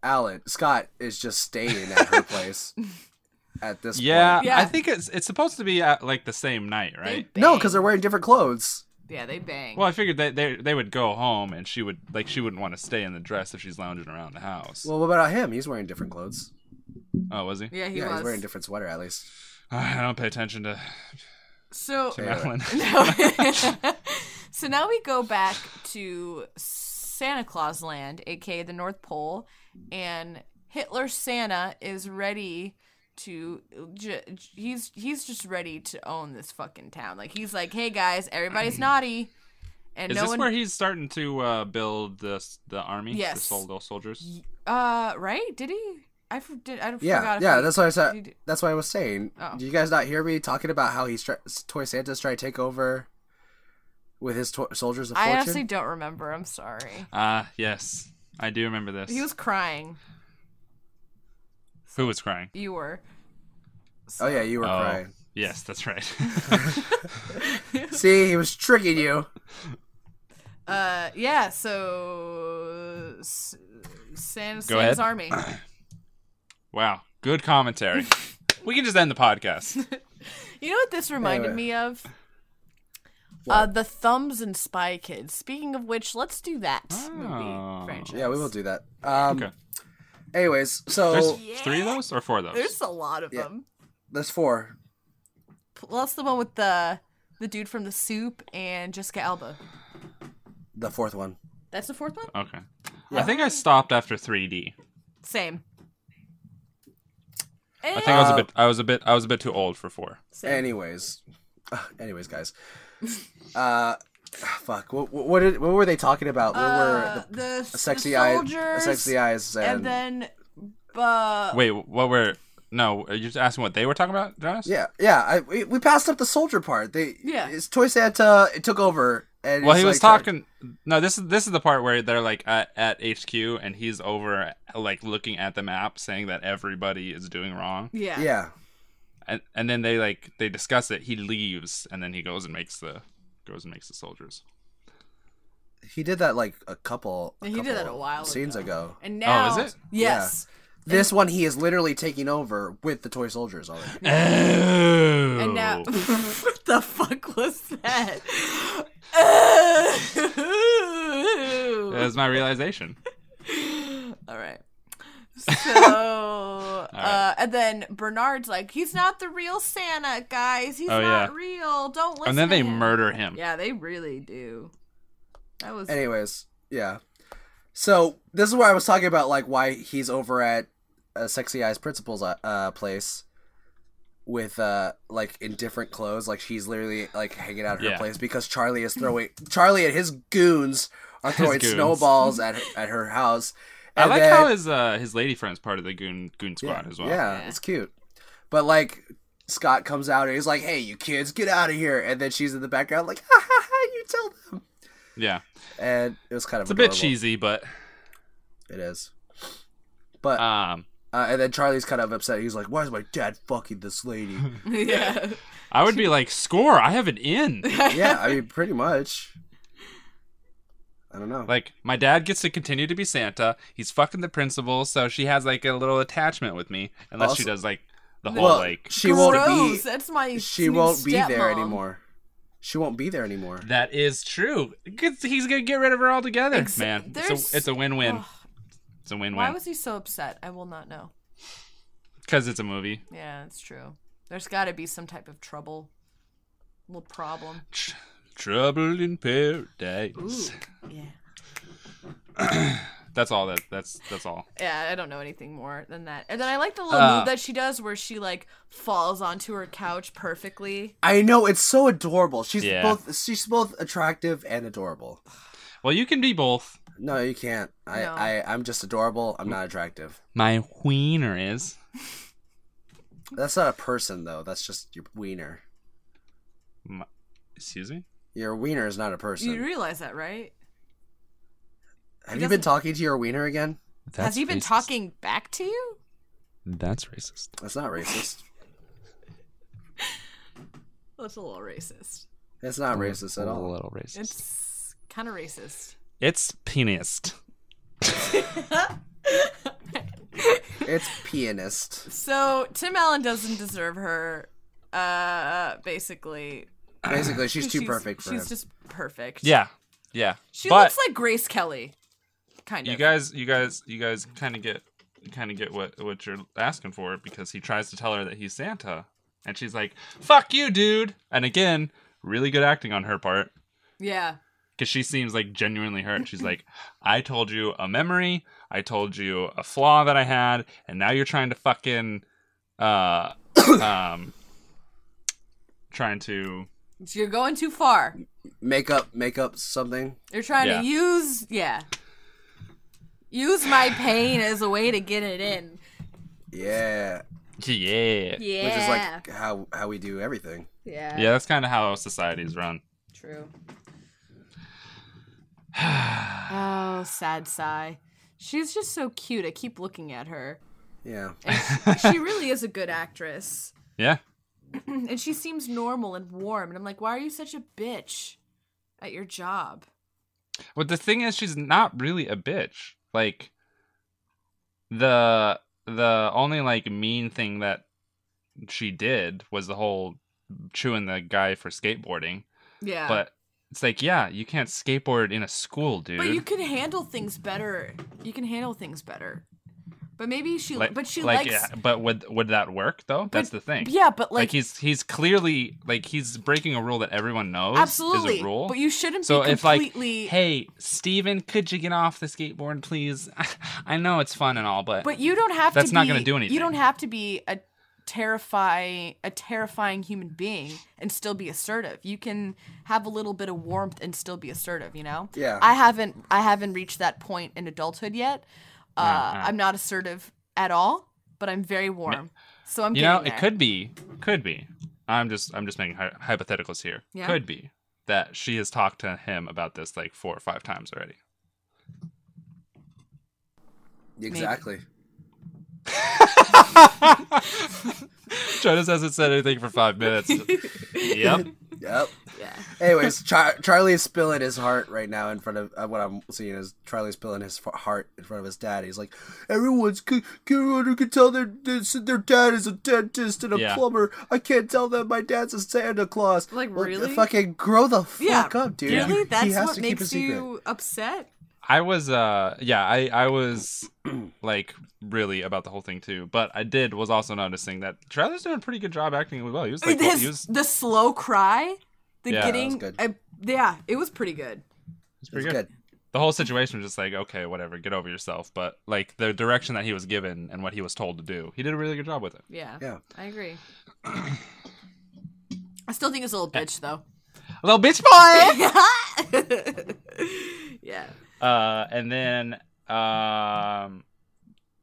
Speaker 1: Alan, Scott is just staying at her place at this
Speaker 3: Yeah,
Speaker 1: point.
Speaker 2: Yeah.
Speaker 3: I think it's it's supposed to be uh, like the same night,
Speaker 2: They
Speaker 3: right?
Speaker 2: bang.
Speaker 1: No, because they're wearing different clothes.
Speaker 2: yeah, they bang.
Speaker 3: Well, I figured they, they they would go home and she would like she wouldn't want to stay in the dress if she's lounging around the house.
Speaker 1: Well, what about him? He's wearing different clothes.
Speaker 3: oh, was he?
Speaker 2: yeah, he
Speaker 1: yeah,
Speaker 2: was.
Speaker 1: he's wearing a different sweater at least.
Speaker 3: I don't pay attention to
Speaker 2: so
Speaker 3: to Madeline.
Speaker 2: No. so now we go back to Santa Claus Land, aka the North Pole, and Hitler Santa is ready to j- j- he's he's just ready to own this fucking town. Like he's like, "Hey guys, everybody's naughty." And
Speaker 3: Mm. Is
Speaker 2: no
Speaker 3: this
Speaker 2: one
Speaker 3: where he's starting to uh, build the the army?
Speaker 2: Yes.
Speaker 3: the sol- soldiers.
Speaker 2: uh right? Did he? I f- did I
Speaker 1: Yeah,
Speaker 2: forgot. if
Speaker 1: yeah.
Speaker 2: he-
Speaker 1: That's what I
Speaker 2: he did-
Speaker 1: said. That's what I was saying.
Speaker 2: Oh.
Speaker 1: Do you guys not hear me talking about how he's try- Toy Santa's trying to take over with his to- soldiers of
Speaker 2: I
Speaker 1: fortune?
Speaker 2: honestly don't remember. I'm sorry.
Speaker 3: Ah, yes, I do remember this.
Speaker 2: He was crying.
Speaker 3: Who was crying?
Speaker 2: You were.
Speaker 1: Oh yeah, you were
Speaker 3: Oh,
Speaker 1: crying.
Speaker 3: yes, that's right.
Speaker 1: See, he was tricking you.
Speaker 2: Uh, yeah. So, S- Sam, Sam's
Speaker 3: ahead.
Speaker 2: army.
Speaker 3: wow, good commentary. we can just end the podcast.
Speaker 2: You know what this reminded
Speaker 1: Anyway.
Speaker 2: me of? Uh, the thumbs and Spy Kids. Speaking of which, let's do that
Speaker 3: Oh.
Speaker 2: movie franchise.
Speaker 1: Yeah, we will do that. Um,
Speaker 3: Okay.
Speaker 1: Anyways,
Speaker 3: There's
Speaker 1: so
Speaker 3: three of those or four of those?
Speaker 2: There's a lot of
Speaker 1: Yeah.
Speaker 2: them.
Speaker 1: That's four.
Speaker 2: Plus the one with the the dude from the soup and Jessica Alba.
Speaker 1: The fourth one.
Speaker 2: That's the fourth one.
Speaker 3: Okay. I think I stopped after 3D.
Speaker 2: Same.
Speaker 3: I think I was a bit. I was a bit. I was a bit too old for four.
Speaker 1: Anyways, Ugh, anyways, guys. Uh, fuck. What, what did what were they talking about? What
Speaker 2: Uh,
Speaker 1: were
Speaker 2: the,
Speaker 1: the
Speaker 2: the
Speaker 1: sexy eyes,
Speaker 2: soldiers,
Speaker 1: the sexy eyes, and,
Speaker 2: and then, uh,
Speaker 3: Wait, what were? No, are you just asking what they were talking about, Jonas?
Speaker 1: yeah, yeah. I we, we passed up the soldier part. They
Speaker 2: Yeah.
Speaker 1: it's Toy Santa it took over. And
Speaker 3: Well,
Speaker 1: it's
Speaker 3: he was
Speaker 1: like-
Speaker 3: talking. No, this is this is the part where they're like at, at HQ, and he's over like looking at the map, saying that everybody is doing wrong,
Speaker 2: yeah.
Speaker 1: Yeah,
Speaker 3: and and then they like they discuss it. He leaves, and then he goes and makes the goes and makes the soldiers.
Speaker 1: he did that like a couple. a
Speaker 2: He did that
Speaker 1: couple
Speaker 2: a while
Speaker 1: scenes ago.
Speaker 2: And now,
Speaker 3: Oh, is it?
Speaker 2: Yes.
Speaker 1: This one, he is literally taking over with the toy soldiers already.
Speaker 3: Oh.
Speaker 2: And now, what the fuck was that? Ooh.
Speaker 3: that was my realization.
Speaker 2: All right. So, uh, and then Bernard's like, he's not the real Santa, guys. He's
Speaker 3: Oh,
Speaker 2: not
Speaker 3: yeah.
Speaker 2: real. Don't listen.
Speaker 3: and then
Speaker 2: to
Speaker 3: they
Speaker 2: him."
Speaker 3: murder him.
Speaker 2: Yeah, they really do. That was
Speaker 1: Anyways, yeah. So this is where I was talking about like why he's over at uh, Sexy Eyes Principal's uh, uh, place with uh like in different clothes. Like she's literally like hanging out her
Speaker 3: Yeah.
Speaker 1: place because Charlie is throwing Charlie and his goons are throwing
Speaker 3: goons.
Speaker 1: snowballs at at her house.
Speaker 3: I
Speaker 1: And
Speaker 3: like
Speaker 1: then-
Speaker 3: how his uh, his lady friend's part of the goon goon squad as well.
Speaker 1: yeah,
Speaker 2: Yeah.
Speaker 1: it's cute. But like Scott comes out and he's like, "Hey, you kids, get out of here!" And then she's in the background like, "Ha ha ha! You tell them."
Speaker 3: yeah.
Speaker 1: And it was kind of
Speaker 3: It's a bit
Speaker 1: adorable.
Speaker 3: cheesy, but
Speaker 1: It is. But
Speaker 3: um,
Speaker 1: Uh, and then Charlie's kind of upset. He's like, "Why is my dad fucking this lady?"
Speaker 2: yeah.
Speaker 3: I would be like, score! I have an in.
Speaker 1: yeah, I mean, pretty much. I don't know.
Speaker 3: Like my dad gets to continue to be Santa. He's fucking the principal, so she has like a little attachment with me, unless she
Speaker 1: Also-
Speaker 3: does like the whole
Speaker 1: well,
Speaker 3: like.
Speaker 1: she won't
Speaker 2: Gross,
Speaker 1: be.
Speaker 2: That's my.
Speaker 1: She
Speaker 2: new
Speaker 1: won't be there
Speaker 2: stepmom.
Speaker 1: anymore. She won't be there anymore.
Speaker 3: That is true. 'Cause He's gonna get rid of her altogether,
Speaker 2: Exa-
Speaker 3: man.
Speaker 2: there's-
Speaker 3: It's a, it's a win-win.
Speaker 2: Ugh,
Speaker 3: It's a
Speaker 2: why
Speaker 3: win-win
Speaker 2: was he so upset? I will not know.
Speaker 3: because it's a movie.
Speaker 2: Yeah, that's true. There's got to be some type of trouble, little problem.
Speaker 3: Tr- Trouble in paradise.
Speaker 2: Yeah.
Speaker 3: That's all. That that's that's all.
Speaker 2: Yeah, I don't know anything more than that. And then I like the little
Speaker 3: Uh,
Speaker 2: move that she does where she like falls onto her couch perfectly.
Speaker 1: I know it's so adorable. She's
Speaker 3: Yeah.
Speaker 1: both. She's both attractive and adorable.
Speaker 3: Well, you can be both.
Speaker 1: No, you can't. I.
Speaker 2: No.
Speaker 1: I. I'm just adorable. I'm not attractive.
Speaker 3: My wiener is.
Speaker 1: That's not a person though. That's just your wiener.
Speaker 3: My, excuse me.
Speaker 1: Your wiener is not a person.
Speaker 2: You realize that, right?
Speaker 1: Have you been talking to your wiener again?
Speaker 2: Has he been talking back to you?
Speaker 3: That's racist.
Speaker 1: That's not racist.
Speaker 2: That's a little racist.
Speaker 1: It's not racist at all.
Speaker 3: little racist. It's,
Speaker 2: It's kind of racist.
Speaker 3: penised.
Speaker 1: It's pianist.
Speaker 2: So Tim Allen doesn't deserve her. Uh, basically,
Speaker 1: Basically, she's too
Speaker 2: she's,
Speaker 1: perfect for
Speaker 2: she's
Speaker 1: him.
Speaker 2: just perfect.
Speaker 3: Yeah, yeah.
Speaker 2: she
Speaker 3: but
Speaker 2: looks like Grace Kelly, kind of.
Speaker 3: you guys, you guys, you guys kind of get, kind of get what what you're asking for because he tries to tell her that he's Santa, and she's like, "Fuck you, dude." And again, really good acting on her part
Speaker 2: yeah,
Speaker 3: because she seems like genuinely hurt. She's like, "I told you a memory, I told you a flaw that I had, and now you're trying to fucking, uh, um, trying to."
Speaker 2: you're going too far.
Speaker 1: Make up, make up something.
Speaker 2: You're trying
Speaker 3: Yeah.
Speaker 2: to use, yeah, use my pain as a way to get it in.
Speaker 1: Yeah,
Speaker 3: Yeah.
Speaker 2: Yeah,
Speaker 1: which is like how how we do everything.
Speaker 2: yeah,
Speaker 3: Yeah, that's kind of how societies run.
Speaker 2: true. oh, sad sigh. She's just so cute. I keep looking at her.
Speaker 1: Yeah,
Speaker 2: she really is a good actress.
Speaker 3: Yeah.
Speaker 2: And she seems normal and warm. And I'm like, why are you such a bitch at your job?
Speaker 3: Well, the thing is, she's not really a bitch. Like, the the only like mean thing that she did was the whole chewing the guy for skateboarding.
Speaker 2: Yeah.
Speaker 3: But it's like, yeah, you can't skateboard in a school, dude.
Speaker 2: But you can handle things better. You can handle things better. But maybe she,
Speaker 3: Like,
Speaker 2: but she
Speaker 3: like,
Speaker 2: likes.
Speaker 3: yeah, but would would that work though? That's the thing.
Speaker 2: Yeah, but
Speaker 3: Like,
Speaker 2: like,
Speaker 3: he's he's clearly like he's breaking a rule that everyone knows
Speaker 2: absolutely.
Speaker 3: is a rule.
Speaker 2: But you shouldn't
Speaker 3: so
Speaker 2: be
Speaker 3: if like,
Speaker 2: completely.
Speaker 3: hey, Steven, could you get off the skateboard, please? I know it's fun and all, but,
Speaker 2: but you don't have
Speaker 3: that's
Speaker 2: to.
Speaker 3: not
Speaker 2: be-
Speaker 3: gonna do
Speaker 2: You don't
Speaker 3: anything.
Speaker 2: have to be a terrify a terrifying human being and still be assertive. You can have a little bit of warmth and still be assertive. You know.
Speaker 1: Yeah.
Speaker 2: I haven't. I haven't reached that point in adulthood yet. Uh,
Speaker 3: no.
Speaker 2: I'm not assertive at all, but I'm very warm. So I'm.
Speaker 3: you know,
Speaker 2: getting
Speaker 3: it
Speaker 2: there.
Speaker 3: could be, could be. I'm just I'm just making hy- hypotheticals here.
Speaker 2: Yeah.
Speaker 3: Could be that she has talked to him about this like four or five times already.
Speaker 1: Exactly.
Speaker 3: Jonas hasn't said anything for five minutes. yep.
Speaker 1: Yep.
Speaker 2: Yeah.
Speaker 1: Anyways, Char- Charlie is spilling his heart right now in front of uh, what I'm seeing is Charlie is spilling his f- heart in front of his dad. He's like, everyone's c- everyone can tell their their their dad is a dentist and a
Speaker 3: Yeah.
Speaker 1: plumber. I can't tell them my dad's a Santa Claus.
Speaker 2: Like,
Speaker 1: Well,
Speaker 2: really?
Speaker 1: fucking grow the
Speaker 2: Yeah.
Speaker 1: fuck up, dude.
Speaker 3: Yeah.
Speaker 1: You-
Speaker 2: Really?
Speaker 1: he
Speaker 2: That's
Speaker 1: has
Speaker 2: what
Speaker 1: to keep a
Speaker 2: makes
Speaker 1: secret.
Speaker 2: you upset?
Speaker 3: I was uh yeah, I I was like really about the whole thing too, but I did was also noticing that Travis doing a pretty good job acting really well. He was like
Speaker 2: His-
Speaker 3: he was,
Speaker 2: the slow cry, the
Speaker 3: Yeah, that
Speaker 2: getting,
Speaker 1: was good.
Speaker 2: I, yeah, it was pretty good.
Speaker 3: he was
Speaker 1: It's
Speaker 3: pretty
Speaker 1: good.
Speaker 3: good. The whole situation was just like okay, whatever, get over yourself, but like the direction that he was given and what he was told to do, he did a really good job with it.
Speaker 2: Yeah,
Speaker 1: Yeah.
Speaker 2: I agree. I still think it's a little bitch though.
Speaker 3: Little bitch boy.
Speaker 2: yeah,
Speaker 3: Uh and then um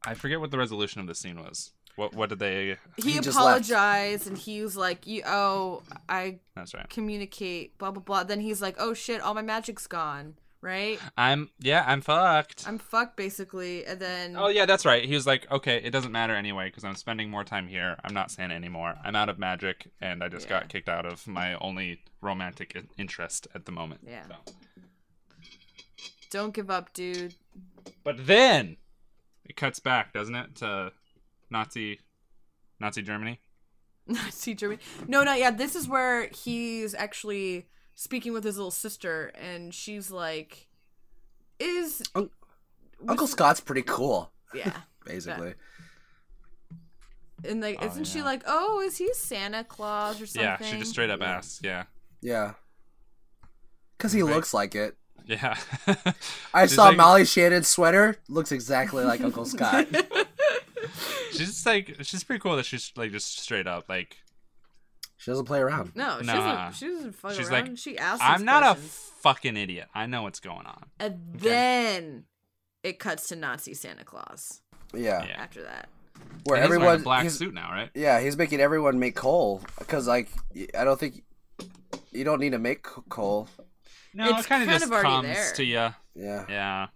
Speaker 3: I forget what the resolution of the scene was. What what did they
Speaker 2: he,
Speaker 1: He just left.
Speaker 2: apologized and he was like, "You oh, I
Speaker 3: That's right.
Speaker 2: communicate, blah blah blah." Then he's like, "Oh shit, all my magic's gone." Right,
Speaker 3: I'm yeah, I'm fucked.
Speaker 2: I'm fucked basically, and then
Speaker 3: Oh yeah, that's right. He was like, "Okay, it doesn't matter anyway because I'm spending more time here. I'm not Santa anymore. I'm out of magic, and I just
Speaker 2: Yeah.
Speaker 3: got kicked out of my only romantic i- interest at the moment."
Speaker 2: Yeah.
Speaker 3: So-
Speaker 2: don't give up, dude.
Speaker 3: But then it cuts back, doesn't it, to Nazi Nazi Germany?
Speaker 2: See Germany? No, no, yeah. This is where he's actually speaking with his little sister, and she's like, "Is
Speaker 1: Un-
Speaker 2: was-
Speaker 1: Uncle Scott's pretty cool,
Speaker 2: yeah."
Speaker 1: basically.
Speaker 2: And like,
Speaker 3: Oh,
Speaker 2: isn't she
Speaker 3: yeah.
Speaker 2: like, "Oh, is he Santa Claus or something?"
Speaker 3: Yeah, she just straight up asks. Yeah,
Speaker 1: Yeah. Cause he
Speaker 3: Right.
Speaker 1: looks like it.
Speaker 3: yeah.
Speaker 1: I
Speaker 3: She's
Speaker 1: saw
Speaker 3: like-
Speaker 1: Molly Shannon's sweater. Looks exactly like Uncle Scott.
Speaker 3: She's just like she's pretty cool that she's like just straight up like
Speaker 1: she doesn't play around.
Speaker 2: No, she
Speaker 3: Nah.
Speaker 2: doesn't. She doesn't fuck
Speaker 3: She's
Speaker 2: around.
Speaker 3: like,
Speaker 2: she asks.
Speaker 3: I'm not a
Speaker 2: questions.
Speaker 3: fucking idiot. I know what's going on.
Speaker 2: and then it cuts to Nazi Santa Claus
Speaker 1: Yeah.
Speaker 3: Yeah.
Speaker 2: after that.
Speaker 1: Where
Speaker 3: And he's wearing
Speaker 1: everyone
Speaker 3: a black
Speaker 1: he's-
Speaker 3: suit now, right?
Speaker 1: Yeah, he's making everyone make coal because, like, y- I don't think you don't need to make c- coal.
Speaker 3: No,
Speaker 2: It's
Speaker 3: it kind of
Speaker 2: kind
Speaker 3: just
Speaker 2: of already
Speaker 3: comes
Speaker 2: there.
Speaker 3: to you.
Speaker 1: Yeah.
Speaker 3: Yeah.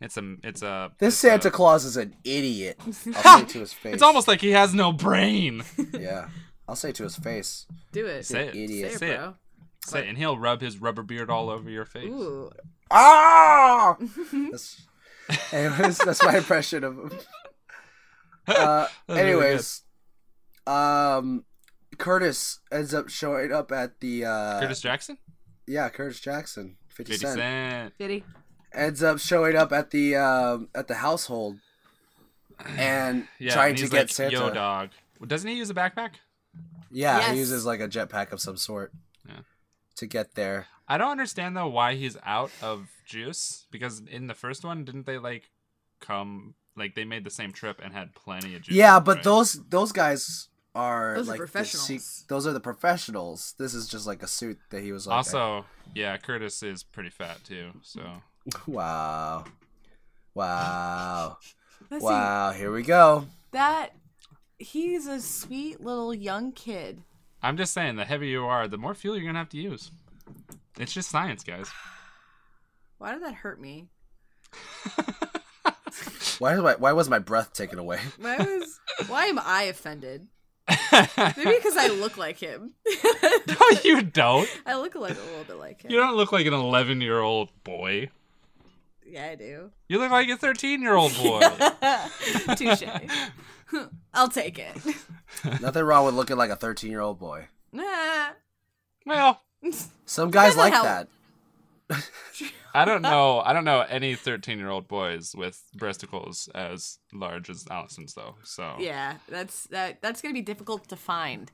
Speaker 3: It's a it's a
Speaker 1: This
Speaker 3: it's
Speaker 1: Santa
Speaker 3: a-
Speaker 1: Claus is an idiot. I'll say to his face.
Speaker 3: It's almost like he has no brain.
Speaker 1: Yeah. I'll say to his face.
Speaker 2: Do it.
Speaker 3: Say it.
Speaker 1: Idiot.
Speaker 2: Say
Speaker 3: Say
Speaker 2: it,
Speaker 3: it.
Speaker 2: bro.
Speaker 3: Say- and he'll rub his rubber beard all over your face.
Speaker 2: Ooh.
Speaker 1: Ah! That's, anyways, that's my impression of him. Uh,
Speaker 3: That's really good.
Speaker 1: anyways, um, Curtis ends up showing up at the uh,
Speaker 3: Curtis Jackson?
Speaker 1: yeah Curtis Jackson 50,
Speaker 3: 50
Speaker 1: Cent.
Speaker 3: Cent.
Speaker 2: Did he?
Speaker 1: ends up showing up at the um, at the household and
Speaker 3: Yeah,
Speaker 1: trying
Speaker 3: and
Speaker 1: to
Speaker 3: he's
Speaker 1: get
Speaker 3: like,
Speaker 1: Santa.
Speaker 3: Yo, dog. Well, doesn't he use a backpack?
Speaker 1: Yeah,
Speaker 2: Yes.
Speaker 1: he uses like a jetpack of some sort
Speaker 3: Yeah.
Speaker 1: to get there.
Speaker 3: I don't understand though why he's out of juice because in the first one didn't they like come like they made the same trip and had plenty of juice.
Speaker 1: yeah, but
Speaker 3: right?
Speaker 1: those those guys are
Speaker 2: Those are
Speaker 1: like the
Speaker 2: professionals.
Speaker 1: sec- those are the professionals. This is just like a suit that he was like.
Speaker 3: also yeah, Curtis is pretty fat too. So
Speaker 1: wow, wow,
Speaker 2: Let's see.
Speaker 1: wow. Here we go.
Speaker 2: that he's a sweet little young kid.
Speaker 3: I'm just saying, the heavier you are, the more fuel you're gonna have to use. It's just science, guys.
Speaker 2: Why did that hurt me?
Speaker 1: Why is my, why was my breath taken away?
Speaker 2: Why was why am I offended? Maybe because I look like him.
Speaker 3: no, you don't.
Speaker 2: I look like a little bit like him.
Speaker 3: You don't look like an 11 year old boy.
Speaker 2: Yeah, I do.
Speaker 3: You look like a 13 year old boy.
Speaker 2: Touche. I'll take it.
Speaker 1: Nothing wrong with looking like a thirteen year old boy.
Speaker 2: Nah.
Speaker 3: well,
Speaker 1: Some guys
Speaker 2: Depends on
Speaker 1: like
Speaker 2: how-
Speaker 1: that.
Speaker 3: I don't know. I don't know any thirteen-year-old boys with breasticles as large as Allison's, though. So
Speaker 2: Yeah, that's that. That's gonna be difficult to find.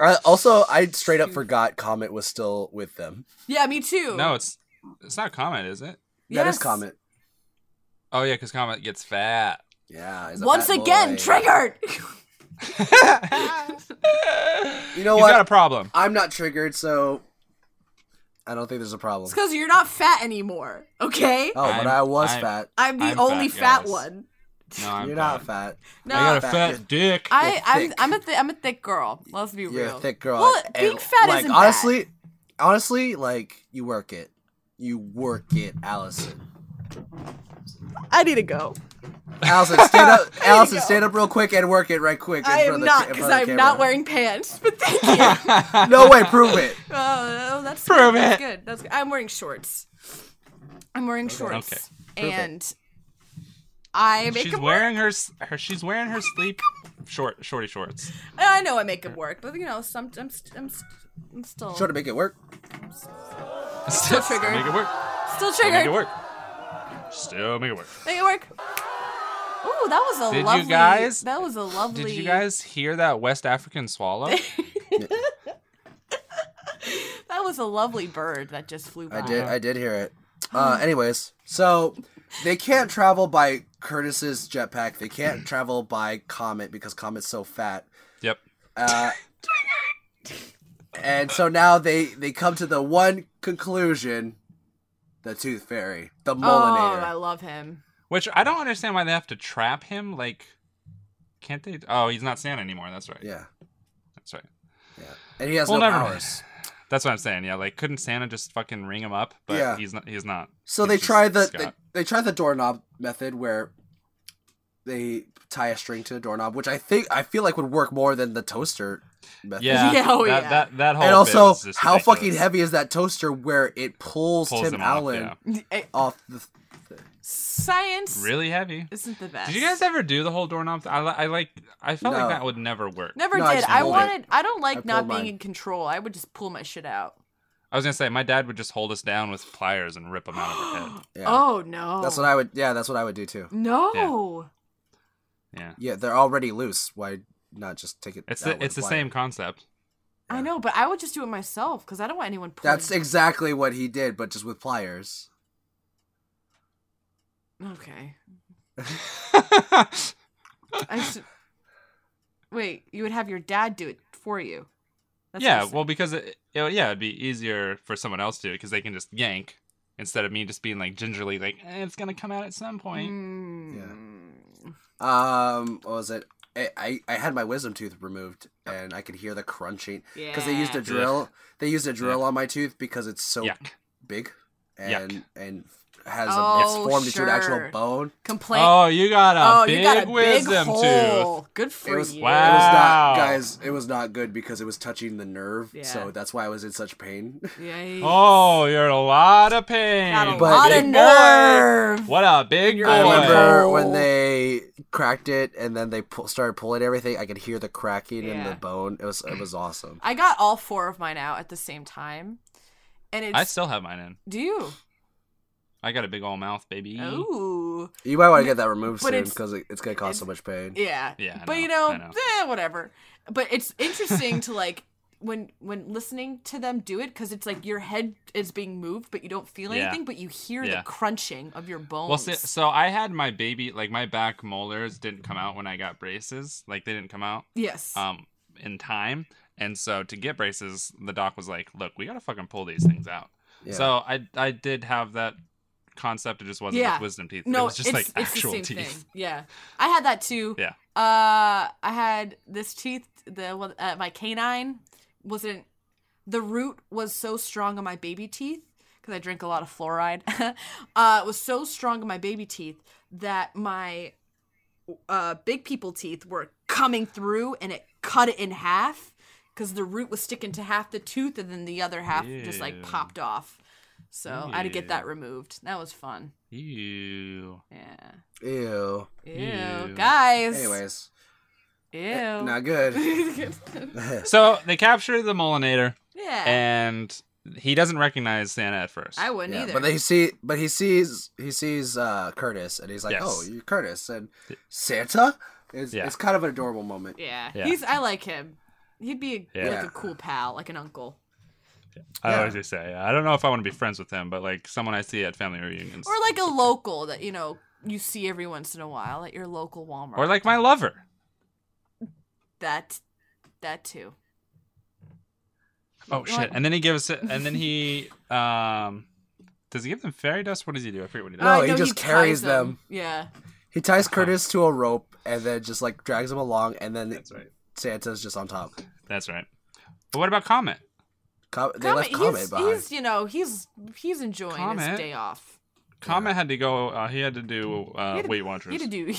Speaker 1: Uh, also, I straight up forgot Comet was still with them.
Speaker 2: Yeah, me too.
Speaker 3: no, it's it's not Comet, is it?
Speaker 1: That is
Speaker 2: Yes.
Speaker 1: Comet.
Speaker 3: Oh yeah, because Comet gets fat.
Speaker 1: Yeah. he's a
Speaker 2: Once
Speaker 1: fat
Speaker 2: again,
Speaker 1: boy.
Speaker 2: triggered.
Speaker 1: You know
Speaker 3: He's
Speaker 1: what?
Speaker 3: got a problem.
Speaker 1: I'm not triggered, so I don't think there's a problem.
Speaker 2: It's because you're not fat anymore. Okay,
Speaker 1: Oh, but
Speaker 3: I'm-
Speaker 1: I was
Speaker 3: I'm-
Speaker 1: fat.
Speaker 2: I'm the
Speaker 3: I'm
Speaker 2: only
Speaker 3: fat,
Speaker 2: fat,
Speaker 3: guys.
Speaker 2: one.
Speaker 3: No, I'm
Speaker 1: You're
Speaker 3: fat.
Speaker 1: not fat.
Speaker 2: No,
Speaker 3: I got a
Speaker 1: fat.
Speaker 3: fat dick.
Speaker 2: I,
Speaker 1: You're
Speaker 2: I'm,
Speaker 1: thick.
Speaker 2: I'm a th- I'm a thick girl. Let's be
Speaker 1: You're
Speaker 2: real.
Speaker 1: a thick girl.
Speaker 2: Well,
Speaker 1: and-
Speaker 2: being
Speaker 1: and,
Speaker 2: fat
Speaker 1: like,
Speaker 2: isn't bad.
Speaker 1: honestly, honestly, like you work it, you work it, Allison.
Speaker 2: I need to go.
Speaker 1: Allison, stand up. Allison,
Speaker 2: go.
Speaker 1: stand up real quick and work it right quick. In
Speaker 2: I
Speaker 1: front
Speaker 2: am
Speaker 1: of the,
Speaker 2: not
Speaker 1: in
Speaker 2: because
Speaker 1: front of the
Speaker 2: I'm not
Speaker 1: camera.
Speaker 2: wearing pants. But thank you.
Speaker 1: No way, prove it.
Speaker 2: Oh, oh, that's
Speaker 7: Prove
Speaker 2: good. That's
Speaker 7: it.
Speaker 2: good. That's good. I'm wearing shorts. I'm wearing shorts.
Speaker 3: Okay.
Speaker 2: And I make
Speaker 3: she's
Speaker 2: them
Speaker 3: wearing her, s- her she's wearing her sleep short shorty shorts.
Speaker 2: work. I know I make them work, but you know, some I'm, st- I'm, st- I'm still
Speaker 1: Sure to make it work.
Speaker 3: Still
Speaker 2: triggered.
Speaker 3: Make it work.
Speaker 2: still
Speaker 3: Still
Speaker 2: triggered.
Speaker 3: Make it work. Still make it work.
Speaker 2: Make it work. Ooh, that was a
Speaker 3: Did you
Speaker 2: lovely.
Speaker 3: guys-
Speaker 2: That was a lovely.
Speaker 3: Did you guys hear that West African swallow?
Speaker 2: That was a lovely bird that just flew by.
Speaker 1: I did. I did hear it.
Speaker 2: Hmm.
Speaker 1: Uh, anyways, so they can't travel by Curtis's jetpack. They
Speaker 2: Hmm.
Speaker 1: can't travel by Comet because Comet's so fat.
Speaker 3: yep.
Speaker 1: Uh, and so now they they come to the one conclusion: the Tooth Fairy, the
Speaker 2: Oh, I
Speaker 1: Mullinator.
Speaker 2: love him.
Speaker 3: Which I don't understand why they have to trap him. Like, can't they? Oh, he's not Santa anymore. That's right.
Speaker 1: yeah,
Speaker 3: That's right.
Speaker 1: and he has
Speaker 3: Well,
Speaker 1: no
Speaker 3: never mind.
Speaker 1: powers.
Speaker 3: That's what I'm saying. Yeah, like couldn't Santa just fucking ring him up? But
Speaker 1: Yeah.
Speaker 3: he's not. He's not.
Speaker 1: So
Speaker 3: He's
Speaker 1: they
Speaker 3: just
Speaker 1: try the they,
Speaker 3: Scott.
Speaker 1: they try the doorknob method where they tie a string to a doorknob, which I think I feel like would work more than the toaster method.
Speaker 3: Yeah.
Speaker 2: Yeah, oh,
Speaker 3: that,
Speaker 2: yeah.
Speaker 3: That that whole.
Speaker 1: and
Speaker 3: bit
Speaker 1: also
Speaker 3: is just
Speaker 1: how fucking
Speaker 3: ridiculous.
Speaker 1: heavy is that toaster where it pulls,
Speaker 3: Pulls
Speaker 1: Tim
Speaker 3: him off,
Speaker 1: Allen
Speaker 3: yeah.
Speaker 2: Eh,
Speaker 1: off the
Speaker 2: Science
Speaker 3: Really heavy.
Speaker 2: isn't the best.
Speaker 3: Did you guys ever do the whole doorknob? Th- I, li- I like. I felt
Speaker 1: No.
Speaker 3: like that would never work.
Speaker 2: Never
Speaker 1: No, I
Speaker 2: did.
Speaker 1: just
Speaker 2: I,
Speaker 1: pulled it.
Speaker 2: wanted. I don't like
Speaker 1: I
Speaker 2: not
Speaker 1: pulled
Speaker 2: being
Speaker 1: mine.
Speaker 2: in control. I would just pull my shit out.
Speaker 3: I was gonna say my dad would just hold us down with pliers and rip them out of our head.
Speaker 1: Yeah.
Speaker 2: Oh no.
Speaker 1: That's what I would yeah, that's what I would do too.
Speaker 2: No.
Speaker 3: Yeah,
Speaker 1: Yeah, they're already loose. Why not just take it
Speaker 3: it's
Speaker 1: out
Speaker 3: the,
Speaker 1: with
Speaker 3: it's the
Speaker 1: wire?
Speaker 3: same concept.
Speaker 2: I know, but I would just do it myself because I don't want anyone pulling.
Speaker 1: That's exactly what he did, but just with pliers.
Speaker 2: okay. I s- Wait, you would have your dad do it for you. That's what
Speaker 3: yeah,
Speaker 2: you're saying.
Speaker 3: well, because it, it- yeah, it'd be easier for someone else to because they can just yank instead of me just being like gingerly like eh, it's gonna come out at some point.
Speaker 2: Mm.
Speaker 1: Um what was it? I, I, I had my wisdom tooth removed and I could hear the crunching
Speaker 2: Yeah.
Speaker 1: because they used a drill. They used a drill on my tooth because it's so
Speaker 3: Yuck.
Speaker 1: big
Speaker 3: Yuck.
Speaker 1: and and has a,
Speaker 2: Oh,
Speaker 1: it's formed into an
Speaker 2: sure.
Speaker 1: actual bone.
Speaker 2: complain. Oh,
Speaker 3: Oh, you got a big
Speaker 2: you got a big
Speaker 3: wisdom tooth.
Speaker 2: hole. Good
Speaker 1: It
Speaker 2: for
Speaker 1: was,
Speaker 2: you.
Speaker 1: it was not,
Speaker 3: Wow.
Speaker 1: guys. It was not good because it was touching the nerve,
Speaker 2: Yeah.
Speaker 1: so that's why I was in such pain.
Speaker 2: Yikes.
Speaker 3: Oh, you're in a lot of pain.
Speaker 2: got a
Speaker 1: but
Speaker 2: lot
Speaker 1: big
Speaker 2: of
Speaker 1: boy.
Speaker 2: nerve.
Speaker 3: What a big
Speaker 2: You're
Speaker 3: boy.
Speaker 1: I remember
Speaker 2: Oh.
Speaker 1: when they cracked it, and then they pu- started pulling everything. I could hear the cracking in
Speaker 2: Yeah.
Speaker 1: the bone. It was it was awesome.
Speaker 2: I got all four of mine out at the same time, and it's
Speaker 3: I still have mine in.
Speaker 2: do you?
Speaker 3: I got a big old mouth, baby.
Speaker 2: Oh, Ooh.
Speaker 1: You might want to get that removed
Speaker 2: But
Speaker 1: soon
Speaker 2: it's-
Speaker 1: because it, it's gonna cause
Speaker 2: it's-
Speaker 1: so much pain.
Speaker 2: Yeah.
Speaker 3: Yeah, I
Speaker 2: But
Speaker 3: know,
Speaker 2: you know,
Speaker 3: I know.
Speaker 2: eh, whatever. But it's interesting to like when when listening to them do it because it's like your head is being moved, but you don't feel
Speaker 3: Yeah.
Speaker 2: anything, but you hear
Speaker 3: Yeah.
Speaker 2: the crunching of your bones.
Speaker 3: Well, so, so I had my baby, like my back molars didn't come out when I got braces. Like they didn't come out
Speaker 2: yes.
Speaker 3: um in time. And so to get braces, the doc was like, "Look, we gotta fucking pull these things out."
Speaker 1: Yeah.
Speaker 3: So I I did have that concept. It just wasn't
Speaker 2: Yeah.
Speaker 3: with wisdom teeth.
Speaker 2: no,
Speaker 3: it was just
Speaker 2: it's,
Speaker 3: like
Speaker 2: it's the
Speaker 3: actual
Speaker 2: same
Speaker 3: teeth.
Speaker 2: thing. Yeah, I had that too.
Speaker 3: Yeah.
Speaker 2: Uh, I had this teeth. The one- uh, my canine wasn't. The root was so strong on my baby teeth because I drink a lot of fluoride. uh, it was so strong on my baby teeth that my uh, big people teeth were coming through, and it cut it in half because the root was sticking to half the tooth, and then the other half just like
Speaker 3: Ew.
Speaker 2: popped off. So I had to get
Speaker 3: Ew.
Speaker 2: that removed. That was fun.
Speaker 3: Ew.
Speaker 2: Yeah.
Speaker 1: Ew.
Speaker 2: Ew,
Speaker 3: Ew.
Speaker 2: guys.
Speaker 1: Anyways, eh,
Speaker 2: Ew.
Speaker 1: not good.
Speaker 3: So they captured the Molinator,
Speaker 2: yeah.
Speaker 3: and he doesn't recognize Santa at first.
Speaker 2: I wouldn't
Speaker 1: Yeah,
Speaker 2: either.
Speaker 1: but they see, but he sees, he sees uh, Curtis, and he's like,
Speaker 3: Yes.
Speaker 1: "Oh, you're Curtis," and Santa. It's,
Speaker 3: Yeah.
Speaker 1: it's kind of an adorable moment.
Speaker 2: yeah.
Speaker 3: Yeah.
Speaker 2: he's. I like him. He'd be
Speaker 3: Yeah.
Speaker 2: like a cool pal, like an uncle,
Speaker 3: I
Speaker 1: Yeah.
Speaker 3: always just say I don't know if I want to be friends with him, but like someone I see at family reunions,
Speaker 2: or like a local that you know you see every once in a while at your local Walmart.
Speaker 3: or like my lover.
Speaker 2: that, that too.
Speaker 3: Oh shit! And then he gives it, and then he um, does he give them fairy dust? What does he do? I forget what he does.
Speaker 1: No,
Speaker 2: I
Speaker 1: he
Speaker 2: know
Speaker 1: just
Speaker 2: ties
Speaker 1: carries them.
Speaker 2: Yeah.
Speaker 1: He ties Curtis to a rope and then just like drags him along, and then
Speaker 3: That's right.
Speaker 1: Santa's just on top.
Speaker 3: That's right. But what about Comet?
Speaker 1: Com- they
Speaker 2: Comet-
Speaker 1: left Comet
Speaker 2: he's,
Speaker 1: behind.
Speaker 2: he's, you know, he's he's enjoying
Speaker 3: Comet.
Speaker 2: his day off.
Speaker 3: Comet had to go. Uh, he had to do uh,
Speaker 2: had to-
Speaker 3: Weight Watchers.
Speaker 2: He had to do,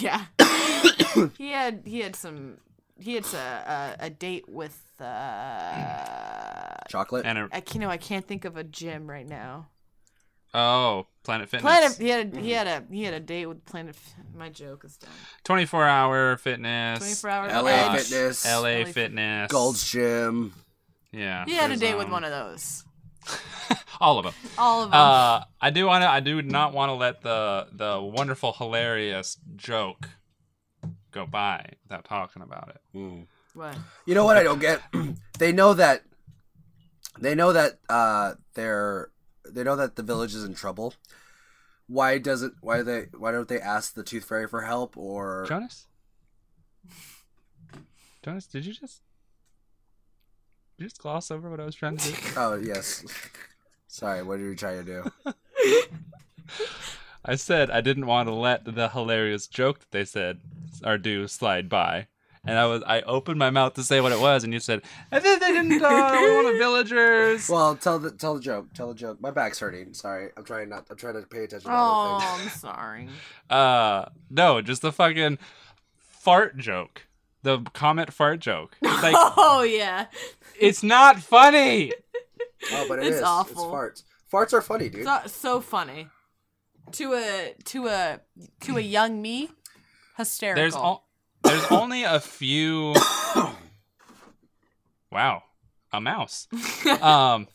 Speaker 2: yeah. he had he had some he had a a, a date with uh, I
Speaker 1: Chocolate.
Speaker 3: and a,
Speaker 2: can- you know I can't think of a gym right now.
Speaker 3: oh, Planet Fitness.
Speaker 2: Planet he had
Speaker 1: Mm-hmm.
Speaker 2: a, he had a he had a date with Planet. F- My joke is done.
Speaker 3: Twenty-four hour fitness.
Speaker 2: Twenty four hours.
Speaker 1: LA
Speaker 3: Uh,
Speaker 1: Fitness.
Speaker 3: LA
Speaker 2: Fit-
Speaker 3: Fitness.
Speaker 1: Gold's Gym.
Speaker 3: Yeah.
Speaker 2: He had a
Speaker 3: there's,
Speaker 2: date with
Speaker 3: um,
Speaker 2: one of those.
Speaker 3: all of them.
Speaker 2: All of them.
Speaker 3: Uh, I do want to. I do not want to let the the wonderful, hilarious joke go by without talking about it.
Speaker 2: what?
Speaker 1: Hmm. You know what I don't get? they know that they know that uh they're they know that the village is in trouble. Why doesn't why they why don't they ask the tooth fairy for help or
Speaker 3: Jonas. Jonas, did you just did you just gloss over what I was trying to do?
Speaker 1: Oh yes. Sorry, what are you trying to do?
Speaker 3: I said I didn't want to let the hilarious joke that they said or do slide by. And I was I opened my mouth to say what it was, and you said, "And then they didn't uh, we want the villagers."
Speaker 1: Well, tell the tell the joke. Tell the joke. My back's hurting. Sorry, I'm trying not. I'm trying to pay attention to all the things.
Speaker 2: Oh, I'm sorry.
Speaker 3: Uh, no, just the fucking fart joke. The comment fart joke. It's like
Speaker 2: oh yeah.
Speaker 3: it's not funny.
Speaker 1: Oh, but it
Speaker 2: It's
Speaker 1: is.
Speaker 2: awful.
Speaker 1: It's farts. Farts are funny, dude.
Speaker 2: so, so funny to a to a to a young me hysterical
Speaker 3: There's all there's only a few. wow, a mouse. Um,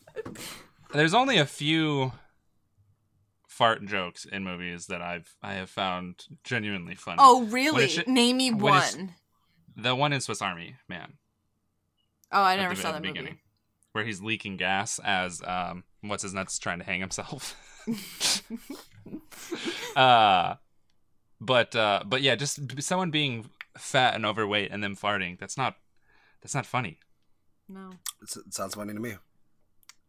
Speaker 3: there's only a few fart jokes in movies that I've I have found genuinely funny.
Speaker 2: oh really
Speaker 3: it should-
Speaker 2: name me
Speaker 3: when
Speaker 2: one.
Speaker 3: it sh- the one in Swiss Army Man.
Speaker 2: Oh, i
Speaker 3: at
Speaker 2: never
Speaker 3: the-
Speaker 2: saw
Speaker 3: at
Speaker 2: that
Speaker 3: the
Speaker 2: movie
Speaker 3: beginning, where he's leaking gas as um what's his nuts trying to hang himself. uh but uh but yeah, just b- someone being fat and overweight and them farting. That's not that's not funny.
Speaker 2: no
Speaker 1: It's- It sounds funny to me.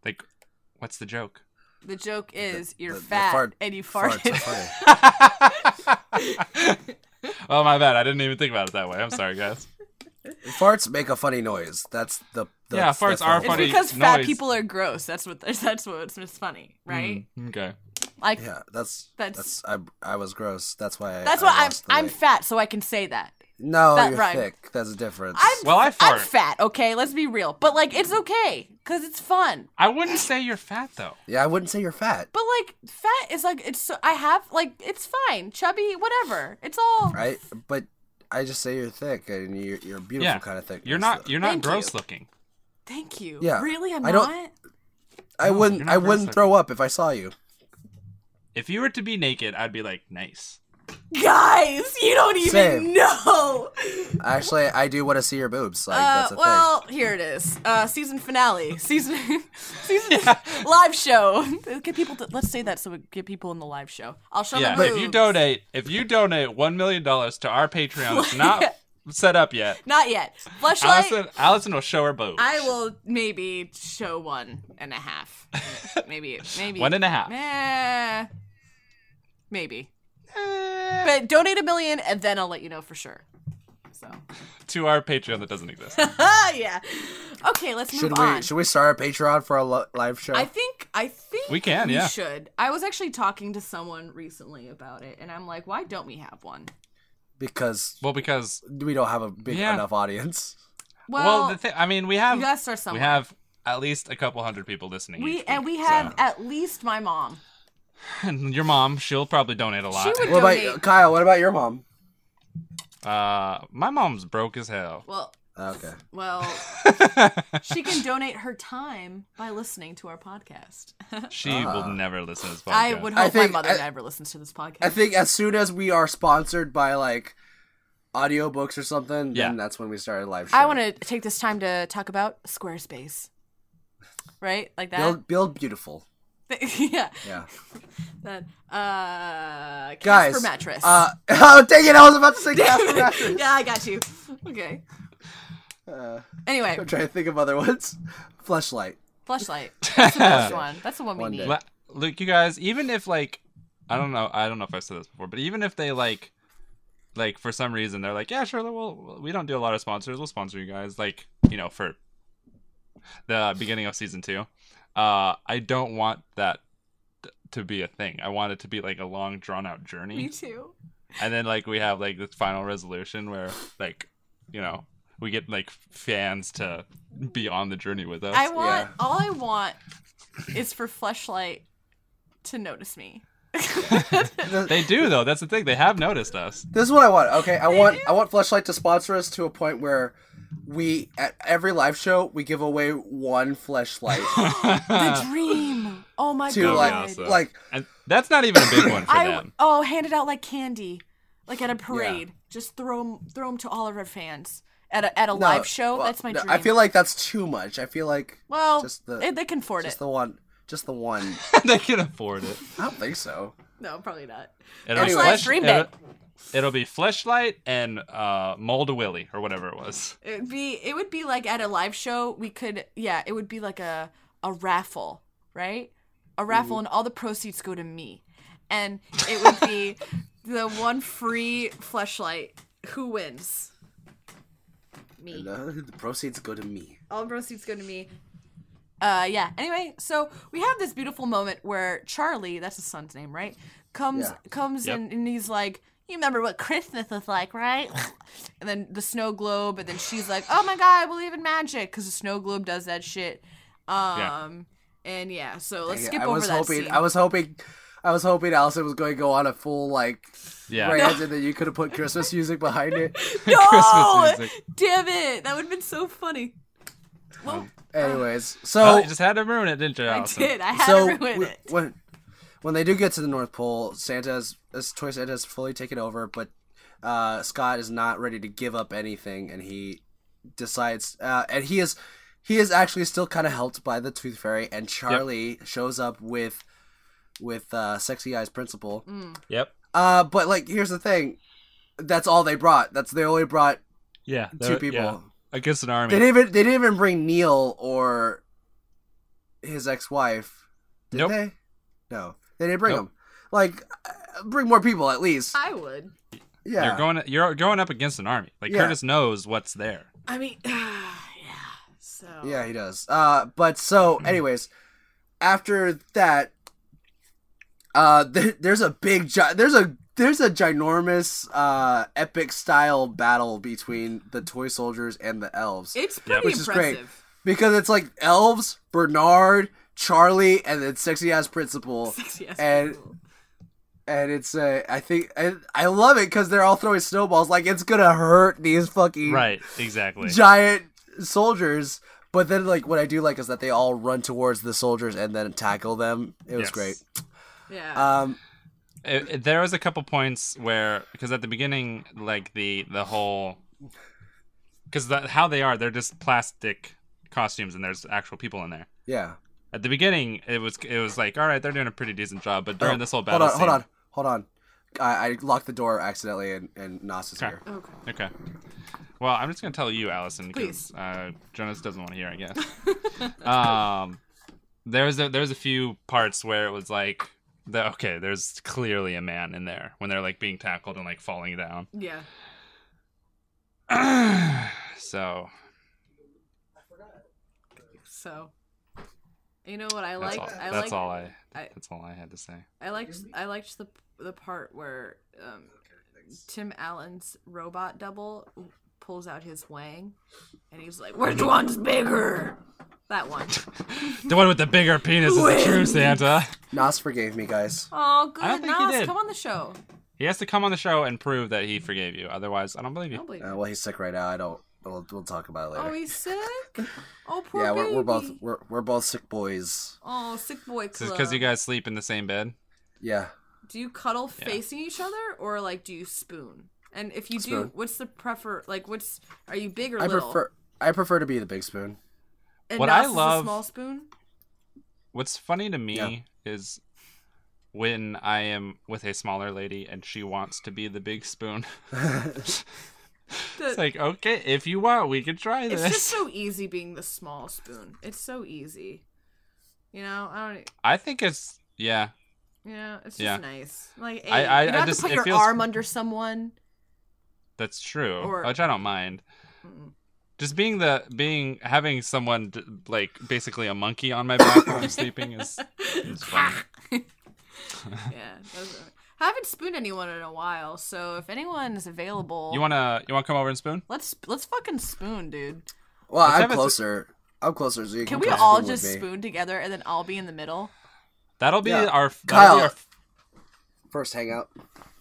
Speaker 3: Like what's the joke?
Speaker 2: the joke is you're
Speaker 1: the- the
Speaker 2: fat
Speaker 1: fart-
Speaker 2: and you
Speaker 1: Farts are
Speaker 2: farted
Speaker 1: funny.
Speaker 3: oh my bad. I didn't even think about it that way. I'm sorry, guys.
Speaker 1: farts make a funny noise. That's the.
Speaker 3: Yeah,
Speaker 1: that's-
Speaker 3: farts
Speaker 1: that's the
Speaker 3: are
Speaker 1: whole
Speaker 2: it's
Speaker 3: funny.
Speaker 1: point.
Speaker 2: because fat
Speaker 3: noise.
Speaker 2: people are gross that's what that's what's it's funny right
Speaker 3: Mm, okay.
Speaker 2: like
Speaker 1: Yeah, that's
Speaker 2: That's-
Speaker 1: that's, I, I was gross. That's why
Speaker 2: that's
Speaker 1: I
Speaker 2: why i'm
Speaker 1: lost the
Speaker 2: i'm
Speaker 1: weight.
Speaker 2: fat so i can say that
Speaker 1: no,
Speaker 2: that
Speaker 1: you're
Speaker 2: rhymed.
Speaker 1: thick. That's a difference.
Speaker 2: i'm
Speaker 3: Well, I
Speaker 2: i'm
Speaker 3: fart.
Speaker 2: fat okay let's be real but like it's okay because it's fun
Speaker 3: I wouldn't say you're fat though.
Speaker 1: yeah, I wouldn't say you're fat.
Speaker 2: But like fat is like it's so I have like it's fine, chubby, whatever. It's all
Speaker 1: Right, but I just say you're thick and you're you're beautiful
Speaker 3: Yeah.
Speaker 1: kind of thick.
Speaker 3: You're not you're not
Speaker 2: Thank you.
Speaker 3: gross looking.
Speaker 2: Thank you.
Speaker 1: Yeah.
Speaker 2: Really, I'm
Speaker 1: I
Speaker 2: not.
Speaker 1: don't- I
Speaker 3: No,
Speaker 1: wouldn't
Speaker 3: you're not
Speaker 1: I wouldn't
Speaker 3: gross
Speaker 1: throw up if I saw you.
Speaker 3: If you were to be naked, I'd be like, nice.
Speaker 2: Guys, you don't even
Speaker 1: Same.
Speaker 2: know.
Speaker 1: Actually, I do want to see your boobs. Like
Speaker 2: Uh,
Speaker 1: that's a
Speaker 2: well, here it is. Uh, season finale. Season season live show. Get people. To, let's say that so we get people in the live show. I'll show
Speaker 3: Yeah,
Speaker 2: them.
Speaker 3: if you
Speaker 2: boobs.
Speaker 3: donate, if you donate one million dollars to our Patreon, it's not set up yet.
Speaker 2: Not yet. Fleshlight.
Speaker 3: Allison, Allison will show her boobs.
Speaker 2: I will maybe show one and a half. Maybe, maybe
Speaker 3: One and a half.
Speaker 2: Eh, maybe.
Speaker 3: Eh.
Speaker 2: But donate a million, and then I'll let you know for sure. So,
Speaker 3: to our Patreon that doesn't exist.
Speaker 2: yeah. Okay, let's
Speaker 1: thing.
Speaker 2: move
Speaker 1: Should we
Speaker 2: on.
Speaker 1: should we start a Patreon for a lo- live show?
Speaker 2: I think I think
Speaker 3: We can, yeah.
Speaker 2: should. I was actually talking to someone recently about it, and I'm like, why don't we have one?
Speaker 1: because
Speaker 3: well, because
Speaker 1: we don't have a big
Speaker 3: Yeah.
Speaker 1: enough audience.
Speaker 2: Well,
Speaker 3: well, the thing. I mean, we have
Speaker 2: you gotta start somewhere.
Speaker 3: we have at least a couple hundred people listening.
Speaker 2: We-
Speaker 3: each
Speaker 2: and
Speaker 3: week,
Speaker 2: we have at least my mom.
Speaker 3: so- and your mom. She'll probably donate a lot.
Speaker 2: She would
Speaker 1: What
Speaker 2: donate.
Speaker 1: about Kyle? What about your mom?
Speaker 3: Uh, my mom's broke as hell.
Speaker 2: Well,
Speaker 1: Ah, Okay.
Speaker 2: Well, she can donate her time by listening to our podcast.
Speaker 3: she will never listen to this podcast.
Speaker 2: I would
Speaker 1: I
Speaker 2: hope
Speaker 1: think-
Speaker 2: my mother
Speaker 1: I-
Speaker 2: never listens to this podcast.
Speaker 1: I think as soon as we are sponsored by like audiobooks or something,
Speaker 3: Yeah.
Speaker 1: then that's when we started live
Speaker 2: I
Speaker 1: streaming.
Speaker 2: want to take this time to talk about Squarespace. Right? Like that.
Speaker 1: build, build beautiful.
Speaker 2: yeah.
Speaker 1: Yeah,
Speaker 2: That uh
Speaker 1: guys.
Speaker 2: Casper mattress.
Speaker 1: Uh, oh, dang it! I was about to say Casper mattress.
Speaker 2: yeah, I got you. Okay.
Speaker 1: Uh,
Speaker 2: Anyway,
Speaker 1: I'm trying to think of other ones. Fleshlight.
Speaker 2: flashlight. That's the best one. That's the one we
Speaker 1: One
Speaker 2: need.
Speaker 1: day.
Speaker 3: La- Luke, you guys, even if like, I don't know, I don't know if I said this before, but even if they like, like for some reason they're like, yeah, sure, well, we don't do a lot of sponsors, we'll sponsor you guys, like you know, for the beginning of season two. Uh, I don't want that t- to be a thing. I want it to be like a long, drawn out
Speaker 2: Me
Speaker 3: journey,
Speaker 2: too.
Speaker 3: and then like we have like this final resolution where like, you know, we get like fans to be on the journey with us.
Speaker 2: I want
Speaker 1: yeah.
Speaker 2: all I want is for flashlight to notice me.
Speaker 3: they do though. That's the thing. They have noticed us.
Speaker 1: This is what I want. Okay, I want I want Fleshlight to sponsor us to a point where we at every live show we give away one Fleshlight
Speaker 2: the dream. Oh my
Speaker 1: to
Speaker 2: god.
Speaker 1: like
Speaker 3: awesome.
Speaker 1: like
Speaker 3: And that's not even a big one for
Speaker 2: I
Speaker 3: them.
Speaker 2: oh handed out like candy, like at a parade. Just throw them throw 'em to all of our fans at a at a
Speaker 1: no,
Speaker 2: live show.
Speaker 1: well,
Speaker 2: That's my
Speaker 1: no,
Speaker 2: dream.
Speaker 1: I feel like that's too much. I feel like
Speaker 2: well,
Speaker 1: just the-
Speaker 2: eh, they can afford
Speaker 1: just
Speaker 2: it.
Speaker 1: the one, just the one.
Speaker 3: they can afford it.
Speaker 1: I don't think so.
Speaker 2: no, probably not.
Speaker 3: It'll
Speaker 1: Anyway.
Speaker 2: Fleshlight Dream Day.
Speaker 3: it'll, it'll be fleshlight and uh, mold a willy or whatever it was.
Speaker 2: It would be it would be like at a live show. We could yeah, it would be like a a raffle, right? A raffle, and all the proceeds go to me, and it would be the one free fleshlight. Who wins? Me.
Speaker 1: And, uh, the proceeds go to me.
Speaker 2: all proceeds go to me. Uh, yeah. Anyway, so we have this beautiful moment where Charlie, that's his son's name, right? Comes
Speaker 1: Yeah.
Speaker 2: comes
Speaker 3: Yep.
Speaker 2: in and he's like, "You remember what Christmas was like, right?" and then the snow globe, and then she's like, "Oh my god, I believe in magic," because the snow globe does that shit. Um, and yeah, so let's
Speaker 1: Yeah,
Speaker 2: skip
Speaker 1: I
Speaker 2: over
Speaker 1: was
Speaker 2: that
Speaker 1: hoping.
Speaker 2: scene.
Speaker 1: I was hoping. I was hoping Allison was going to go on a full like
Speaker 3: Yeah.
Speaker 1: rant, and then you could have put Christmas music behind it.
Speaker 2: no,
Speaker 3: Christmas music. Um,
Speaker 2: damn it, that would have been so funny. Well,
Speaker 1: Anyways,
Speaker 3: Oh,
Speaker 1: so
Speaker 3: you just had to ruin it, didn't you,
Speaker 2: I
Speaker 3: Allison?
Speaker 2: did. I had
Speaker 1: so
Speaker 2: to ruin
Speaker 1: wh-
Speaker 2: it.
Speaker 1: when when they do get to the North Pole, Santa's as Toy Santa has fully taken over, but uh, Scott is not ready to give up anything, and he decides, uh, and he is he is actually still kind of helped by the Tooth Fairy, and Charlie shows up with with uh, Sexy Eyes Principal.
Speaker 2: Mm.
Speaker 3: Yep.
Speaker 1: Uh, but like, here's the thing. That's all they brought. That's they only brought
Speaker 3: Yeah.
Speaker 1: two people.
Speaker 3: Against an
Speaker 1: They
Speaker 3: army.
Speaker 1: didn't even they didn't even bring Neil or his ex wife. Did
Speaker 3: Nope.
Speaker 1: they? No, they didn't bring
Speaker 3: Nope.
Speaker 1: them. Like, uh, bring more people at least.
Speaker 2: I would.
Speaker 1: yeah.
Speaker 3: You're going. You're going up against an army. Like
Speaker 1: Yeah.
Speaker 3: Curtis knows what's there.
Speaker 2: I mean, yeah. So
Speaker 1: Yeah, he does. Uh, but so, anyways, after that, uh, there, there's a big, gi- there's a there's a ginormous, uh, epic style battle between the toy soldiers and the elves
Speaker 2: It's pretty
Speaker 1: Which is great.
Speaker 2: impressive.
Speaker 1: because it's like elves, Bernard, Charlie, and then sexy ass principal,
Speaker 2: Sexy ass
Speaker 1: and uh,
Speaker 2: people.
Speaker 1: and it's uh, I think I, I love it because they're all throwing snowballs like it's gonna hurt these fucking
Speaker 3: Right. Exactly.
Speaker 1: giant soldiers. But then, like, what I do like is that they all run towards the soldiers and then tackle them. It was
Speaker 3: Yes.
Speaker 1: great.
Speaker 2: yeah.
Speaker 1: Um,
Speaker 3: it, it- there was a couple points where because at the beginning like the the whole because the, how they are they're just plastic costumes and there's actual people in there
Speaker 1: yeah.
Speaker 3: at the beginning it was it was like all right they're doing a pretty decent job but during
Speaker 1: Oh,
Speaker 3: this whole
Speaker 1: hold
Speaker 3: battle
Speaker 1: on, hold on, hold on. I, I locked the door accidentally, and and Nas is
Speaker 3: Okay.
Speaker 1: here.
Speaker 2: okay.
Speaker 3: scene- okay well i'm just gonna tell you allison because
Speaker 2: Please.
Speaker 3: uh, jonas doesn't want to hear i guess um there was a, there was a few parts where it was like the, okay there's clearly a man in there when they're like being tackled and like falling down
Speaker 2: Yeah.
Speaker 3: so
Speaker 2: So you know what I
Speaker 3: That's
Speaker 2: like?
Speaker 3: all.
Speaker 2: I
Speaker 3: that's
Speaker 2: like
Speaker 3: all I.
Speaker 2: I-
Speaker 3: That's all I had to say.
Speaker 2: I liked I liked the the part where um, Tim Allen's robot double pulls out his wang and he's like, "Which one's bigger?" That one.
Speaker 3: The one with the bigger penis is the true Santa.
Speaker 1: Nas forgave me, guys.
Speaker 2: Oh,
Speaker 3: I don't
Speaker 2: good.
Speaker 3: think he
Speaker 2: Nas,
Speaker 3: did.
Speaker 2: come on the show.
Speaker 3: He has to come on the show and prove that he forgave you. Otherwise, I don't believe
Speaker 2: I
Speaker 3: you.
Speaker 2: don't believe
Speaker 1: Uh,
Speaker 2: you.
Speaker 1: well, he's sick right now. I don't. We'll, we'll talk about it
Speaker 2: Oh,
Speaker 1: later.
Speaker 2: he's sick. Oh, poor
Speaker 1: yeah, we're, we're both
Speaker 2: baby.
Speaker 1: we're, we're both sick boys.
Speaker 2: Oh, sick boy
Speaker 3: Is
Speaker 2: club.
Speaker 3: because you guys sleep in the same bed?
Speaker 1: Yeah.
Speaker 2: do you cuddle facing each other or like do you spoon? And if you do,
Speaker 1: Spoon.
Speaker 2: what's the prefer? Like, what's are you big or
Speaker 1: I
Speaker 2: little?
Speaker 1: prefer I prefer to be the big spoon.
Speaker 2: And
Speaker 3: What
Speaker 2: Nas
Speaker 3: I
Speaker 2: is a
Speaker 3: love-
Speaker 2: small spoon.
Speaker 3: What's funny to me is when I am with a smaller lady and she wants to be the big spoon.
Speaker 2: The-
Speaker 3: It's like, okay, if you want, we can try
Speaker 2: It's
Speaker 3: this.
Speaker 2: just so easy being the small spoon. It's so easy. You know, I don't. e,
Speaker 3: I think it's yeah.
Speaker 2: You know, it's just
Speaker 3: Yeah.
Speaker 2: nice. Like,
Speaker 3: I-
Speaker 2: hey,
Speaker 3: I-
Speaker 2: you don't
Speaker 3: I
Speaker 2: have
Speaker 3: just-
Speaker 2: to put
Speaker 3: it
Speaker 2: your
Speaker 3: feels-
Speaker 2: arm under someone.
Speaker 3: That's true,
Speaker 2: Or-
Speaker 3: which I don't mind. Just being the being having someone d- like basically a monkey on my back while I'm sleeping is, is fun.
Speaker 2: yeah. those are- haven't spooned anyone in a while, so if anyone's available,
Speaker 3: You wanna you wanna come over and spoon?
Speaker 2: let's let's fucking spoon, dude.
Speaker 1: Well,
Speaker 3: Let's
Speaker 1: I'm
Speaker 3: have a-
Speaker 1: closer. i I'm closer. So you
Speaker 2: Can
Speaker 1: can,
Speaker 2: we
Speaker 1: come
Speaker 2: all
Speaker 1: spoon with
Speaker 2: just
Speaker 1: me.
Speaker 2: spoon together and then I'll be in the middle?
Speaker 3: That'll be
Speaker 1: Yeah.
Speaker 3: our that'll
Speaker 1: Kyle.
Speaker 3: be our
Speaker 1: first hang out?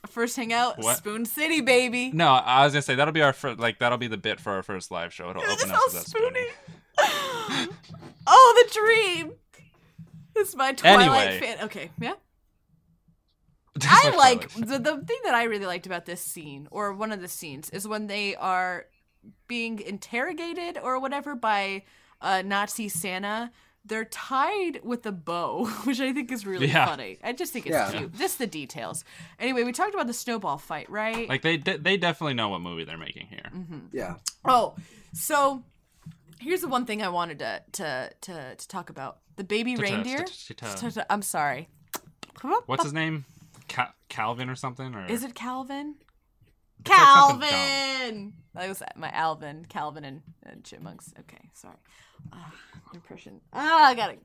Speaker 2: First hangout,
Speaker 3: What?
Speaker 2: Spoon City, baby.
Speaker 3: No, I was gonna say that'll be our fir- like that'll be the bit for our first live show. It'll
Speaker 2: This
Speaker 3: open
Speaker 2: is
Speaker 3: us
Speaker 2: all
Speaker 3: as us spooning.
Speaker 2: spooning. oh, the dream. It's my Twilight
Speaker 3: Anyway.
Speaker 2: fan. Okay, yeah.
Speaker 3: That's
Speaker 2: I
Speaker 3: our
Speaker 2: like
Speaker 3: challenge.
Speaker 2: the, the thing that I really liked about this scene, or one of the scenes, is when they are being interrogated or whatever by uh, Nazi Santa. They're tied with a bow, which I think is really
Speaker 3: Yeah.
Speaker 2: funny. I just think it's
Speaker 1: Yeah.
Speaker 2: cute. Just the details. Anyway, we talked about the snowball fight, right?
Speaker 3: like they de- they definitely know what movie they're making here.
Speaker 2: Mm-hmm.
Speaker 1: Yeah.
Speaker 2: oh, so here's the one thing I wanted to to to, to talk about: the baby reindeer. I'm sorry.
Speaker 3: What's his name? Ca- Calvin or something? Or
Speaker 2: Is it Calvin?
Speaker 3: like something dumb.
Speaker 2: Calvin. That was my Alvin, Calvin, and, and Chipmunks. Okay, sorry. Uh, impression. Ah, I gotta,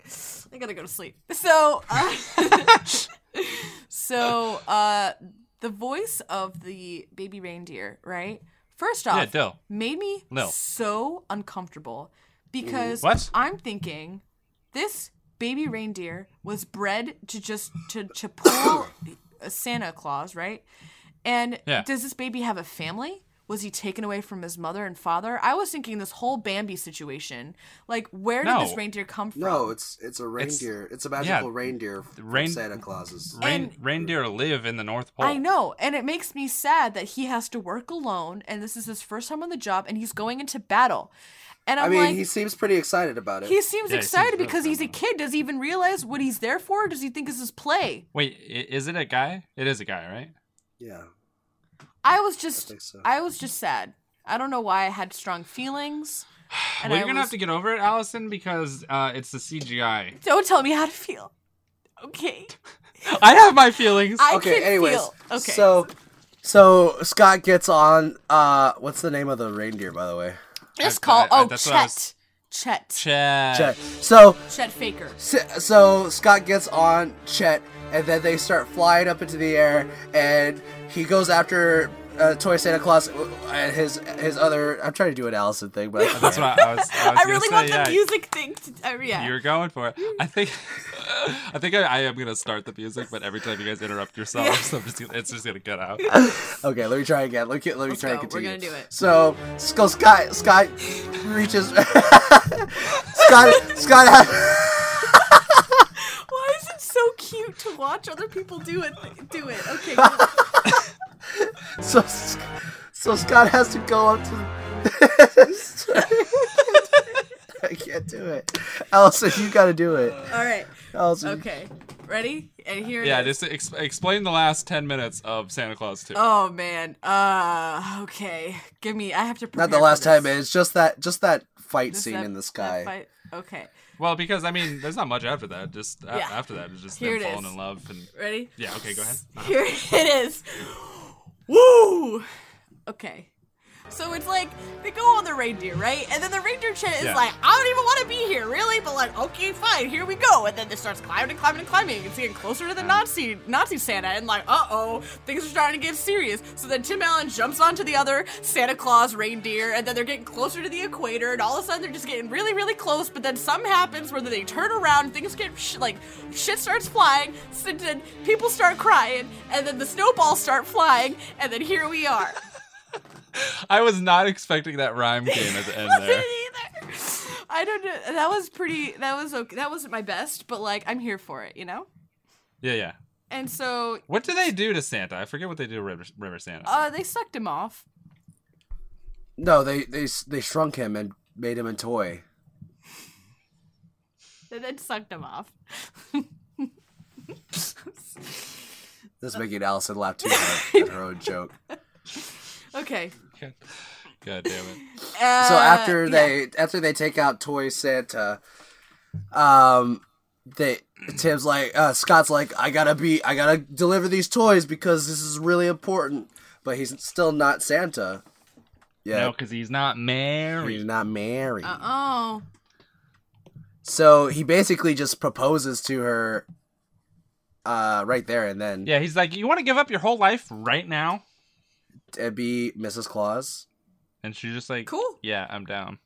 Speaker 2: I gotta go to sleep. So, uh, so uh, the voice of the baby reindeer, right? First off,
Speaker 3: Yeah, Dill.
Speaker 2: made me
Speaker 3: Lil.
Speaker 2: so uncomfortable because
Speaker 3: What?
Speaker 2: I'm thinking this baby reindeer was bred to just to to pull a Santa Claus, right? And
Speaker 3: Yeah.
Speaker 2: does this baby have a family? Was he taken away from his mother and father? I was thinking this whole Bambi situation. Like, where did this
Speaker 3: No.
Speaker 2: reindeer come from?
Speaker 1: No, it's it's a reindeer. It's, a magical
Speaker 3: yeah,
Speaker 1: reindeer from
Speaker 3: rein-
Speaker 1: Santa Claus's.
Speaker 3: Rein-
Speaker 2: And-
Speaker 3: reindeer live in the North Pole.
Speaker 2: I know, and it makes me sad that he has to work alone, and this is his first time on the job, and he's going into battle. And I'm
Speaker 1: I mean,
Speaker 2: like,
Speaker 1: he seems pretty excited about it.
Speaker 2: He seems
Speaker 3: Yeah, he seems
Speaker 2: excited
Speaker 3: really
Speaker 2: because he's a
Speaker 3: excited.
Speaker 2: kid. Does he even realize what he's there for? Or does he think this is play?
Speaker 3: Wait, i- is it a guy? It is a guy, right?
Speaker 1: yeah.
Speaker 2: I was just, I,
Speaker 1: think so.
Speaker 2: was just sad. I don't know why I had strong feelings. And
Speaker 3: well,
Speaker 2: I
Speaker 3: you're gonna
Speaker 2: was-
Speaker 3: have to get over it, Allison, because uh, it's the CGI.
Speaker 2: Don't tell me how to feel. Okay,
Speaker 3: I have my feelings.
Speaker 2: I
Speaker 1: Okay.
Speaker 2: can
Speaker 1: Anyways.
Speaker 2: feel. Okay,
Speaker 1: So. So Scott gets on. Uh, what's the name of the reindeer, by the way?
Speaker 2: let's
Speaker 3: I-
Speaker 2: call.
Speaker 3: I- I-
Speaker 2: oh,
Speaker 3: that's
Speaker 2: Chet.
Speaker 3: what I was-
Speaker 2: Chet, Chet,
Speaker 3: Chad.
Speaker 1: Chet. So
Speaker 2: Faker.
Speaker 1: S- So Scott gets on Chet, and then they start flying up into the air, and he goes after uh, Toy Santa Claus and his his other. I'm trying to do an Allison thing, but I can't.
Speaker 3: That's what I was. I, was
Speaker 2: I
Speaker 3: gonna
Speaker 2: really
Speaker 3: say,
Speaker 2: want the
Speaker 3: yeah,
Speaker 2: music thing. To, uh, yeah,
Speaker 3: You were going for it. I think. I think I, I am gonna start the music, but every time you guys interrupt yourselves, I'm just gonna, it's just gonna cut out.
Speaker 1: okay. Let me try again. Let me, let me
Speaker 2: Let's
Speaker 1: try and
Speaker 2: go. We're
Speaker 1: continue.
Speaker 2: gonna do it.
Speaker 1: So, so Scott Scott reaches Scott Scott. Has,
Speaker 2: Why is it so cute to watch other people do it? Do it. Okay.
Speaker 1: so Sc- so Scott has to go up to. the- I can't do it, Allison. You got to do it,
Speaker 2: All right.
Speaker 1: Allison.
Speaker 2: Okay. Ready? And here.
Speaker 3: Yeah,
Speaker 2: it is.
Speaker 3: just ex- explain the last ten minutes of Santa Claus Two.
Speaker 2: Oh man. Uh okay. Give me I have to prepare
Speaker 1: Not the
Speaker 2: for
Speaker 1: last
Speaker 2: this.
Speaker 1: time, man. It's just that just that fight
Speaker 2: Just
Speaker 1: scene
Speaker 2: that-
Speaker 1: in the
Speaker 2: that
Speaker 1: sky.
Speaker 2: fight- Okay.
Speaker 3: Well, because I mean, there's not much after that. Just a-
Speaker 2: Yeah.
Speaker 3: after that, it's just
Speaker 2: Here
Speaker 3: them
Speaker 2: it
Speaker 3: falling
Speaker 2: is.
Speaker 3: in love and
Speaker 2: Ready?
Speaker 3: yeah. Okay, go ahead.
Speaker 2: Here it is. Woo! Okay. So it's like they go on the reindeer, right? And then the reindeer shit is
Speaker 3: Yeah.
Speaker 2: like, I don't even want to be here, really. But like, okay, fine, here we go. And then it starts climbing and climbing and climbing. It's getting closer to the Nazi Nazi Santa, and like, uh oh, things are starting to get serious. So then Tim Allen jumps onto the other Santa Claus reindeer, and then they're getting closer to the equator, and all of a sudden they're just getting really, really close. But then something happens where they turn around, things get sh- like shit starts flying, so then people start crying, and then the snowballs start flying, and then here we are.
Speaker 8: I was not expecting that rhyme game at the end there.
Speaker 2: Wasn't either. I don't know. That was pretty. That was okay. That wasn't my best, but like I'm here for it, you know.
Speaker 8: Yeah, yeah.
Speaker 2: And so,
Speaker 8: What do they do to Santa? I forget what they do to River, River Santa.
Speaker 2: uh, they sucked him off.
Speaker 1: No, they they s- they shrunk him and made him a toy.
Speaker 2: They then sucked him off.
Speaker 1: This is making Allison laugh too hard at her own joke.
Speaker 2: okay.
Speaker 8: God damn it.
Speaker 1: So
Speaker 2: Uh,
Speaker 1: after
Speaker 2: yeah.
Speaker 1: they after they take out Toy Santa, um, they Tim's like uh, Scott's like I gotta be I gotta deliver these toys because this is really important. But he's still not Santa.
Speaker 3: No,
Speaker 1: Yeah,
Speaker 3: because he's not
Speaker 1: he's
Speaker 3: married.
Speaker 1: not married.
Speaker 2: Uh oh.
Speaker 1: So he basically just proposes to her, uh, right there and then.
Speaker 3: Yeah, he's like, you want to give up your whole life right now?
Speaker 1: and be Mrs. Claus.
Speaker 3: And she's just like,
Speaker 2: Cool.
Speaker 3: Yeah, I'm down.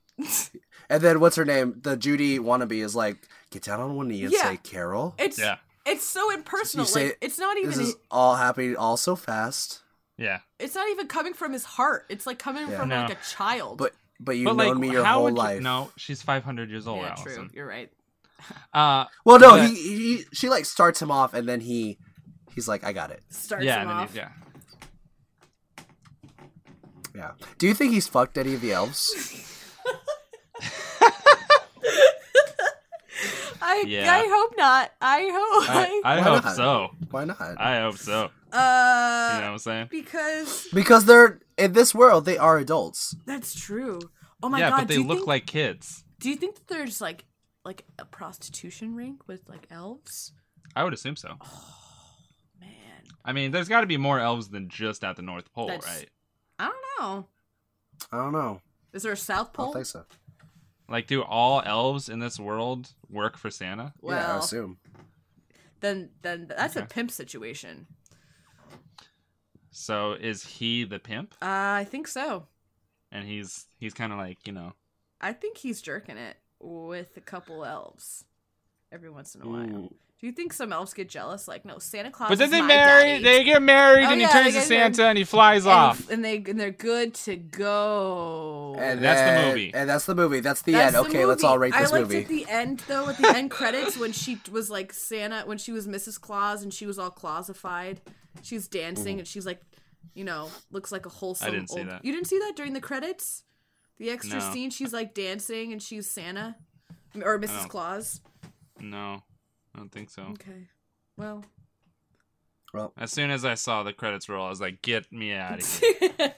Speaker 1: And then what's her name? The Judy wannabe is like, get down on one knee and
Speaker 2: Yeah.
Speaker 1: say, Carol.
Speaker 2: It's
Speaker 3: Yeah,
Speaker 2: it's so impersonal.
Speaker 1: You say
Speaker 2: like it's not
Speaker 1: This
Speaker 2: even
Speaker 1: is all happening all so fast.
Speaker 3: yeah.
Speaker 2: it's not even coming from his heart. It's like coming
Speaker 1: Yeah.
Speaker 2: from
Speaker 3: No.
Speaker 2: like a child.
Speaker 1: But but you've
Speaker 3: but
Speaker 1: known
Speaker 3: like,
Speaker 1: me your
Speaker 3: how
Speaker 1: whole
Speaker 3: would you-
Speaker 1: life.
Speaker 3: No, she's 500 years old,
Speaker 2: yeah, true.
Speaker 3: Allison.
Speaker 2: You're right.
Speaker 3: Uh,
Speaker 1: Well, no,
Speaker 3: But-
Speaker 1: he, he she like starts him off, and then he he's like, I got it.
Speaker 2: Starts
Speaker 3: yeah,
Speaker 2: him
Speaker 3: and then
Speaker 2: off.
Speaker 3: he, yeah.
Speaker 1: Yeah. Do you think he's fucked any of the elves?
Speaker 2: I
Speaker 3: Yeah.
Speaker 2: I hope not. I hope.
Speaker 3: I, I
Speaker 1: Why
Speaker 3: hope
Speaker 1: not?
Speaker 3: so.
Speaker 1: Why not?
Speaker 3: I hope so.
Speaker 2: uh,
Speaker 3: You know what I'm saying?
Speaker 2: because
Speaker 1: Because they're in this world, they are adults.
Speaker 2: that's true. Oh my
Speaker 3: yeah,
Speaker 2: god.
Speaker 3: but they
Speaker 2: do you
Speaker 3: look
Speaker 2: think,
Speaker 3: like kids.
Speaker 2: Do you think that there's like like a prostitution ring with like elves?
Speaker 3: I would assume so.
Speaker 2: Man,
Speaker 3: I mean, there's got to be more elves than just at the North Pole,
Speaker 2: That's-
Speaker 3: right?
Speaker 2: I don't know.
Speaker 1: I don't know.
Speaker 2: Is there a South
Speaker 1: I
Speaker 2: Pole?
Speaker 1: don't think so.
Speaker 3: Like, do all elves in this world work for Santa?
Speaker 2: Well,
Speaker 1: yeah, I assume.
Speaker 2: then then that's a
Speaker 3: Okay.
Speaker 2: pimp situation.
Speaker 3: So is he the pimp?
Speaker 2: Uh, I think so.
Speaker 3: And he's he's kind of like you know,
Speaker 2: I think he's jerking it with a couple elves every once in a while.
Speaker 1: Ooh.
Speaker 2: Do you think some elves get jealous? Like, no, Santa Claus.
Speaker 3: but then
Speaker 2: is
Speaker 3: they
Speaker 2: my
Speaker 3: marry.
Speaker 2: daddy.
Speaker 3: They get married,
Speaker 2: Oh,
Speaker 3: and
Speaker 2: yeah,
Speaker 3: he
Speaker 2: they
Speaker 3: turns to
Speaker 2: get married.
Speaker 3: Santa, and he flies off.
Speaker 2: and, and they and they're good to go.
Speaker 1: And
Speaker 3: That's the
Speaker 1: then-
Speaker 3: movie.
Speaker 1: And that's the movie. That's the
Speaker 2: That's
Speaker 1: end.
Speaker 2: the
Speaker 1: okay, let's all rate
Speaker 2: movie.
Speaker 1: this
Speaker 2: I liked
Speaker 1: movie.
Speaker 2: at the end though, at the end credits when she was like Santa, when she was Mrs. Claus and she was all clausified. She's
Speaker 1: Mm-hmm.
Speaker 2: dancing and she's like, you know, looks like a wholesome.
Speaker 3: I didn't see
Speaker 2: old-
Speaker 3: that.
Speaker 2: You didn't see that during the credits, the extra
Speaker 3: No.
Speaker 2: scene. She's like dancing and she's Santa or Mrs.
Speaker 3: don't-
Speaker 2: Claus.
Speaker 3: No, I don't think so.
Speaker 2: Okay, well,
Speaker 3: As soon as I saw the credits roll, I was like, "Get me out of here!"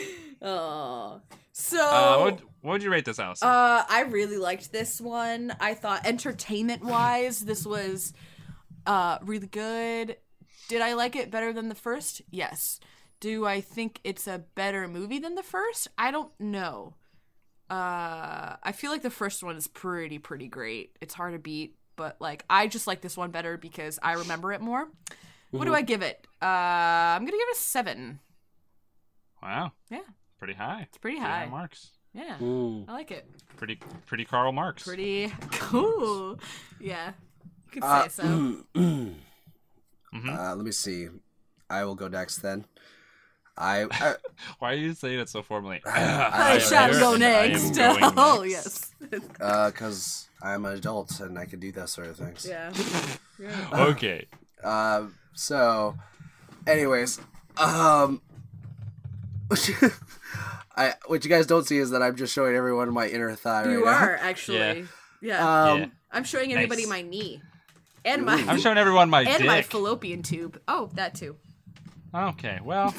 Speaker 2: oh, so.
Speaker 3: uh, what, would- what would you rate this, Allison?
Speaker 2: Uh, I really liked this one. I thought entertainment wise, this was uh really good. Did I like it better than the first? Yes. Do I think it's a better movie than the first? I don't know. Uh, I feel like the first one is pretty pretty great. It's hard to beat, but like I just like this one better because I remember it more. What do I give it? Uh, I'm gonna give it a seven.
Speaker 3: wow.
Speaker 2: yeah.
Speaker 3: Pretty high.
Speaker 2: It's pretty
Speaker 3: Pretty high
Speaker 2: high.
Speaker 3: marks.
Speaker 2: Yeah,
Speaker 1: Ooh.
Speaker 2: I like it.
Speaker 3: Pretty pretty Karl Marx.
Speaker 2: pretty cool. Yeah, you could say
Speaker 1: Uh,
Speaker 2: so.
Speaker 3: Mm-hmm.
Speaker 1: Uh, let me see. I will go next then. I, I
Speaker 3: Why are you saying it so formally?
Speaker 1: I
Speaker 2: I,
Speaker 1: am
Speaker 2: shall
Speaker 1: embarrassed
Speaker 2: go
Speaker 1: that I am
Speaker 2: next.
Speaker 3: going
Speaker 2: oh
Speaker 3: next.
Speaker 2: yes.
Speaker 1: because uh, I'm an adult and I can do that sort of things.
Speaker 2: Yeah.
Speaker 3: okay.
Speaker 1: Um. So, anyways, um, I what you guys don't see is that I'm just showing everyone my inner thigh.
Speaker 2: You
Speaker 1: right
Speaker 2: are actually. Yeah.
Speaker 1: Now. Um.
Speaker 3: Yeah.
Speaker 2: I'm showing everybody
Speaker 3: nice.
Speaker 2: my knee. And my
Speaker 3: I'm showing everyone my
Speaker 2: and
Speaker 3: dick.
Speaker 2: my fallopian tube. Oh, that too.
Speaker 3: okay. Well,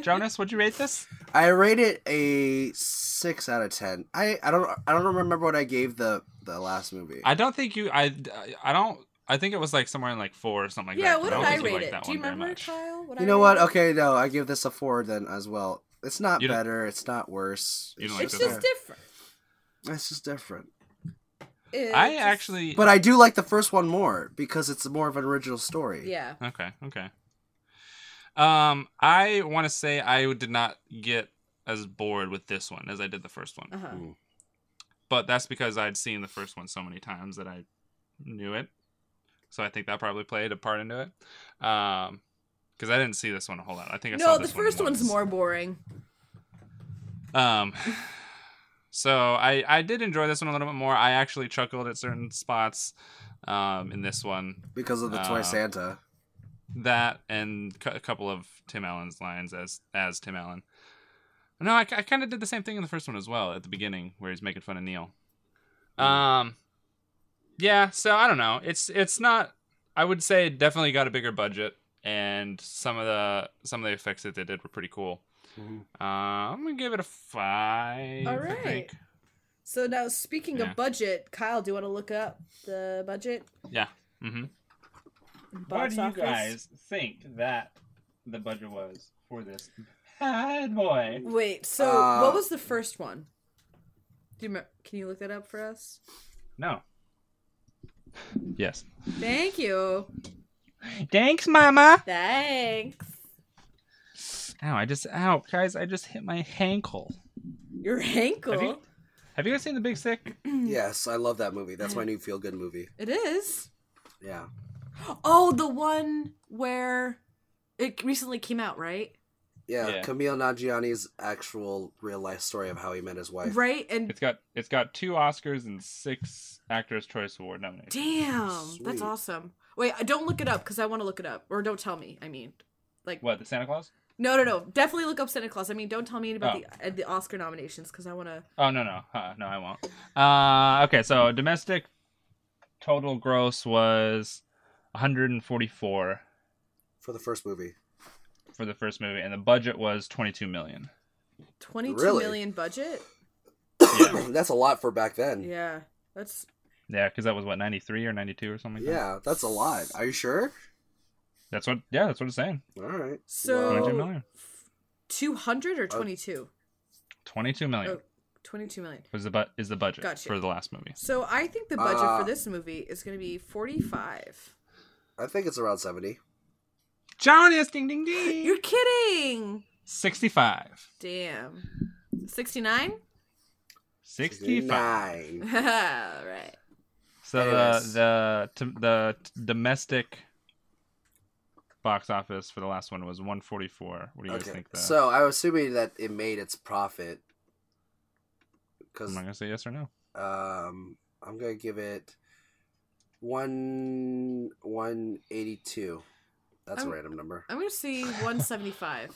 Speaker 3: Jonas, would you rate this?
Speaker 1: I rate it a six out of ten. I I don't I don't remember what I gave the the last movie.
Speaker 3: I don't think you. I. I don't. I think it was like somewhere in like four or something like
Speaker 2: yeah,
Speaker 3: that.
Speaker 2: what
Speaker 3: but
Speaker 2: did
Speaker 3: don't
Speaker 2: I
Speaker 3: think you
Speaker 2: rate
Speaker 3: liked
Speaker 2: it?
Speaker 3: that
Speaker 2: Do you
Speaker 3: one very
Speaker 2: remember,
Speaker 3: much.
Speaker 2: Kyle? What
Speaker 1: you
Speaker 2: I
Speaker 1: know what?
Speaker 2: rated it?
Speaker 1: Okay, no, I give this a four then as well. It's not
Speaker 3: You don't-
Speaker 1: better. It's not worse.
Speaker 3: You don't like
Speaker 2: It's
Speaker 3: this
Speaker 2: just
Speaker 3: one.
Speaker 1: different.
Speaker 2: different.
Speaker 1: It's just different.
Speaker 2: It
Speaker 3: I
Speaker 2: just-
Speaker 3: actually.
Speaker 1: But I do like the first one more because it's more of an original story.
Speaker 2: Yeah.
Speaker 3: Okay. Okay. Um, I want to say I did not get as bored with this one as I did the first one,
Speaker 2: Uh huh.
Speaker 3: but that's because I'd seen the first one so many times that I knew it. So I think that probably played a part into it. Um, because I didn't see this one a whole lot. I think I saw
Speaker 2: No, the
Speaker 3: this
Speaker 2: first
Speaker 3: one
Speaker 2: one's
Speaker 3: once.
Speaker 2: more boring.
Speaker 3: Um, so I I did enjoy this one a little bit more. I actually chuckled at certain spots um, in this one.
Speaker 1: because of the
Speaker 3: Uh,
Speaker 1: toy Santa.
Speaker 3: That and cu- a couple of Tim Allen's lines as as Tim Allen. No, I, kind of did the same thing in the first one as well at the beginning where he's making fun of Neil. Um, yeah. So I don't know. It's it's not. I would say it definitely got a bigger budget, and some of the some of the effects that they did were pretty cool. Uh, I'm gonna give it a five.
Speaker 9: All
Speaker 3: All
Speaker 9: right.
Speaker 3: right.
Speaker 9: So now, speaking
Speaker 3: Yeah.
Speaker 9: of budget, Kyle, do you want to look up the budget?
Speaker 3: Yeah. Mm-hmm.
Speaker 9: Box office?
Speaker 10: think that the budget was for this bad boy?
Speaker 9: Wait. So
Speaker 1: Uh,
Speaker 9: what was the first one? Do you remember? Can you look that up for us?
Speaker 10: No.
Speaker 3: Yes.
Speaker 9: Thank you.
Speaker 10: Thanks, Mama.
Speaker 9: Thanks.
Speaker 3: Ow! I just ow, guys! I just hit my ankle.
Speaker 9: Your ankle.
Speaker 3: Have you- Have you guys seen The Big Sick?
Speaker 1: Yes, I love that movie. That's my new feel good movie.
Speaker 9: It is.
Speaker 1: Yeah.
Speaker 2: Oh, the one where it recently came out, right?
Speaker 1: Yeah,
Speaker 3: Yeah.
Speaker 1: Camille Nanjiani's actual real life story of how he met his wife.
Speaker 2: Right? And
Speaker 3: It's got it's got two Oscars and six Actors Choice Award nominations.
Speaker 2: damn,
Speaker 1: Sweet.
Speaker 2: that's awesome. Wait, uh, don't look it up because I want to look it up. Or don't tell me, I mean.
Speaker 3: What the Santa Claus?
Speaker 2: No, no, no. Definitely look up Santa Claus. I mean, don't tell me about
Speaker 3: Oh.
Speaker 2: the, uh, the Oscar nominations because I want to.
Speaker 3: Oh no no uh, no I won't. Uh, okay, so domestic total gross was 144
Speaker 1: For the first movie.
Speaker 3: for the first movie, and the budget was 22 million.
Speaker 9: Twenty-two million
Speaker 1: Really?
Speaker 9: budget.
Speaker 1: that's a lot for back then. Yeah.
Speaker 9: Yeah. That's
Speaker 3: Yeah, because that was what 93 or 92 or something. Like That.
Speaker 1: that's a lot. Are you sure?
Speaker 3: That's what. Yeah, that's what it's saying.
Speaker 1: All right.
Speaker 9: So-
Speaker 3: 22
Speaker 1: Well,
Speaker 3: million.
Speaker 9: two hundred
Speaker 1: Uh,
Speaker 9: or twenty-two.
Speaker 3: 22 million
Speaker 9: Oh, 22 million.
Speaker 3: was the bu- is the budget
Speaker 9: Gotcha.
Speaker 3: for the last movie.
Speaker 9: So I think the budget
Speaker 1: Uh,
Speaker 9: for this movie is going to be 45.
Speaker 1: I think it's around 70.
Speaker 3: Jonas, ding ding ding.
Speaker 9: You're kidding.
Speaker 3: 65.
Speaker 9: Damn. 69?
Speaker 3: 65.
Speaker 1: Nine.
Speaker 9: All right.
Speaker 3: So
Speaker 1: Yes.
Speaker 3: the the t- the t- domestic box office for the last one was 144. What do you guys
Speaker 1: Okay.
Speaker 3: think? The,
Speaker 1: So I'm assuming that it made its profit. Because
Speaker 3: am I gonna say yes or no?
Speaker 1: um, I'm going to give it one 182. That's
Speaker 9: I'm-
Speaker 1: a random number.
Speaker 9: I'm going to see 175.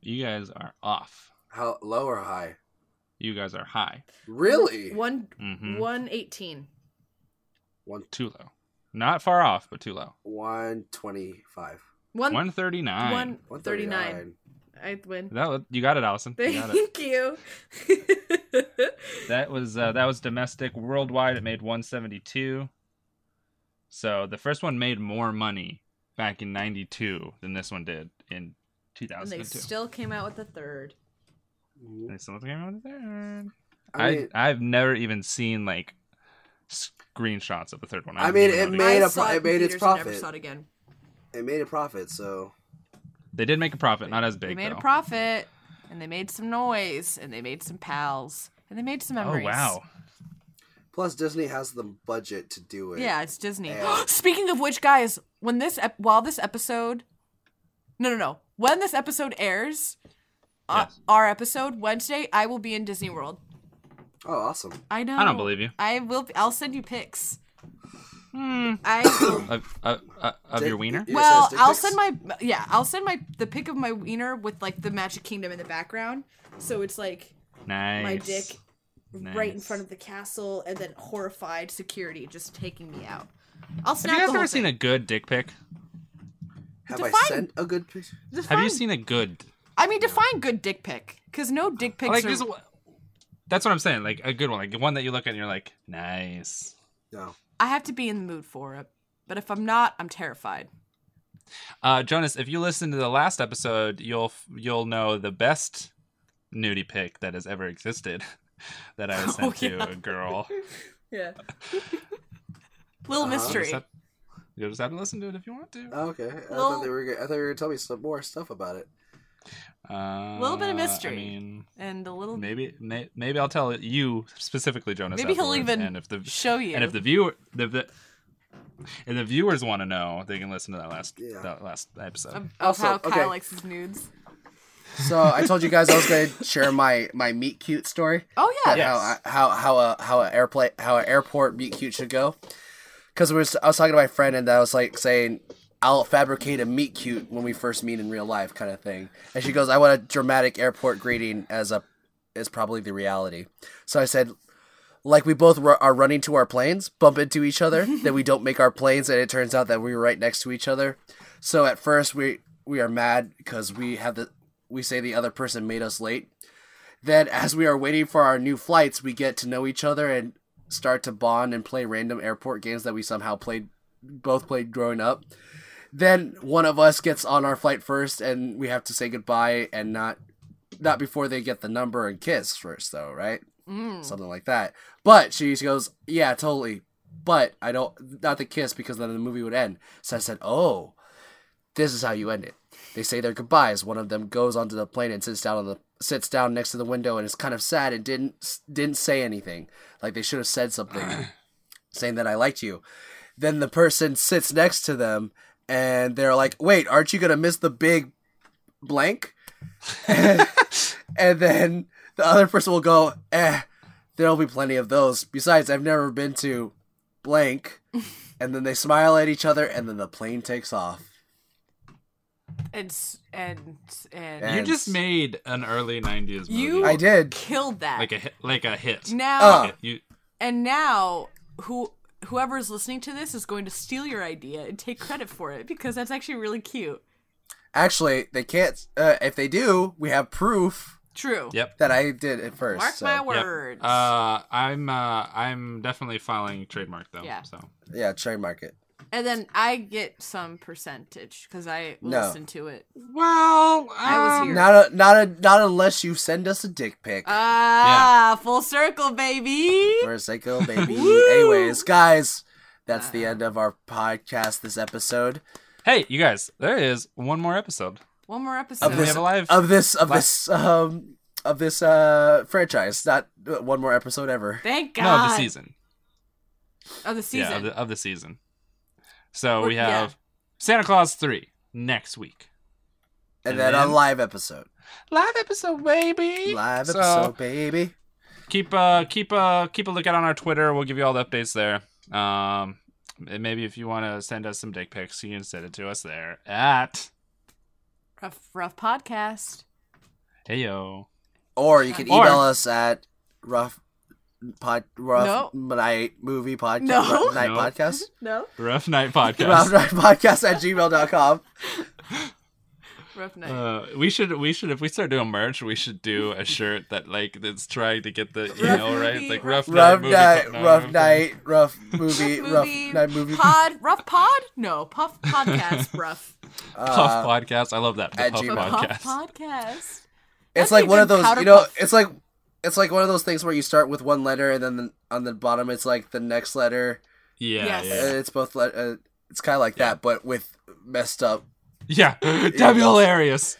Speaker 3: You guys are off.
Speaker 1: How low or high?
Speaker 3: You guys are high.
Speaker 1: Really?
Speaker 9: One,
Speaker 3: Mm-hmm.
Speaker 9: 118.
Speaker 1: One
Speaker 3: Too low. Not far off, but too low.
Speaker 1: one twenty five.
Speaker 9: One,
Speaker 3: 139.
Speaker 9: 139. I win.
Speaker 3: That was- you got it, Allison. You got it.
Speaker 9: Thank you.
Speaker 3: That was uh, that was domestic. Worldwide, it made 172. So the first one made more money back in '92 than this one did in
Speaker 9: and they
Speaker 3: 2002.
Speaker 9: still came out with the third.
Speaker 3: And it's still came out of there.
Speaker 1: I
Speaker 3: I,
Speaker 1: mean,
Speaker 3: I have never even seen like screenshots of the third one.
Speaker 1: I
Speaker 3: don't
Speaker 1: mean,
Speaker 3: even know
Speaker 1: it
Speaker 3: the-
Speaker 1: made
Speaker 2: I
Speaker 1: a pro-
Speaker 2: saw
Speaker 1: it
Speaker 2: in
Speaker 1: made its
Speaker 2: theaters and Never
Speaker 1: profit.
Speaker 2: saw it again.
Speaker 1: it made a profit, so
Speaker 3: They did make a profit, not as big.
Speaker 2: They made
Speaker 3: though.
Speaker 2: a profit, and they made some noise, and they made some pals, and they made some
Speaker 3: Oh
Speaker 2: memories.
Speaker 3: wow!
Speaker 1: plus Disney has the budget to do it.
Speaker 2: Yeah, it's Disney.
Speaker 1: Yeah.
Speaker 2: Speaking of which, guys, when this ep- while this episode, no, no, no, when this episode airs, uh,
Speaker 3: Yes.
Speaker 2: our episode Wednesday, I will be in Disney World.
Speaker 1: Oh, awesome.
Speaker 2: I know.
Speaker 3: I don't believe you.
Speaker 2: I will. I'll send you pics.
Speaker 3: Hmm.
Speaker 2: I
Speaker 3: Of, of, of- of
Speaker 1: Dick-
Speaker 3: your wiener?
Speaker 1: yeah.
Speaker 2: well,
Speaker 1: says dick
Speaker 2: I'll
Speaker 1: pics?
Speaker 2: send my yeah, I'll send my the pic of my wiener with like the Magic Kingdom in the background, so it's like
Speaker 3: Nice.
Speaker 2: my dick right in
Speaker 3: Nice.
Speaker 2: front of the castle, and then horrified security just taking me out. I'll
Speaker 3: Have
Speaker 2: snap
Speaker 3: you guys
Speaker 2: the whole
Speaker 3: ever seen a
Speaker 2: thing.
Speaker 3: good dick pic?
Speaker 1: Have I
Speaker 2: Define-
Speaker 1: sent a good picture?
Speaker 3: Have you seen a good?
Speaker 2: I mean, define good dick pic, because no dick pics
Speaker 3: Like
Speaker 2: are.
Speaker 3: this. That's what I'm saying. Like a good one, like one that you look at and you're like, nice.
Speaker 1: No.
Speaker 2: I have to be in the mood for it, but if I'm not, I'm terrified.
Speaker 3: Uh, Jonas, if you listen to the last episode, you'll f- you'll know the best nudie pic that has ever existed that I was sent
Speaker 2: Oh, yeah.
Speaker 3: to a girl.
Speaker 9: Yeah.
Speaker 2: Little
Speaker 1: Uh,
Speaker 2: mystery.
Speaker 3: Just have- You'll just have to listen to it if you want to.
Speaker 1: Oh, okay. I
Speaker 2: Well-
Speaker 1: thought they were. Gonna, I thought you were gonna tell me some more stuff about it.
Speaker 3: A
Speaker 2: little bit of mystery.
Speaker 3: Uh, I mean,
Speaker 2: and a little.
Speaker 3: maybe may, maybe I'll tell you specifically, Jonas.
Speaker 2: Maybe he'll
Speaker 3: afterwards,
Speaker 2: even
Speaker 3: and if the
Speaker 2: show you.
Speaker 3: and if the viewer if the and the viewers want to know, they can listen to that last
Speaker 1: Yeah.
Speaker 3: that last episode.
Speaker 2: Of
Speaker 1: Also,
Speaker 2: how Kyle
Speaker 1: okay.
Speaker 2: likes his nudes.
Speaker 1: So I told you guys I was going to share my my meet cute story.
Speaker 2: Oh yeah.
Speaker 11: Yeah.
Speaker 1: How how how a how a airplane how an airport meet cute should go. Because was I was talking to my friend and I was like saying I'll fabricate a meet cute when we first meet in real life kind of thing. And she goes, I want a dramatic airport greeting as a is probably the reality. So I said. Like we both ru- are running to our planes, bump into each other, then we don't make our planes, and it turns out that we were right next to each other. So at first we we are mad because we have the we say the other person made us late. Then as we are waiting for our new flights, we get to know each other and start to bond and play random airport games that we somehow played both played growing up. Then one of us gets on our flight first and we have to say goodbye and not not before they get the number and kiss first though, right?
Speaker 2: Mm.
Speaker 1: Something like that. But she goes, "Yeah, totally." But I don't not the kiss because then the movie would end. So I said, "Oh, this is how you end it. They say their goodbyes. One of them goes onto the plane and sits down on the sits down next to the window and is kind of sad and didn't didn't say anything. Like they should have said something, saying that I liked you. Then the person sits next to them and they're like, "Wait, aren't you gonna miss the big blank?" and, and then the other person will go, "Eh, there'll be plenty of those. Besides, I've never been to blank." And then they smile at each other, and then the plane takes off.
Speaker 2: And s- and and
Speaker 1: Yeah.
Speaker 3: You just made an early '90s movie.
Speaker 2: You-
Speaker 1: I did.
Speaker 2: killed that.
Speaker 3: like a hit, like a hit.
Speaker 2: now
Speaker 1: Uh.
Speaker 3: You
Speaker 2: and now who whoever is listening to this is going to steal your idea and take credit for it because that's actually really cute.
Speaker 1: Actually, they can't. Uh, if they do, we have proof
Speaker 2: True.
Speaker 3: Yep.
Speaker 1: that I did it first.
Speaker 2: Mark
Speaker 1: so,
Speaker 2: my
Speaker 3: Yep.
Speaker 2: words.
Speaker 3: Uh, I'm uh, I'm definitely filing trademark though.
Speaker 2: Yeah.
Speaker 3: So
Speaker 1: yeah, trademark it.
Speaker 2: And then I get some percentage because I
Speaker 1: No.
Speaker 2: listened to it.
Speaker 3: well,
Speaker 2: I was here.
Speaker 1: Not a, not a, not unless you send us a dick pic.
Speaker 2: Ah, full circle, baby.
Speaker 1: Where's I go, baby?
Speaker 2: Woo! Uh-huh.
Speaker 1: Anyways, guys, that's the end of our podcast this episode
Speaker 3: Hey, you guys, there is one more episode.
Speaker 2: One more episode.
Speaker 1: of
Speaker 3: we
Speaker 1: this
Speaker 3: have a live-
Speaker 1: of this of
Speaker 3: live-
Speaker 1: this um of this uh franchise. Not uh, one more episode ever.
Speaker 2: Thank
Speaker 3: No, of
Speaker 2: God.
Speaker 3: the season.
Speaker 2: Of the season.
Speaker 3: Yeah, of the, of the season. So
Speaker 2: We're-
Speaker 3: we have Santa Claus three next week.
Speaker 1: And
Speaker 3: And
Speaker 1: then a
Speaker 3: then-
Speaker 1: live episode.
Speaker 3: Live episode, baby.
Speaker 1: Live
Speaker 3: So-
Speaker 1: episode, baby.
Speaker 3: keep uh keep uh keep a lookout on our Twitter. We'll give you all the updates there. Um, and maybe if you want to send us some dick pics, you can send it to us there at
Speaker 2: rough, rough podcast.
Speaker 3: heyo.
Speaker 1: Or you can
Speaker 3: Or-
Speaker 1: email us at rough pod rough night movie podcast
Speaker 2: No.
Speaker 1: rough night
Speaker 3: No.
Speaker 1: podcast
Speaker 2: No.
Speaker 3: Rough Night
Speaker 1: rough
Speaker 3: Podcast.
Speaker 1: night podcast at gmail.com
Speaker 2: Rough night.
Speaker 3: Uh, we should we should if we start doing merch, we should do a shirt that like that's trying to get the you know right. It's like rough,
Speaker 1: rough
Speaker 3: night,
Speaker 1: night
Speaker 3: movie,
Speaker 1: rough night rough movie rough
Speaker 2: movie,
Speaker 1: night movie
Speaker 2: pod. Rough pod. No. Puff podcast. rough.
Speaker 3: Puff
Speaker 1: uh,
Speaker 3: podcast. I love that. The
Speaker 1: at
Speaker 3: Puff
Speaker 1: Gmail.
Speaker 3: podcast.
Speaker 2: Puff podcast.
Speaker 1: it's
Speaker 2: That'd
Speaker 1: like
Speaker 2: be
Speaker 1: one
Speaker 2: good
Speaker 1: of those
Speaker 2: powder
Speaker 1: you know
Speaker 2: puff.
Speaker 1: it's like it's like one of those things where you start with one letter and then the, on the bottom it's like the next letter
Speaker 3: Yeah,
Speaker 2: Yes.
Speaker 1: uh, it's both let, uh, it's kind of like
Speaker 3: Yeah.
Speaker 1: that but with messed up
Speaker 3: yeah, yeah. That'd be hilarious.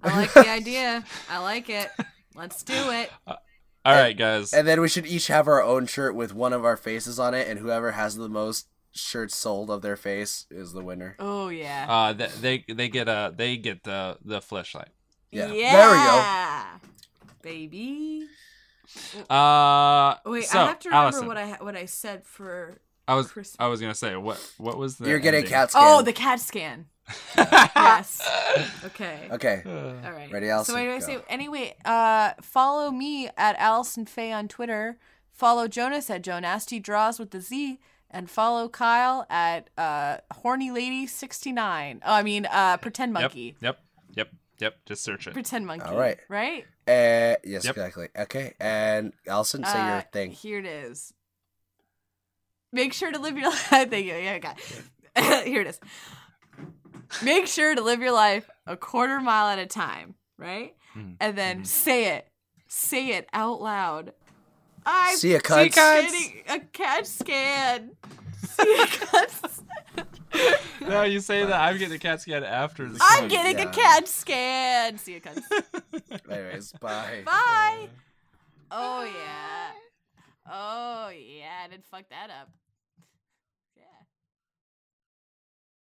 Speaker 2: I like the idea. I like it. Let's do it.
Speaker 3: All right, guys.
Speaker 1: And then we should each have our own shirt with one of our faces on it, and whoever has the most shirts sold of their face is the winner.
Speaker 2: Oh yeah.
Speaker 3: Uh, th- they they get uh they get the the flashlight.
Speaker 1: yeah.
Speaker 2: yeah. There we go. Baby. Mm.
Speaker 3: Uh,
Speaker 2: Wait,
Speaker 3: so,
Speaker 2: I have to remember
Speaker 3: Allison,
Speaker 2: what I ha- what I said for
Speaker 3: I was
Speaker 2: Chris-
Speaker 3: I was gonna say what what was the
Speaker 1: You're getting
Speaker 3: ending?
Speaker 1: cat scan.
Speaker 2: Oh, the CAT scan. yes. Okay.
Speaker 1: Okay.
Speaker 2: All right.
Speaker 1: Ready, Allison?
Speaker 2: So anyway,
Speaker 1: Go.
Speaker 2: so anyway, uh, follow me at Allison Faye on Twitter. Follow Jonas at Jonasty Draws with the Z, and follow Kyle at uh, Horny Lady sixty nine. Oh, I mean, uh, Pretend Monkey.
Speaker 3: Yep. Yep. Yep. Just search it.
Speaker 2: Pretend Monkey.
Speaker 1: All right.
Speaker 2: Right.
Speaker 1: Uh, yes,
Speaker 3: Yep.
Speaker 1: exactly. Okay. And Allison, say your
Speaker 2: Uh,
Speaker 1: thing.
Speaker 2: Here it is. Make sure to live your life. Thank you. Yeah, I got it. here it is. Make sure to live your life a quarter mile at a time, right?
Speaker 3: Mm.
Speaker 2: And then say it. Say it out loud. I'm
Speaker 1: See ya, cunts.
Speaker 2: getting a CAT scan. See ya, cunts.
Speaker 3: No, you say that I'm getting a cat scan after the.
Speaker 2: I'm getting
Speaker 1: Oh, Yeah.
Speaker 2: a CAT scan. See ya, cunts.
Speaker 1: Anyways, bye.
Speaker 2: Bye. Oh, yeah. Oh, yeah. I didn't fuck that up.